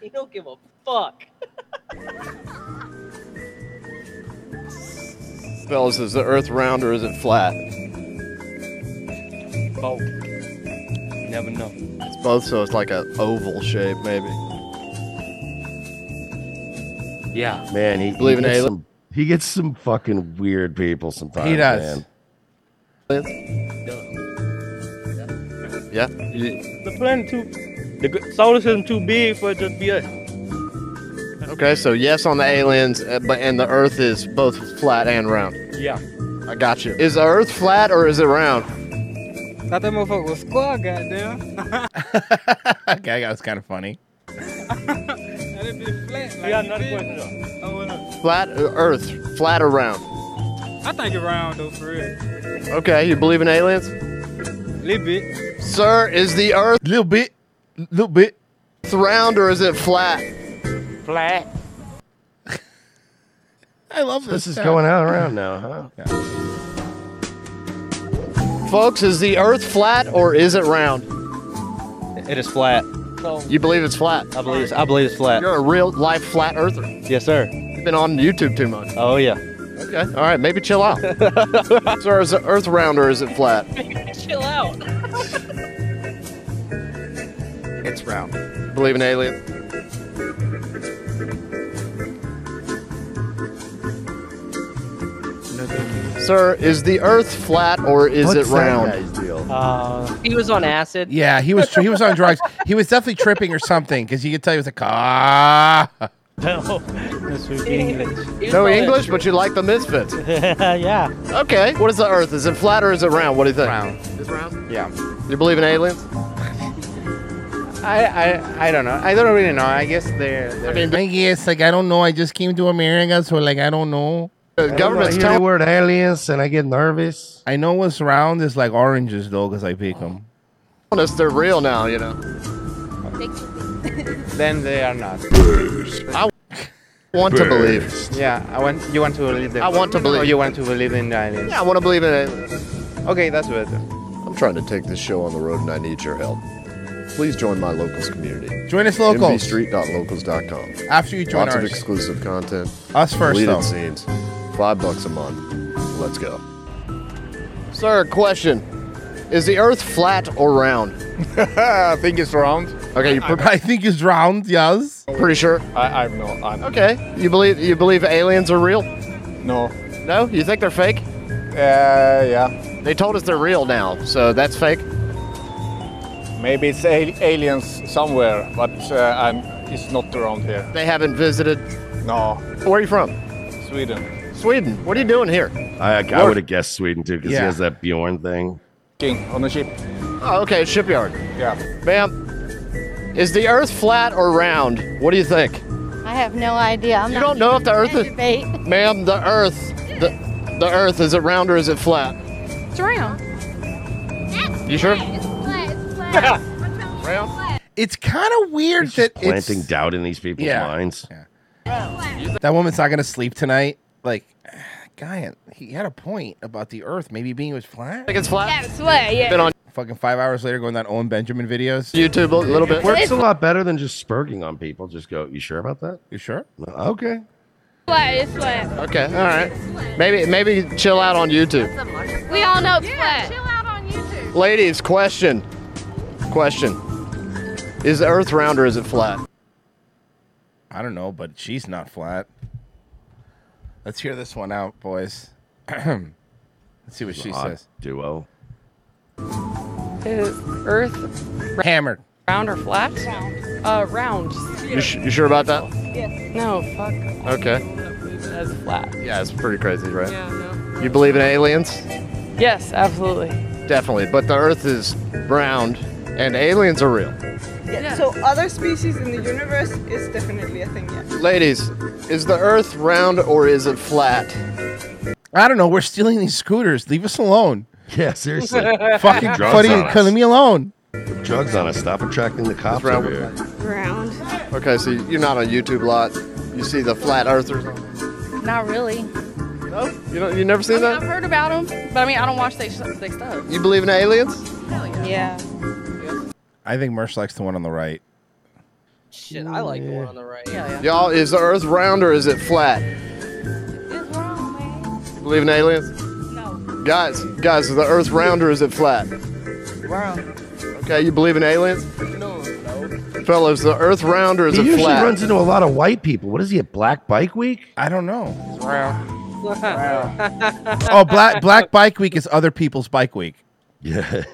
Speaker 7: He don't give a fuck.
Speaker 5: Fellas, is the earth round or is it flat?
Speaker 6: Both. Never know.
Speaker 5: It's both, so it's like an oval shape, maybe.
Speaker 6: Yeah.
Speaker 4: Man, he,
Speaker 5: Believe
Speaker 4: he
Speaker 5: in
Speaker 4: gets
Speaker 5: aliens?
Speaker 4: some, he gets some fucking weird people sometimes.
Speaker 5: He does.
Speaker 4: man.
Speaker 5: Yeah.
Speaker 6: The planet too. The g- solar system too big for it to be us.
Speaker 5: Okay, so yes on the aliens, uh, but and the earth is both flat and round.
Speaker 6: Yeah.
Speaker 5: I got you. Is the earth flat or is it round?
Speaker 6: Thought that motherfucker was square, goddamn.
Speaker 3: okay, that was kind of funny.
Speaker 6: We got another question though. Oh, well, no.
Speaker 5: Flat uh, earth, flat or round?
Speaker 6: Oh, I think around though for real.
Speaker 5: Okay, you believe in aliens?
Speaker 6: Little bit.
Speaker 5: Sir, is the earth
Speaker 3: little bit little bit
Speaker 5: round or is it flat?
Speaker 6: Flat.
Speaker 3: I love
Speaker 5: this.
Speaker 4: This is going out around now, huh?
Speaker 5: Folks, is the earth flat or is it round?
Speaker 6: It is flat.
Speaker 5: You believe it's flat?
Speaker 6: I believe it's, I believe it's flat.
Speaker 5: You're a real life flat earther.
Speaker 6: Yes, sir.
Speaker 5: You've been on YouTube too much.
Speaker 6: Oh yeah.
Speaker 5: Okay. All right, maybe chill out. Sir, is the earth round or is it flat?
Speaker 7: Chill out.
Speaker 5: It's round. Believe in aliens? Sir, is the earth flat or is
Speaker 7: What's
Speaker 5: it
Speaker 7: that
Speaker 5: round?
Speaker 7: guy's
Speaker 6: Uh,
Speaker 7: He was on acid.
Speaker 3: Yeah, he was he was on drugs. He was definitely tripping or something because you could tell he was like ah.
Speaker 6: No, this would be English.
Speaker 5: No English, but you like the Misfits.
Speaker 6: yeah.
Speaker 5: Okay. What is the earth? Is it flat or is it round? What do you think? Round.
Speaker 6: This round?
Speaker 5: Yeah. You believe in aliens?
Speaker 8: I, I I don't know. I don't really know. I guess they're. they're
Speaker 3: I mean, yes, like I don't know. I just came to America, so like I don't know.
Speaker 5: The
Speaker 4: I hear the word aliens and I get nervous.
Speaker 3: I know what's round is like oranges though, because I pick them.
Speaker 5: Honest, they're real now, you know.
Speaker 8: Then they are not.
Speaker 5: I want to believe.
Speaker 8: Yeah, I want. You want to believe them.
Speaker 5: I want to
Speaker 8: No,
Speaker 5: believe.
Speaker 8: You want to believe in aliens.
Speaker 5: Yeah, I want to believe in aliens.
Speaker 8: Okay, that's better.
Speaker 5: I'm trying to take this show on the road and I need your help. Please join my locals community.
Speaker 3: Join us, locals.
Speaker 5: MVstreet.locals.com.
Speaker 3: After you join
Speaker 5: Lots
Speaker 3: ours.
Speaker 5: of exclusive content.
Speaker 3: Us first,
Speaker 5: Deleted
Speaker 3: though.
Speaker 5: scenes. Five bucks a month. Let's go. Sir, question. Is the earth flat or round? I think it's round. Okay, you pre-
Speaker 3: I think it's round. Yes.
Speaker 5: Pretty sure.
Speaker 6: I, I'm not. I'm
Speaker 5: Okay. You believe you believe aliens are real?
Speaker 6: No.
Speaker 5: No? You think they're fake?
Speaker 6: Uh, yeah.
Speaker 5: They told us they're real now, so that's fake.
Speaker 6: Maybe it's al- aliens somewhere, but uh, I'm, it's not around here.
Speaker 5: They haven't visited.
Speaker 6: No.
Speaker 5: Where are you from?
Speaker 6: Sweden.
Speaker 5: Sweden. What are you doing here?
Speaker 4: I, I
Speaker 5: Lord.
Speaker 4: would have guessed Sweden too because
Speaker 5: Yeah.
Speaker 4: he has that Bjorn thing.
Speaker 6: King on the ship.
Speaker 5: Oh, okay, shipyard.
Speaker 6: Yeah.
Speaker 5: Ma'am, is the Earth flat or round? What do you think?
Speaker 20: I have no idea. I'm
Speaker 5: you don't know if the Earth is.
Speaker 20: Debate.
Speaker 5: Ma'am, the Earth, the, the Earth is it round or is it flat?
Speaker 20: It's round.
Speaker 5: You sure?
Speaker 3: It's kind of weird that it's
Speaker 4: Planting doubt in these people's
Speaker 3: Yeah.
Speaker 4: minds.
Speaker 3: that woman's not gonna sleep tonight. Like, guy, he had a point about the Earth maybe being it was flat.
Speaker 5: Think it's flat?
Speaker 20: Yeah, it's flat, yeah. Been on-
Speaker 3: fucking five hours later going on Owen Benjamin videos.
Speaker 5: YouTube a little
Speaker 4: It works a lot better than just spurging on people. Just go, you sure about that?
Speaker 3: You sure?
Speaker 4: Okay.
Speaker 20: Flat, it's flat.
Speaker 5: Okay, all right. Maybe maybe chill out on YouTube.
Speaker 20: We all know it's flat. Chill out on YouTube.
Speaker 5: Ladies, question, question. Is the Earth round or is it flat?
Speaker 3: I don't know, but she's not flat. Let's hear this one out, boys. Let's see what she
Speaker 4: Odd
Speaker 3: says.
Speaker 4: Duo.
Speaker 21: Is Earth
Speaker 3: Hammered.
Speaker 21: round or flat? Round. Uh, round.
Speaker 5: You, sh- you sure about that?
Speaker 21: No, fuck.
Speaker 5: Okay.
Speaker 21: That's flat.
Speaker 5: Yeah, it's pretty crazy, right?
Speaker 21: Yeah, no.
Speaker 5: You believe in aliens?
Speaker 21: Yes, absolutely.
Speaker 5: definitely. But the Earth is round, and aliens are real.
Speaker 1: Yeah, So other species in the universe is definitely a thing. Yeah.
Speaker 5: Ladies, is the Earth round or is it flat?
Speaker 3: I don't know. We're stealing these scooters. Leave us alone.
Speaker 4: Yeah, seriously.
Speaker 3: Fucking
Speaker 4: Drugs
Speaker 3: funny.
Speaker 4: on us.
Speaker 3: Leave me alone.
Speaker 4: Drugs on us. Stop attracting the cops
Speaker 5: round.
Speaker 4: over here.
Speaker 1: Round.
Speaker 5: Okay, so you're not on YouTube a lot. You see the flat earthers.
Speaker 20: Not really.
Speaker 5: You don't, you never
Speaker 20: I
Speaker 5: seen
Speaker 20: mean, I've
Speaker 5: that?
Speaker 20: heard about them, but I mean, I don't watch their their stuff.
Speaker 5: You believe in aliens?
Speaker 20: Yeah.
Speaker 3: I think Mersh likes the one on the right.
Speaker 7: Shit, I like the one on the right. Yeah,
Speaker 5: Y'all, is the Earth round or is it flat? It's round, man. Believe in aliens? No. Guys, guys, is the Earth round or is it flat?
Speaker 21: Round.
Speaker 5: Okay, you believe in aliens?
Speaker 21: No.
Speaker 5: Fellas, the Earth round or is
Speaker 4: He
Speaker 5: it
Speaker 4: usually
Speaker 5: flat?
Speaker 4: runs into a lot of white people. What is he at Black Bike Week?
Speaker 3: I don't know.
Speaker 5: round.
Speaker 3: Oh, Black Black Bike Week is other people's bike week.
Speaker 4: Yeah.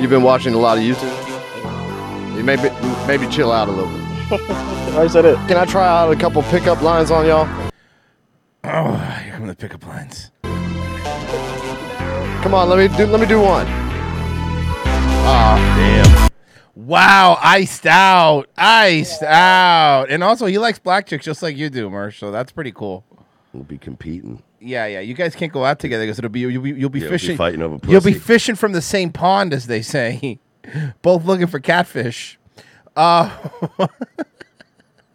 Speaker 5: You've been watching a lot of YouTube. You maybe maybe chill out a little bit. I said it. Can I try out a couple pickup lines on y'all?
Speaker 3: Oh, here come the pickup lines.
Speaker 5: Come on, let me do let me do one. Ah,
Speaker 3: Damn. Wow, iced out, iced out, and also he likes black chicks just like you do, Mersh. So that's pretty cool.
Speaker 4: We'll be competing.
Speaker 3: Yeah, yeah. You guys can't go out together because it'll be you'll be, you'll be
Speaker 4: Yeah, we'll be
Speaker 3: fishing.
Speaker 4: fighting over
Speaker 3: You'll be
Speaker 4: pussy.
Speaker 3: fishing from the same pond, as they say. Both looking for catfish. Uh,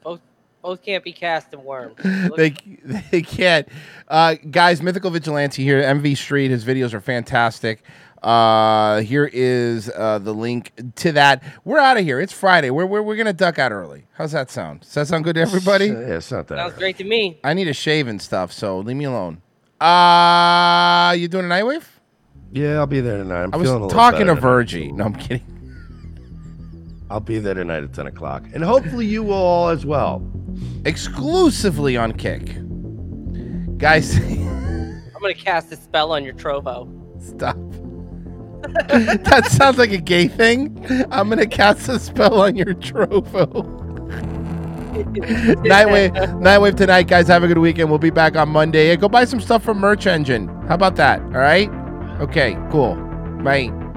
Speaker 7: Both, both can't be cast and worm.
Speaker 3: they they can't. Uh, guys, Mythical Vigilante here, MV Street. His videos are fantastic. Uh, here is uh, the link to that. We're out of here. It's Friday. We're, we're, we're going to duck out early. How's that sound? Does that sound good to everybody?
Speaker 4: Yeah, it's not
Speaker 7: Sounds great to me.
Speaker 3: I need a shave and stuff, so leave me alone. Uh, you doing a night wave?
Speaker 4: Yeah, I'll be there tonight. I'm
Speaker 3: I was
Speaker 4: feeling a little
Speaker 3: talking
Speaker 4: better
Speaker 3: to
Speaker 4: tonight.
Speaker 3: Virgie. No, I'm kidding.
Speaker 4: I'll be there tonight at 10 o'clock. And hopefully you will all as well.
Speaker 3: Exclusively on Kick. Guys,
Speaker 7: I'm gonna cast a spell on your Trovo.
Speaker 3: Stop. that sounds like a gay thing. I'm gonna cast a spell on your Trovo. Nightwave, Nightwave tonight, guys. Have a good weekend. We'll be back on Monday. Hey, go buy some stuff from Merch Engine. How about that? All right. Okay. Cool. Bye.